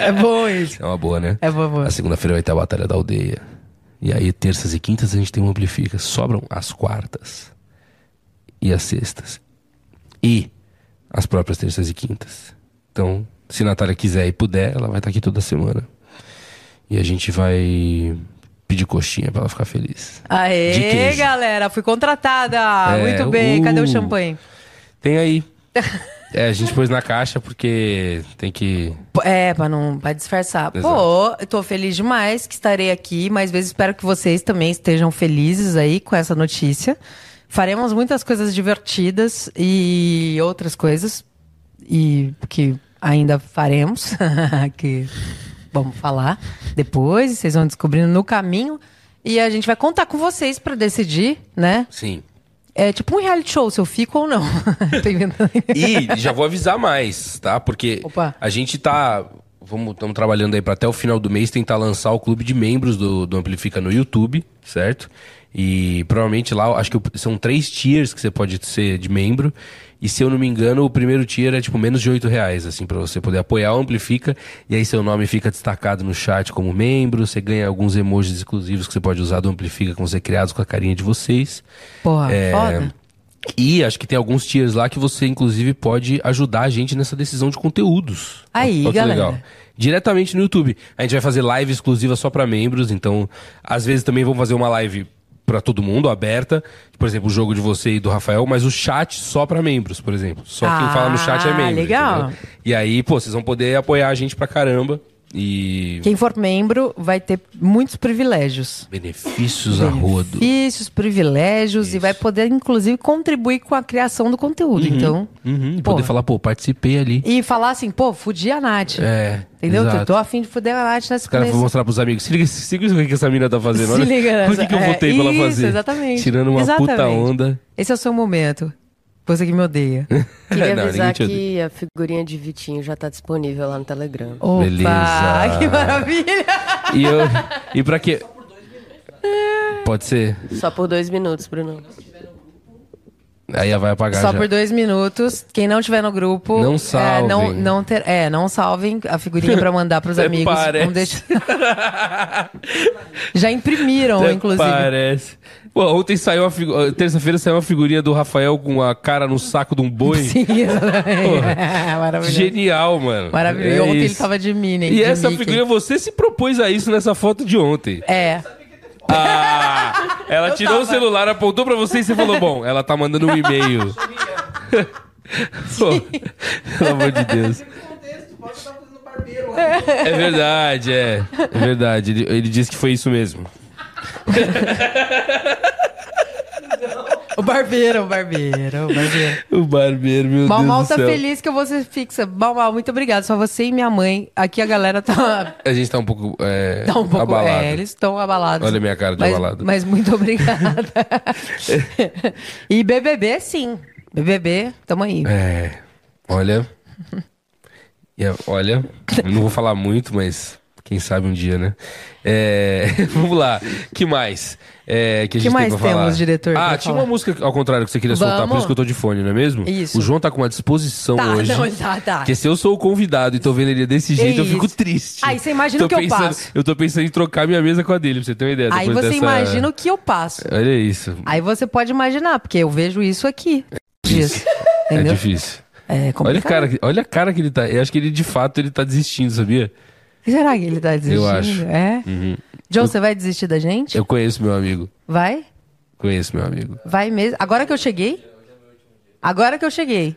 S1: É bom isso.
S4: É uma boa, né?
S1: É boa, boa.
S4: Na segunda-feira vai ter a Batalha da Aldeia. E aí, terças e quintas, a gente tem um Amplifica. Sobram as quartas e as sextas. E as próprias terças e quintas. Então, se Natália quiser e puder, ela vai estar aqui toda semana. E a gente vai pedir coxinha pra ela ficar feliz. De
S1: Aê,
S4: queijo.
S1: galera, fui contratada.
S4: É,
S1: Muito bem.
S4: uh.
S1: Cadê o champanhe?
S4: Tem aí. É, a gente pôs na caixa porque tem que.
S1: P- É, pra não pra disfarçar. Pô, eu tô feliz demais que estarei aqui. Mais vezes espero que vocês também estejam felizes aí com essa notícia. Faremos muitas coisas divertidas e outras coisas e que ainda faremos, que vamos falar depois. Vocês vão descobrindo no caminho e a gente vai contar com vocês pra decidir, né?
S4: Sim.
S1: É tipo um reality show, se eu fico ou não. Tô inventando.
S4: E já vou avisar mais, tá? Porque
S1: Opa.
S4: a gente tá. Vamos, estamos trabalhando aí para até o final do mês tentar lançar o clube de membros do, do Amplifica no YouTube, certo? E provavelmente lá, acho que o- são três tiers que você pode ser de membro. E se eu não me engano, o primeiro tier é tipo menos de oito reais, assim, para você poder apoiar o Amplifica. E aí seu nome fica destacado no chat como membro. Você ganha alguns emojis exclusivos que você pode usar do Amplifica, que vão ser criados com a carinha de vocês.
S1: Porra,
S4: É,
S1: foda.
S4: E acho que tem alguns tiers lá que você, inclusive, pode ajudar a gente nessa decisão de conteúdos.
S1: Aí,
S4: Olha que
S1: galera.
S4: Diretamente no YouTube. A gente vai fazer live exclusiva só pra membros, então às vezes também vamos fazer uma live pra todo mundo, aberta. Por exemplo, o jogo de você e do Rafael, mas o chat só pra membros, por exemplo. Só quem
S1: Ah,
S4: fala no chat é membro.
S1: legal.
S4: entendeu? E aí, pô, vocês vão poder apoiar a gente pra caramba. E
S1: Quem for membro vai ter muitos privilégios.
S4: benefícios a rodo.
S1: Benefícios, privilégios e vai poder, inclusive, contribuir com a criação do conteúdo. Então,
S4: Uhum, e
S1: Porra.
S4: poder falar, pô, participei ali.
S1: e falar assim, pô, fudi a Nath.
S4: É,
S1: Entendeu?
S4: exato.
S1: Eu tô afim de fuder a Nath nessa
S4: Os caras
S1: nesse-
S4: vão mostrar pros amigos. Se liga, se liga o que essa mina tá fazendo.
S1: Se
S4: olha
S1: liga
S4: O
S1: nessa.
S4: que, que eu
S1: É,
S4: votei pra ela
S1: isso,
S4: fazer?
S1: exatamente.
S4: Tirando uma puta
S1: Exatamente.
S4: onda.
S1: Esse é o seu momento. Você que me odeia.
S2: Queria
S4: Não, ninguém
S2: avisar
S4: te odeia.
S2: que a figurinha de Vitinho já tá disponível lá no Telegram.
S1: Opa,
S4: Beleza.
S1: que maravilha.
S4: E, eu, e pra quê? Pode ser.
S1: Oh.
S2: Só por dois minutos, Bruno.
S4: Aí vai apagar
S1: Só
S4: já.
S1: por dois minutos. Quem não tiver no grupo...
S4: Não
S1: É, não,
S4: salvem.
S1: não ter, é, não salvem a figurinha pra mandar pros
S4: Até
S1: amigos.
S4: parece.
S1: Não deixe- Já imprimiram,
S4: Até
S1: inclusive.
S4: Parece. Pô, ontem saiu uma figu- ah, Terça-feira saiu uma figurinha do Rafael com a cara no saco de um boi.
S1: Sim, exatamente. É, Maravilhoso.
S4: Genial, mano.
S1: Maravilhoso. E
S4: É
S1: ontem ele
S4: isso.
S1: tava de Minnie.
S4: E
S1: de
S4: essa
S1: Mickey.
S4: figurinha, você se propôs a isso nessa foto de ontem.
S1: É.
S4: Ah, ela tirou o celular, apontou pra você e você falou: Bom, ela tá mandando um e-mail. Pô, pelo amor de Deus. É verdade, é. É verdade. Ele, ele disse que foi isso mesmo.
S1: O barbeiro, o barbeiro, o barbeiro.
S4: O barbeiro, meu
S1: Mal
S4: Deus.
S1: Mal
S4: do
S1: tá
S4: céu.
S1: feliz que você fixa. Mal Mal, muito obrigado. Só você e minha mãe. Aqui a galera tá,
S4: A gente tá um pouco. É,
S1: tá um pouco.
S4: abalado.
S1: É, eles estão abalados.
S4: Olha a minha cara de
S1: mas,
S4: abalado.
S1: Mas muito obrigada. e BBB, sim. BBB, tamo aí.
S4: É. Olha. E a- olha, eu não vou falar muito, mas quem sabe um dia, né? É, vamos lá. Que mais? É, que a
S1: Que
S4: gente
S1: mais
S4: tem pra
S1: temos,
S4: falar?
S1: diretor,
S4: Ah,
S1: pra
S4: tinha
S1: falar?
S4: uma música ao contrário que você queria soltar, por
S1: Vamos?
S4: isso que eu tô de fone, não é mesmo?
S1: Isso.
S4: O João tá com uma disposição
S1: Tá,
S4: hoje.
S1: não, tá, tá.
S4: Porque se eu sou o convidado e tô vendo ele desse jeito, eu
S1: isso.
S4: fico triste.
S1: Aí você imagina
S4: Tô
S1: o que eu
S4: pensando-
S1: passo.
S4: Eu tô pensando em trocar minha mesa com a dele, pra você ter uma ideia.
S1: Aí
S4: depois
S1: você
S4: dessa-
S1: imagina o que eu passo.
S4: Olha isso.
S1: Aí você pode imaginar, porque eu vejo isso aqui. Disso.
S4: É
S1: Entendeu?
S4: difícil.
S1: É complicado.
S4: Olha a, cara, que- olha a cara que ele tá. Eu acho que ele, de fato, ele tá desistindo, sabia?
S1: Será que ele tá desistindo?
S4: Eu acho. Uhum.
S1: É? John, você vai desistir da gente?
S4: Eu conheço meu amigo.
S1: Vai?
S4: Conheço meu amigo.
S1: Vai mesmo. Agora que eu cheguei? Agora que eu cheguei.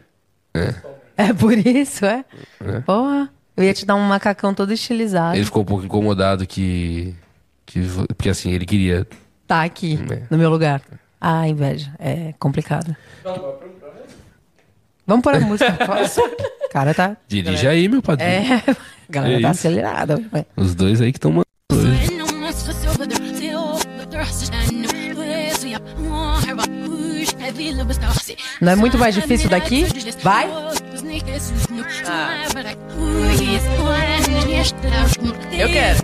S1: É, por isso, é? Porra. Eu ia te dar um macacão todo estilizado.
S4: Ele ficou um pouco incomodado que. que vo- porque assim, ele queria.
S1: Tá aqui,
S4: É.
S1: no meu lugar. Ah, inveja. É complicado. Vamos pôr a música. O cara tá.
S4: Dirige aí, meu padrinho.
S1: É. A galera
S4: É
S1: tá
S4: isso.
S1: acelerada.
S4: Os dois aí que estão mandando. hoje.
S1: Não é muito mais difícil daqui? Vai?
S2: Eu quero.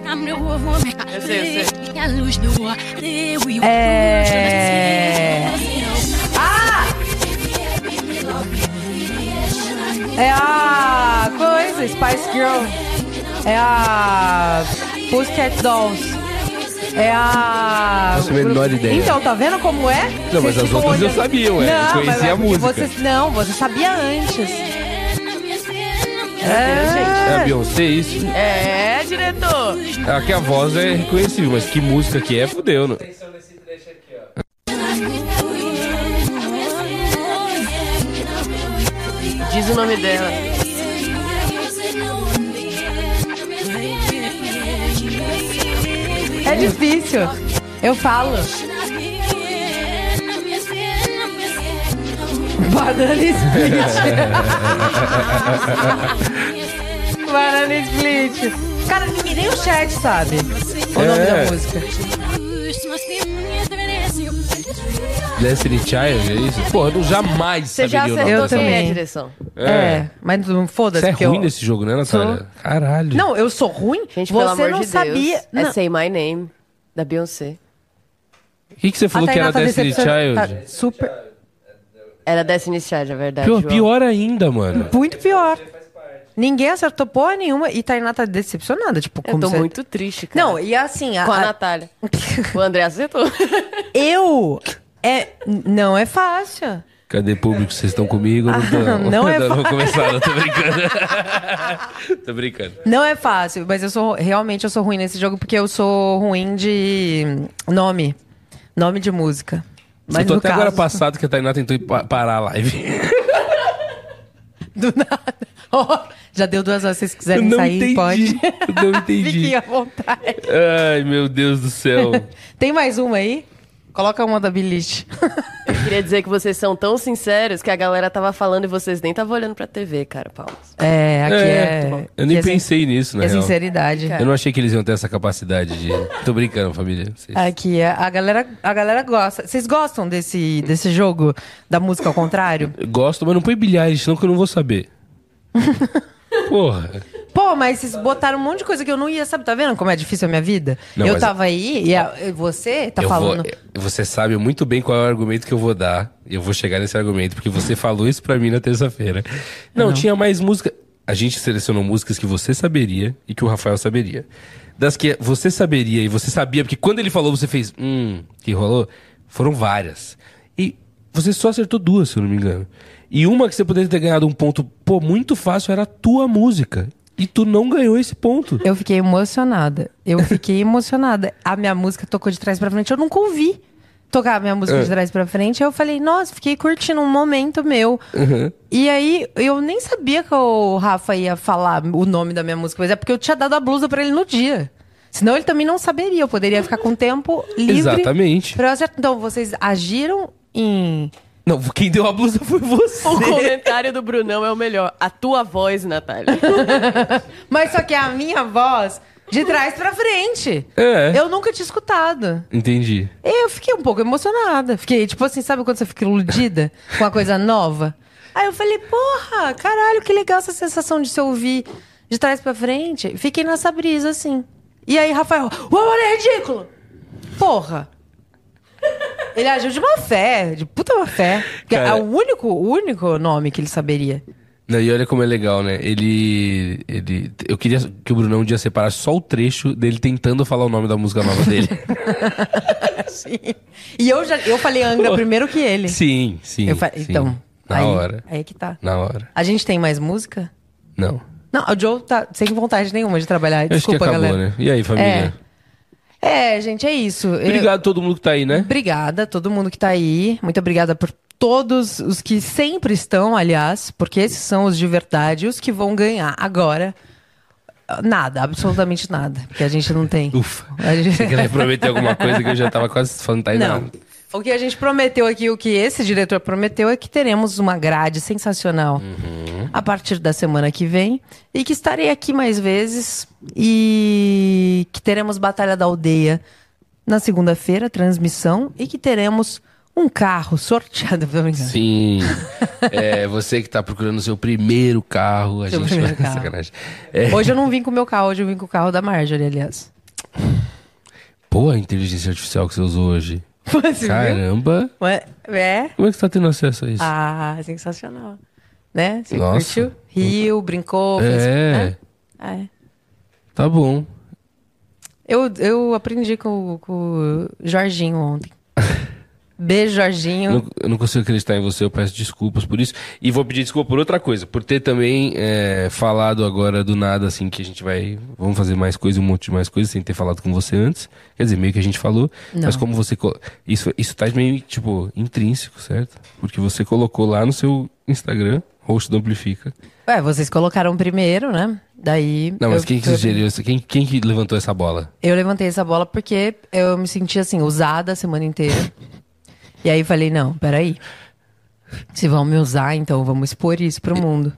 S2: Eu sei, eu
S6: sei.
S1: É. Ah! É a coisa, Spice Girl. É a Pussycat Dolls. É a.
S4: Não faço a menor ideia.
S1: Então, tá vendo como é?
S4: Não, mas
S1: Vocês
S4: as
S1: ficam
S4: outras eu
S1: olhando.
S4: sabia, ué. Eu
S1: Não,
S4: conhecia
S1: mas é
S4: a
S1: porque
S4: música.
S1: Você, não, você sabia antes.
S4: É a Beyoncé, isso?
S2: É, diretor.
S4: Aqui a voz é reconhecível, mas que música que é, fudeu, não.
S2: Diz o nome dela.
S1: É difícil. Eu falo. Banana split. Banana split. Cara, ninguém nem o chat sabe o nome
S4: É.
S1: da música.
S4: Destiny Child, é isso? Porra, eu jamais
S2: Você já
S4: saberia o nome
S2: acertou
S4: dessa
S2: quem é a
S1: também.
S2: direção.
S4: música.
S1: É, mas não foda-se.
S4: Você é
S1: porque
S4: ruim
S1: eu...
S4: nesse jogo, né, Natália? Caralho.
S1: Não, eu sou ruim?
S2: Gente, pelo
S1: você
S2: amor
S1: não
S2: de
S1: sabia.
S2: Deus.
S1: Não.
S2: É Say My Name, da Beyoncé.
S4: O que, que você falou
S1: A
S4: que era
S1: Tainá tá
S4: Destiny Child?
S1: decepciona- tá super.
S2: Era Destiny's Child, é verdade.
S4: Pior,
S2: João.
S4: pior ainda, mano.
S1: Muito pior. Ninguém acertou porra nenhuma e Tainá tá decepcionada. Tipo,
S2: Eu
S1: como
S2: tô
S1: você...
S2: muito triste, cara. Ah,
S1: Não, e assim.
S2: Com a,
S1: a-
S2: Natália. o André acertou.
S1: Eu. É, não é fácil.
S4: Cadê público? Vocês estão comigo? Não,
S1: Ah,
S4: tô...
S1: não é
S4: não vou começar, não, tô brincando. tô brincando.
S1: Não é fácil, mas eu sou realmente eu sou ruim nesse jogo porque eu sou ruim de nome. Nome de música. Mas
S4: eu tô
S1: no
S4: até
S1: caso,
S4: agora passado que a Tainá tentou ir pa- parar a live.
S1: do nada. Ó, já deu duas horas, se vocês
S4: Eu
S1: quiserem
S4: não
S1: sair,
S4: entendi.
S1: pode.
S4: Eu não entendi.
S1: Fiquem à vontade.
S4: Ai, meu Deus do céu.
S1: Tem mais uma aí? Coloca uma da Bilite.
S2: Eu queria dizer que vocês são tão sinceros que a galera tava falando e vocês nem estavam olhando pra TV, cara, palmas.
S1: É, aqui é.
S4: tá eu nem
S1: aqui é sin-
S4: pensei nisso, né?
S1: É sinceridade.
S4: Eu não achei que eles iam ter essa capacidade de. Tô brincando, família. Vocês-
S1: Aqui, é- a galera, a galera gosta. Vocês gostam desse, desse jogo da música ao contrário?
S4: Eu Gosto, mas não põe bilhares, senão que eu não vou saber. Porra.
S1: Pô, mas vocês botaram um monte de coisa que eu não ia saber. Tá vendo como é difícil a minha vida?
S4: Não,
S1: eu
S4: mas- é-
S1: tava aí e a- e você tá
S4: eu
S1: falando.
S4: Vou, você sabe muito bem qual é o argumento que eu vou dar. E eu vou chegar nesse argumento, porque você falou isso pra mim na terça-feira. Não, tinha mais música. A gente selecionou músicas que você saberia e que o Rafael saberia. Das que você saberia e você sabia, porque quando ele falou, você fez. Hum, que rolou? Foram várias. E você só acertou duas, se eu não me engano. E uma que você poderia ter ganhado um ponto, pô, muito fácil, era a tua música. E tu não ganhou esse ponto.
S1: Eu fiquei emocionada. Eu fiquei emocionada. A minha música tocou de trás pra frente. Eu nunca ouvi tocar a minha música
S4: É.
S1: de trás pra frente. Eu falei, nossa, fiquei curtindo um momento meu.
S4: Uhum.
S1: E aí, eu nem sabia que o Rafa ia falar o nome da minha música. Mas é porque eu tinha dado a blusa pra ele no dia. Senão ele também não saberia. Eu poderia ficar com tempo livre.
S4: Exatamente.
S1: Pra eu acertar. Então, vocês agiram em...
S4: Não, quem deu a blusa foi você.
S2: O comentário do Brunão é o melhor. A tua voz, Natália.
S1: Mas só que a minha voz... De trás pra frente.
S4: É.
S1: Eu nunca tinha escutado.
S4: Entendi.
S1: Eu fiquei um pouco emocionada. Fiquei, tipo assim, sabe quando você fica iludida com uma coisa nova? Aí eu falei, porra, caralho, que legal essa sensação de se ouvir de trás pra frente. Fiquei nessa brisa, assim. E aí, Rafael, uau, olha, é ridículo! Porra! Ele agiu de má fé, de puta má fé. Porque
S4: Cara.
S1: é o único, o único nome que ele saberia.
S4: Não, e olha como é legal, né? Ele. ele eu queria que o Brunão um dia separasse só o trecho dele tentando falar o nome da música nova dele.
S1: E eu já eu falei Angra primeiro que ele.
S4: sim, sim.
S1: Eu fa-
S4: sim.
S1: Então,
S4: Na
S1: aí,
S4: hora.
S1: aí que tá.
S4: Na hora.
S1: A gente tem mais música?
S4: Não.
S1: Não, o Joe tá sem vontade nenhuma de trabalhar.
S4: Eu acho que
S1: Desculpa,
S4: acabou,
S1: galera.
S4: né? E aí, família?
S1: É, gente, é isso. Eu-
S4: Obrigado a todo mundo que tá aí, né?
S1: Obrigada a todo mundo que tá aí. Muito obrigada por todos os que sempre estão, aliás, porque esses são os de verdade, os que vão ganhar agora. Nada, absolutamente nada, porque a gente não tem.
S4: Ufa.
S1: A gente-
S4: Você quer prometer alguma coisa que eu já tava quase falando, tá aí
S1: Não.
S4: nada.
S1: O que a gente prometeu aqui, o que esse diretor prometeu é que teremos uma grade sensacional
S4: Uhum.
S1: a partir da semana que vem e que estarei aqui mais vezes e que teremos Batalha da Aldeia na segunda-feira, transmissão, e que teremos um carro sorteado pelo engano.
S4: Sim. É, você que tá procurando seu primeiro carro, a
S1: Seu
S4: gente
S1: primeiro carro.
S4: Sacanagem. É,
S1: Hoje eu não vim com o meu carro, hoje eu vim com o carro da Marjorie, aliás.
S4: Pô, a inteligência artificial que você usou hoje.
S1: Você viu?
S4: Caramba.
S1: Ué, É?
S4: Como é que você tá tendo acesso a isso?
S1: Ah, sensacional. Né? Você
S4: Nossa.
S1: curtiu? Riu, brincou, fez.
S4: É.
S1: Ah, é.
S4: Tá bom.
S1: Eu, eu aprendi com, com o Jorginho ontem. Beijo, Jorginho.
S4: Eu não, eu não consigo acreditar em você, eu peço desculpas por isso. E vou pedir desculpa por outra coisa, por ter também é, falado agora do nada, assim, que a gente vai. Vamos fazer mais coisa, um monte de mais coisa, sem ter falado com você antes. Quer dizer, meio que a gente falou.
S1: Não.
S4: Mas como você. co- Isso, isso tá meio, tipo, intrínseco, certo? Porque você colocou lá no seu Instagram, host do Amplifica.
S1: Ué, É, vocês colocaram primeiro, né? Daí.
S4: Não, mas
S1: eu-
S4: quem que sugeriu isso? Quem, quem que levantou essa bola?
S1: Eu levantei essa bola porque eu me senti assim, usada a semana inteira. E aí falei, não, peraí. Se vão me usar, então vamos expor isso pro mundo.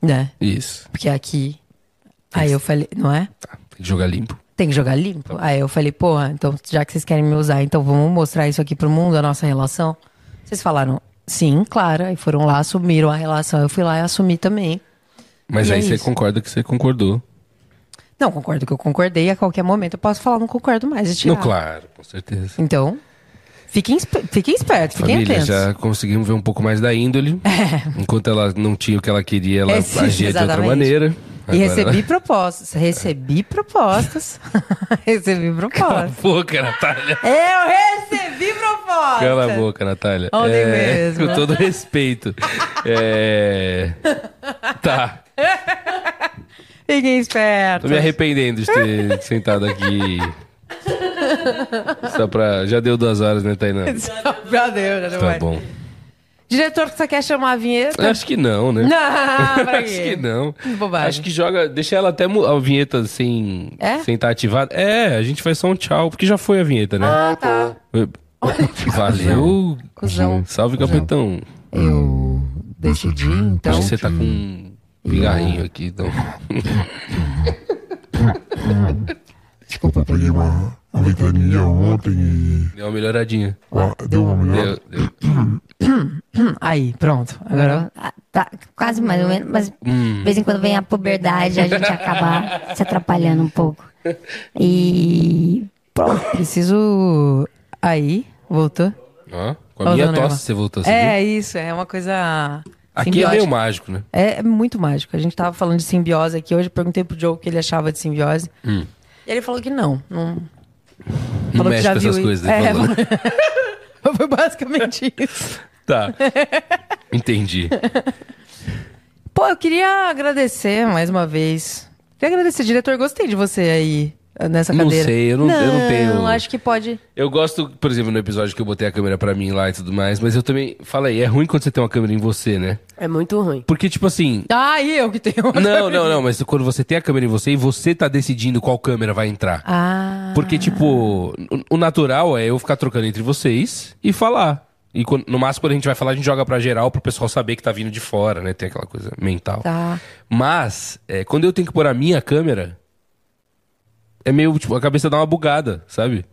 S1: Né?
S4: Isso.
S1: Porque aqui. Aí eu falei, não é?
S4: Tá, tem que jogar limpo.
S1: Tem que jogar
S4: Tá
S1: limpo. Aí eu falei, porra, então já que vocês querem me usar, então vamos mostrar isso aqui pro mundo, a nossa relação. Vocês falaram, sim, claro. Aí foram lá, assumiram a relação. Eu fui lá e assumi também.
S4: Mas
S1: E
S4: aí
S1: é
S4: você
S1: isso.
S4: concorda que você concordou.
S1: Não, concordo que eu concordei. A qualquer momento eu posso falar, não concordo mais. E tirar.
S4: Não, claro, com certeza.
S1: Então, fiquem, esp- fiquem espertos, fiquem
S4: Família,
S1: atentos.
S4: já conseguimos ver um pouco mais da índole. Enquanto ela não tinha o que ela queria, ela
S1: É, sim,
S4: agia de outra
S1: exatamente.
S4: maneira.
S1: E
S4: Agora
S1: recebi propostas. Recebi propostas. recebi
S4: Cala
S1: propostas.
S4: a boca, Natália.
S1: Eu recebi propostas.
S4: Cala a boca, Natália. É,
S1: Ontem mesmo.
S4: Com todo respeito. É... Tá.
S1: Fiquem espertos.
S4: Tô me arrependendo de ter sentado aqui. Só pra... Já deu duas horas, né, Tainá?
S1: Meu Deus, não
S4: Tá
S1: vai.
S4: bom.
S1: Diretor, você quer chamar a vinheta?
S4: Acho que não, né?
S1: Não, pra
S4: Acho que
S1: quê?
S4: não.
S1: Bobagem.
S4: Acho que joga. Deixa ela até mu- a vinheta sem
S1: É?
S4: sem estar ativada. É, a gente faz só um tchau, porque já foi a vinheta, né?
S1: Ah, tá.
S4: Valeu.
S1: Cusão.
S4: Salve,
S1: Cusão.
S4: capitão.
S1: Eu decidi, então.
S4: Acho que você tá com um pigarrinho aqui, então.
S7: Desculpa, peguei uma, uma ventania ontem e
S4: Deu uma melhoradinha.
S7: ó, deu uma melhor.
S4: Deu, deu.
S1: Aí, pronto. Agora.
S8: Ah, Tá, quase mais ou menos, mas de vez em quando vem a puberdade, a gente acaba se atrapalhando um pouco. E. Pronto.
S1: Preciso. Aí, voltou.
S4: Ó, com
S1: Ó,
S4: a minha
S1: dona Eva.
S4: tosse você voltou, você viu?
S1: É, isso. É uma coisa.
S4: Aqui é
S1: simbiótica.
S4: meio mágico, né?
S1: É muito mágico. A gente tava falando de simbiose aqui hoje, eu perguntei pro Joe o que ele achava de simbiose. E ele falou que não. Não,
S4: Hum. Não
S1: Falou que
S4: mexe
S1: já
S4: com
S1: viu
S4: essas
S1: e-
S4: coisas. ele
S1: É,
S4: falou.
S1: foi basicamente isso.
S4: Tá. Entendi.
S1: Pô, eu queria agradecer mais uma vez. Queria agradecer, diretor, gostei de você aí eh, nessa
S4: Não
S1: cadeira.
S4: sei, eu não- eu não tenho-
S1: acho que pode.
S4: Eu gosto, por exemplo, no episódio que eu botei a câmera pra mim lá e tudo mais, mas eu também. Fala aí, é ruim quando você tem uma câmera em você, né?
S2: É muito ruim.
S4: Porque, tipo assim.
S1: Ah, e eu que tenho.
S4: Não, não, não, mas quando você tem a câmera em você e você tá decidindo qual câmera vai entrar.
S1: Ah.
S4: Porque, tipo, o- o natural é eu ficar trocando entre vocês e falar. E quando- no máximo, quando a gente vai falar, a gente joga pra geral pro pessoal saber que tá vindo de fora, né? Tem aquela coisa mental.
S1: Tá.
S4: Mas, é, quando eu tenho que pôr a minha câmera, é meio, tipo, a cabeça dá uma bugada, sabe?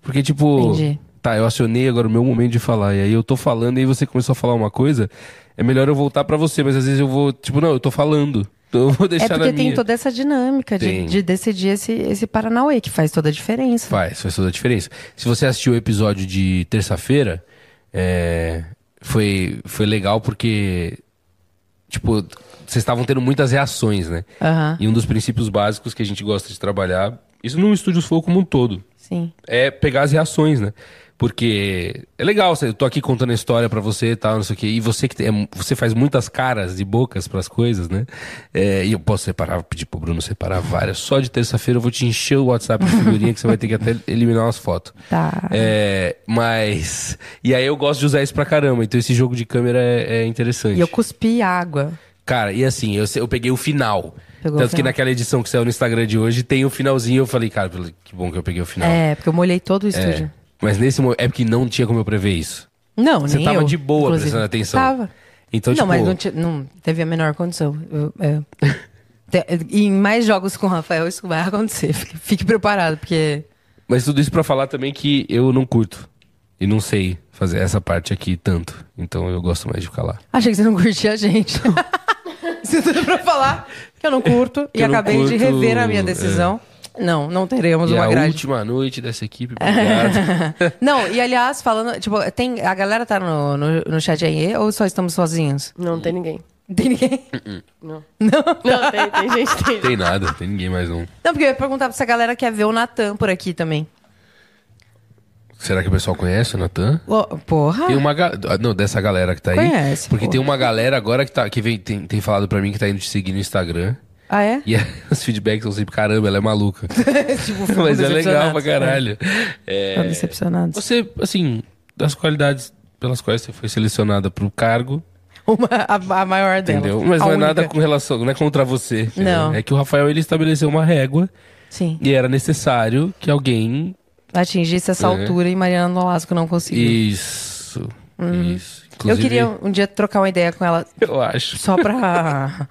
S4: Porque, tipo.
S1: Entendi.
S4: Tá, eu acionei agora o meu momento de falar. E aí eu tô falando, e aí você começou a falar uma coisa. É melhor eu voltar pra você, mas às vezes eu vou, tipo, não, eu tô falando. Então eu vou
S1: É
S4: deixar
S1: porque
S4: na minha.
S1: tem toda essa dinâmica de,
S4: Tem.
S1: de decidir esse, esse Paranauê, que faz toda a diferença.
S4: Faz, faz toda a diferença. Se você assistiu o episódio de terça-feira, é, foi, foi legal porque, tipo, vocês estavam tendo muitas reações, né?
S1: Aham.
S4: E um dos princípios básicos que a gente gosta de trabalhar, isso no Estúdios Flow como um todo,
S1: Sim.
S4: é pegar as reações, né? Porque é legal, você- eu tô aqui contando a história pra você e tal, não sei o quê. E você que tem- é mu- você faz muitas caras e bocas pras coisas, né? É, e eu posso separar, pedir pro Bruno separar várias. Só de terça-feira eu vou te encher o WhatsApp de figurinha que você vai ter que até eliminar umas fotos.
S1: Tá.
S4: É, mas. E aí eu gosto de usar isso pra caramba, então esse jogo de câmera é, é interessante.
S1: E eu cuspi água.
S4: Cara, e assim, eu, se- eu peguei o final.
S1: Pegou o
S4: Tanto que
S1: final.
S4: naquela edição que saiu no Instagram de hoje tem o finalzinho. Eu falei, cara, pelo- que bom que eu peguei o final.
S1: É, porque eu molhei todo o
S4: É.
S1: estúdio.
S4: Mas nesse momento. É porque não tinha como eu prever isso.
S1: Não,
S4: Você
S1: nem
S4: tava
S1: eu,
S4: de boa
S1: inclusive.
S4: prestando atenção.
S1: Tava.
S4: Então,
S1: não,
S4: tipo.
S1: mas não, ti- não teve a menor condição. Eu- é. Te- e em mais jogos com o Rafael, isso vai acontecer. Fique, fique preparado, porque
S4: Mas tudo isso pra falar também que eu não curto. E não sei fazer essa parte aqui tanto. Então eu gosto mais de ficar lá.
S1: Achei que você não curtia a gente. Isso tudo pra falar que eu não curto
S4: Que
S1: e
S4: eu não
S1: acabei de
S4: curto, É.
S1: rever a minha decisão. Não, não teremos
S4: e
S1: uma
S4: a
S1: grade.
S4: última noite dessa equipe, obrigado.
S1: Não, e aliás, falando, tipo, tem, a galera tá no, no, no chat aí ou só estamos sozinhos?
S2: Não tem ninguém.
S1: Não Tem ninguém?
S2: Não.
S1: Não.
S2: Não, tem, tem gente, tem gente.
S4: tem nada, tem ninguém mais não.
S1: Não, porque eu ia perguntar pra se a galera quer ver o Natan por aqui também.
S4: Será que o pessoal conhece o Natan?
S1: Ô, porra.
S4: Tem uma ga- ah, não, dessa galera que tá aí.
S1: Conhece,
S4: porque
S1: pô.
S4: tem uma galera agora que tá que vem tem, tem falado pra mim que tá indo te seguir no Instagram.
S1: Ah, é?
S4: E aí os feedbacks são sempre, caramba, ela é maluca.
S1: tipo, ficam
S4: Mas é legal pra
S1: decepcionados.
S4: caralho. É,
S1: Ficam decepcionados.
S4: Você, assim, das qualidades pelas quais você foi selecionada pro cargo,
S1: Uma, a, a maior dela.
S4: entendeu? Mas
S1: A
S4: não é
S1: única.
S4: nada com relação, não é contra você. entendeu?
S1: Não.
S4: É que o Rafael ele estabeleceu uma régua
S1: Sim.
S4: e era necessário que alguém.
S1: Atingisse essa
S4: Uhum.
S1: altura e Mariana Nolasco não conseguiu.
S4: Isso. Isso.
S1: Uhum. Eu
S4: Inclusive,
S1: queria um dia trocar uma ideia com ela
S4: Eu acho.
S1: só pra.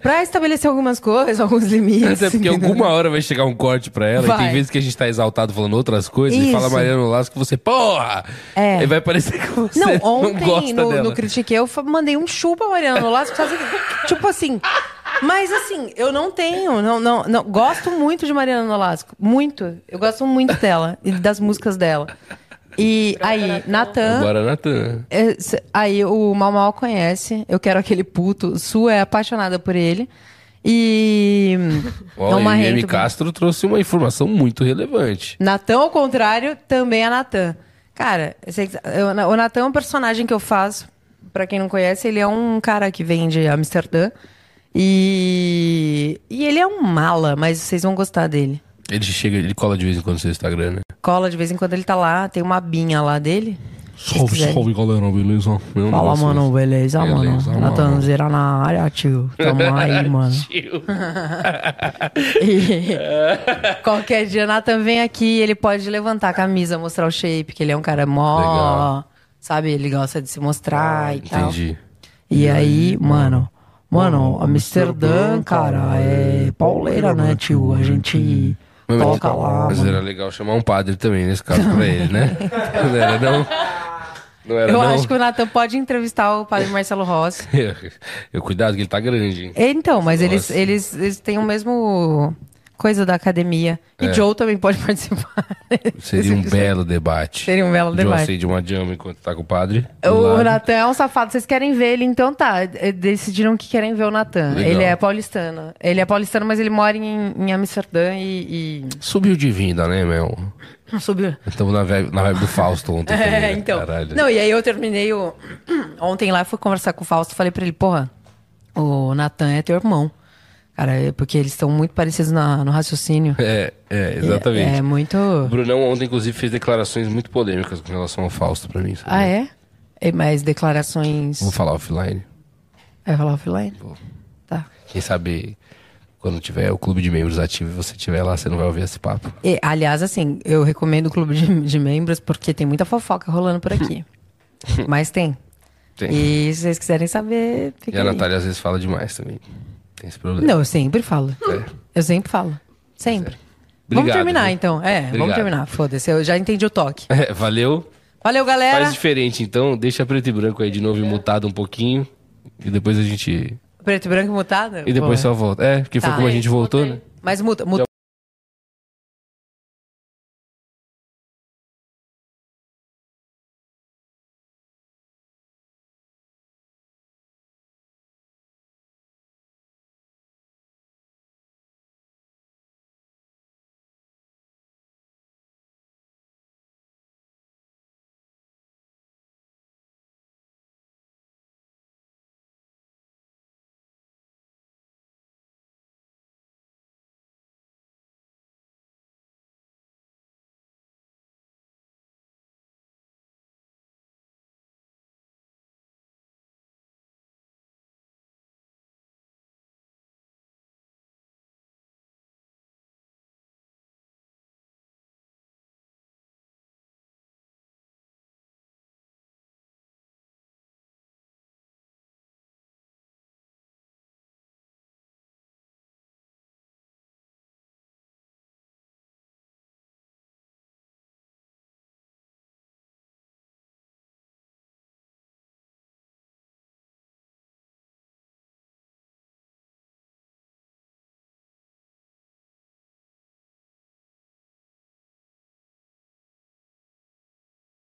S1: pra estabelecer algumas coisas, alguns limites.
S4: Até é porque
S1: entendeu?
S4: alguma hora vai chegar um corte pra ela e tem
S1: Vai.
S4: vezes que a gente tá exaltado falando outras coisas e
S1: Isso.
S4: fala Mariano Lasco, você, porra!
S1: É.
S4: Aí vai parecer que você
S1: Não,
S4: não,
S1: ontem
S4: gosta
S1: no,
S4: dela.
S1: no Critique eu fa- mandei um chupa Mariana Nolasco, sabe? tipo assim. Mas assim, eu não tenho, não, não, não. Gosto muito de Mariana Nolasco. Muito. Eu gosto muito dela e das músicas dela. E aí, Natan.
S4: Agora, Natan.
S1: É, cê- Aí o Mal Mal conhece, eu quero aquele puto. Su é apaixonada por ele. E.
S4: Ó,
S1: uma
S4: e M.
S1: renta-
S4: Castro trouxe uma informação muito relevante.
S1: Natan, ao contrário, também é Natan. Cara, esse- eu- o Natan é um personagem que eu faço. Pra quem não conhece, ele é um cara que vem de Amsterdã. E. E ele é um mala, mas vocês vão gostar dele.
S4: Ele chega, ele cola de vez em quando no seu Instagram, né?
S1: Cola de vez em quando ele tá lá, tem uma abinha lá dele.
S4: Salve,
S1: quiserem.
S4: salve, galera, beleza? Meu
S1: é. Fala,
S4: negócio, é
S1: mano, beleza,
S4: Beleza,
S1: mano.
S4: mano.
S1: Natan Zera na área, tio. Tamo aí, mano.
S4: Tio.
S1: E Qualquer dia, Nathan vem aqui, ele pode levantar a camisa, mostrar o shape, que ele é um cara mó.
S4: Legal.
S1: Sabe, ele gosta de se mostrar e tal.
S4: Entendi.
S1: Ah, E aí, mano. Mano, Amsterdã, cara, é pauleira, né, tio? A gente
S4: Mas-
S1: toca lá.
S4: Mas
S1: mano.
S4: era legal chamar um padre também, nesse caso, pra ele, né? Não era, não? Não era,
S1: Eu
S4: não?
S1: acho que o Nathan pode entrevistar o padre Marcelo Rossi.
S4: Eu, eu- cuidado, que ele tá grande, hein?
S1: É, Então, mas eles,
S4: Nossa.
S1: eles, eles têm o mesmo coisa da academia. E
S4: É.
S1: Joe também pode participar.
S4: Seria um belo debate.
S1: Seria um belo
S4: De
S1: debate.
S4: Você de uma jama enquanto tá com o padre. do
S1: O
S4: lado.
S1: Natan é um safado, vocês querem ver ele, então tá. eh, Decidiram que querem ver o Natan.
S4: Legal.
S1: Ele é paulistano. Ele é paulistano, mas ele mora em, em Amsterdã e.
S4: Subiu de vinda, né, meu?
S1: e... Ah, Subiu.
S4: Estamos na vibe, na vibe do Fausto ontem. também,
S1: É,
S4: né?
S1: então.
S4: Caralho.
S1: Não, e aí eu terminei o. Ontem lá fui conversar com o Fausto, falei pra ele, porra, o Natan é teu irmão. Cara, é porque eles estão muito parecidos na- no raciocínio.
S4: É, é, exatamente.
S1: É, é muito.
S4: O Brunão ontem, inclusive, fez declarações muito polêmicas com relação ao Fausto pra mim. sabe?
S1: Ah, é? é mas declarações.
S4: Né? Vou falar offline.
S1: Vai falar offline?
S4: Vou.
S1: Tá.
S4: Quem sabe quando tiver o clube de membros ativo e você estiver lá, você não vai ouvir esse papo.
S1: E, aliás, assim, eu recomendo o clube de, de membros porque tem muita fofoca rolando por aqui. Mas tem.
S4: Tem. E,
S1: E se vocês quiserem saber, fica
S4: a
S1: aí.
S4: Natália às vezes fala demais também. Tem esse problema.
S1: Não, eu sempre falo.
S4: É.
S1: Eu sempre falo. Sempre.
S4: Obrigado,
S1: vamos terminar,
S4: viu?
S1: então. É,
S4: Obrigado.
S1: vamos terminar. Foda-se, eu já entendi o toque.
S4: É, valeu.
S1: Valeu, galera.
S4: Faz diferente, então. Deixa preto e branco aí de novo e mutado um pouquinho. E depois a gente.
S1: Preto e branco mutado?
S4: E depois
S1: Pô.
S4: só volta. É, porque foi
S1: Tá.
S4: como a gente voltou, né?
S1: Mas muta, muta.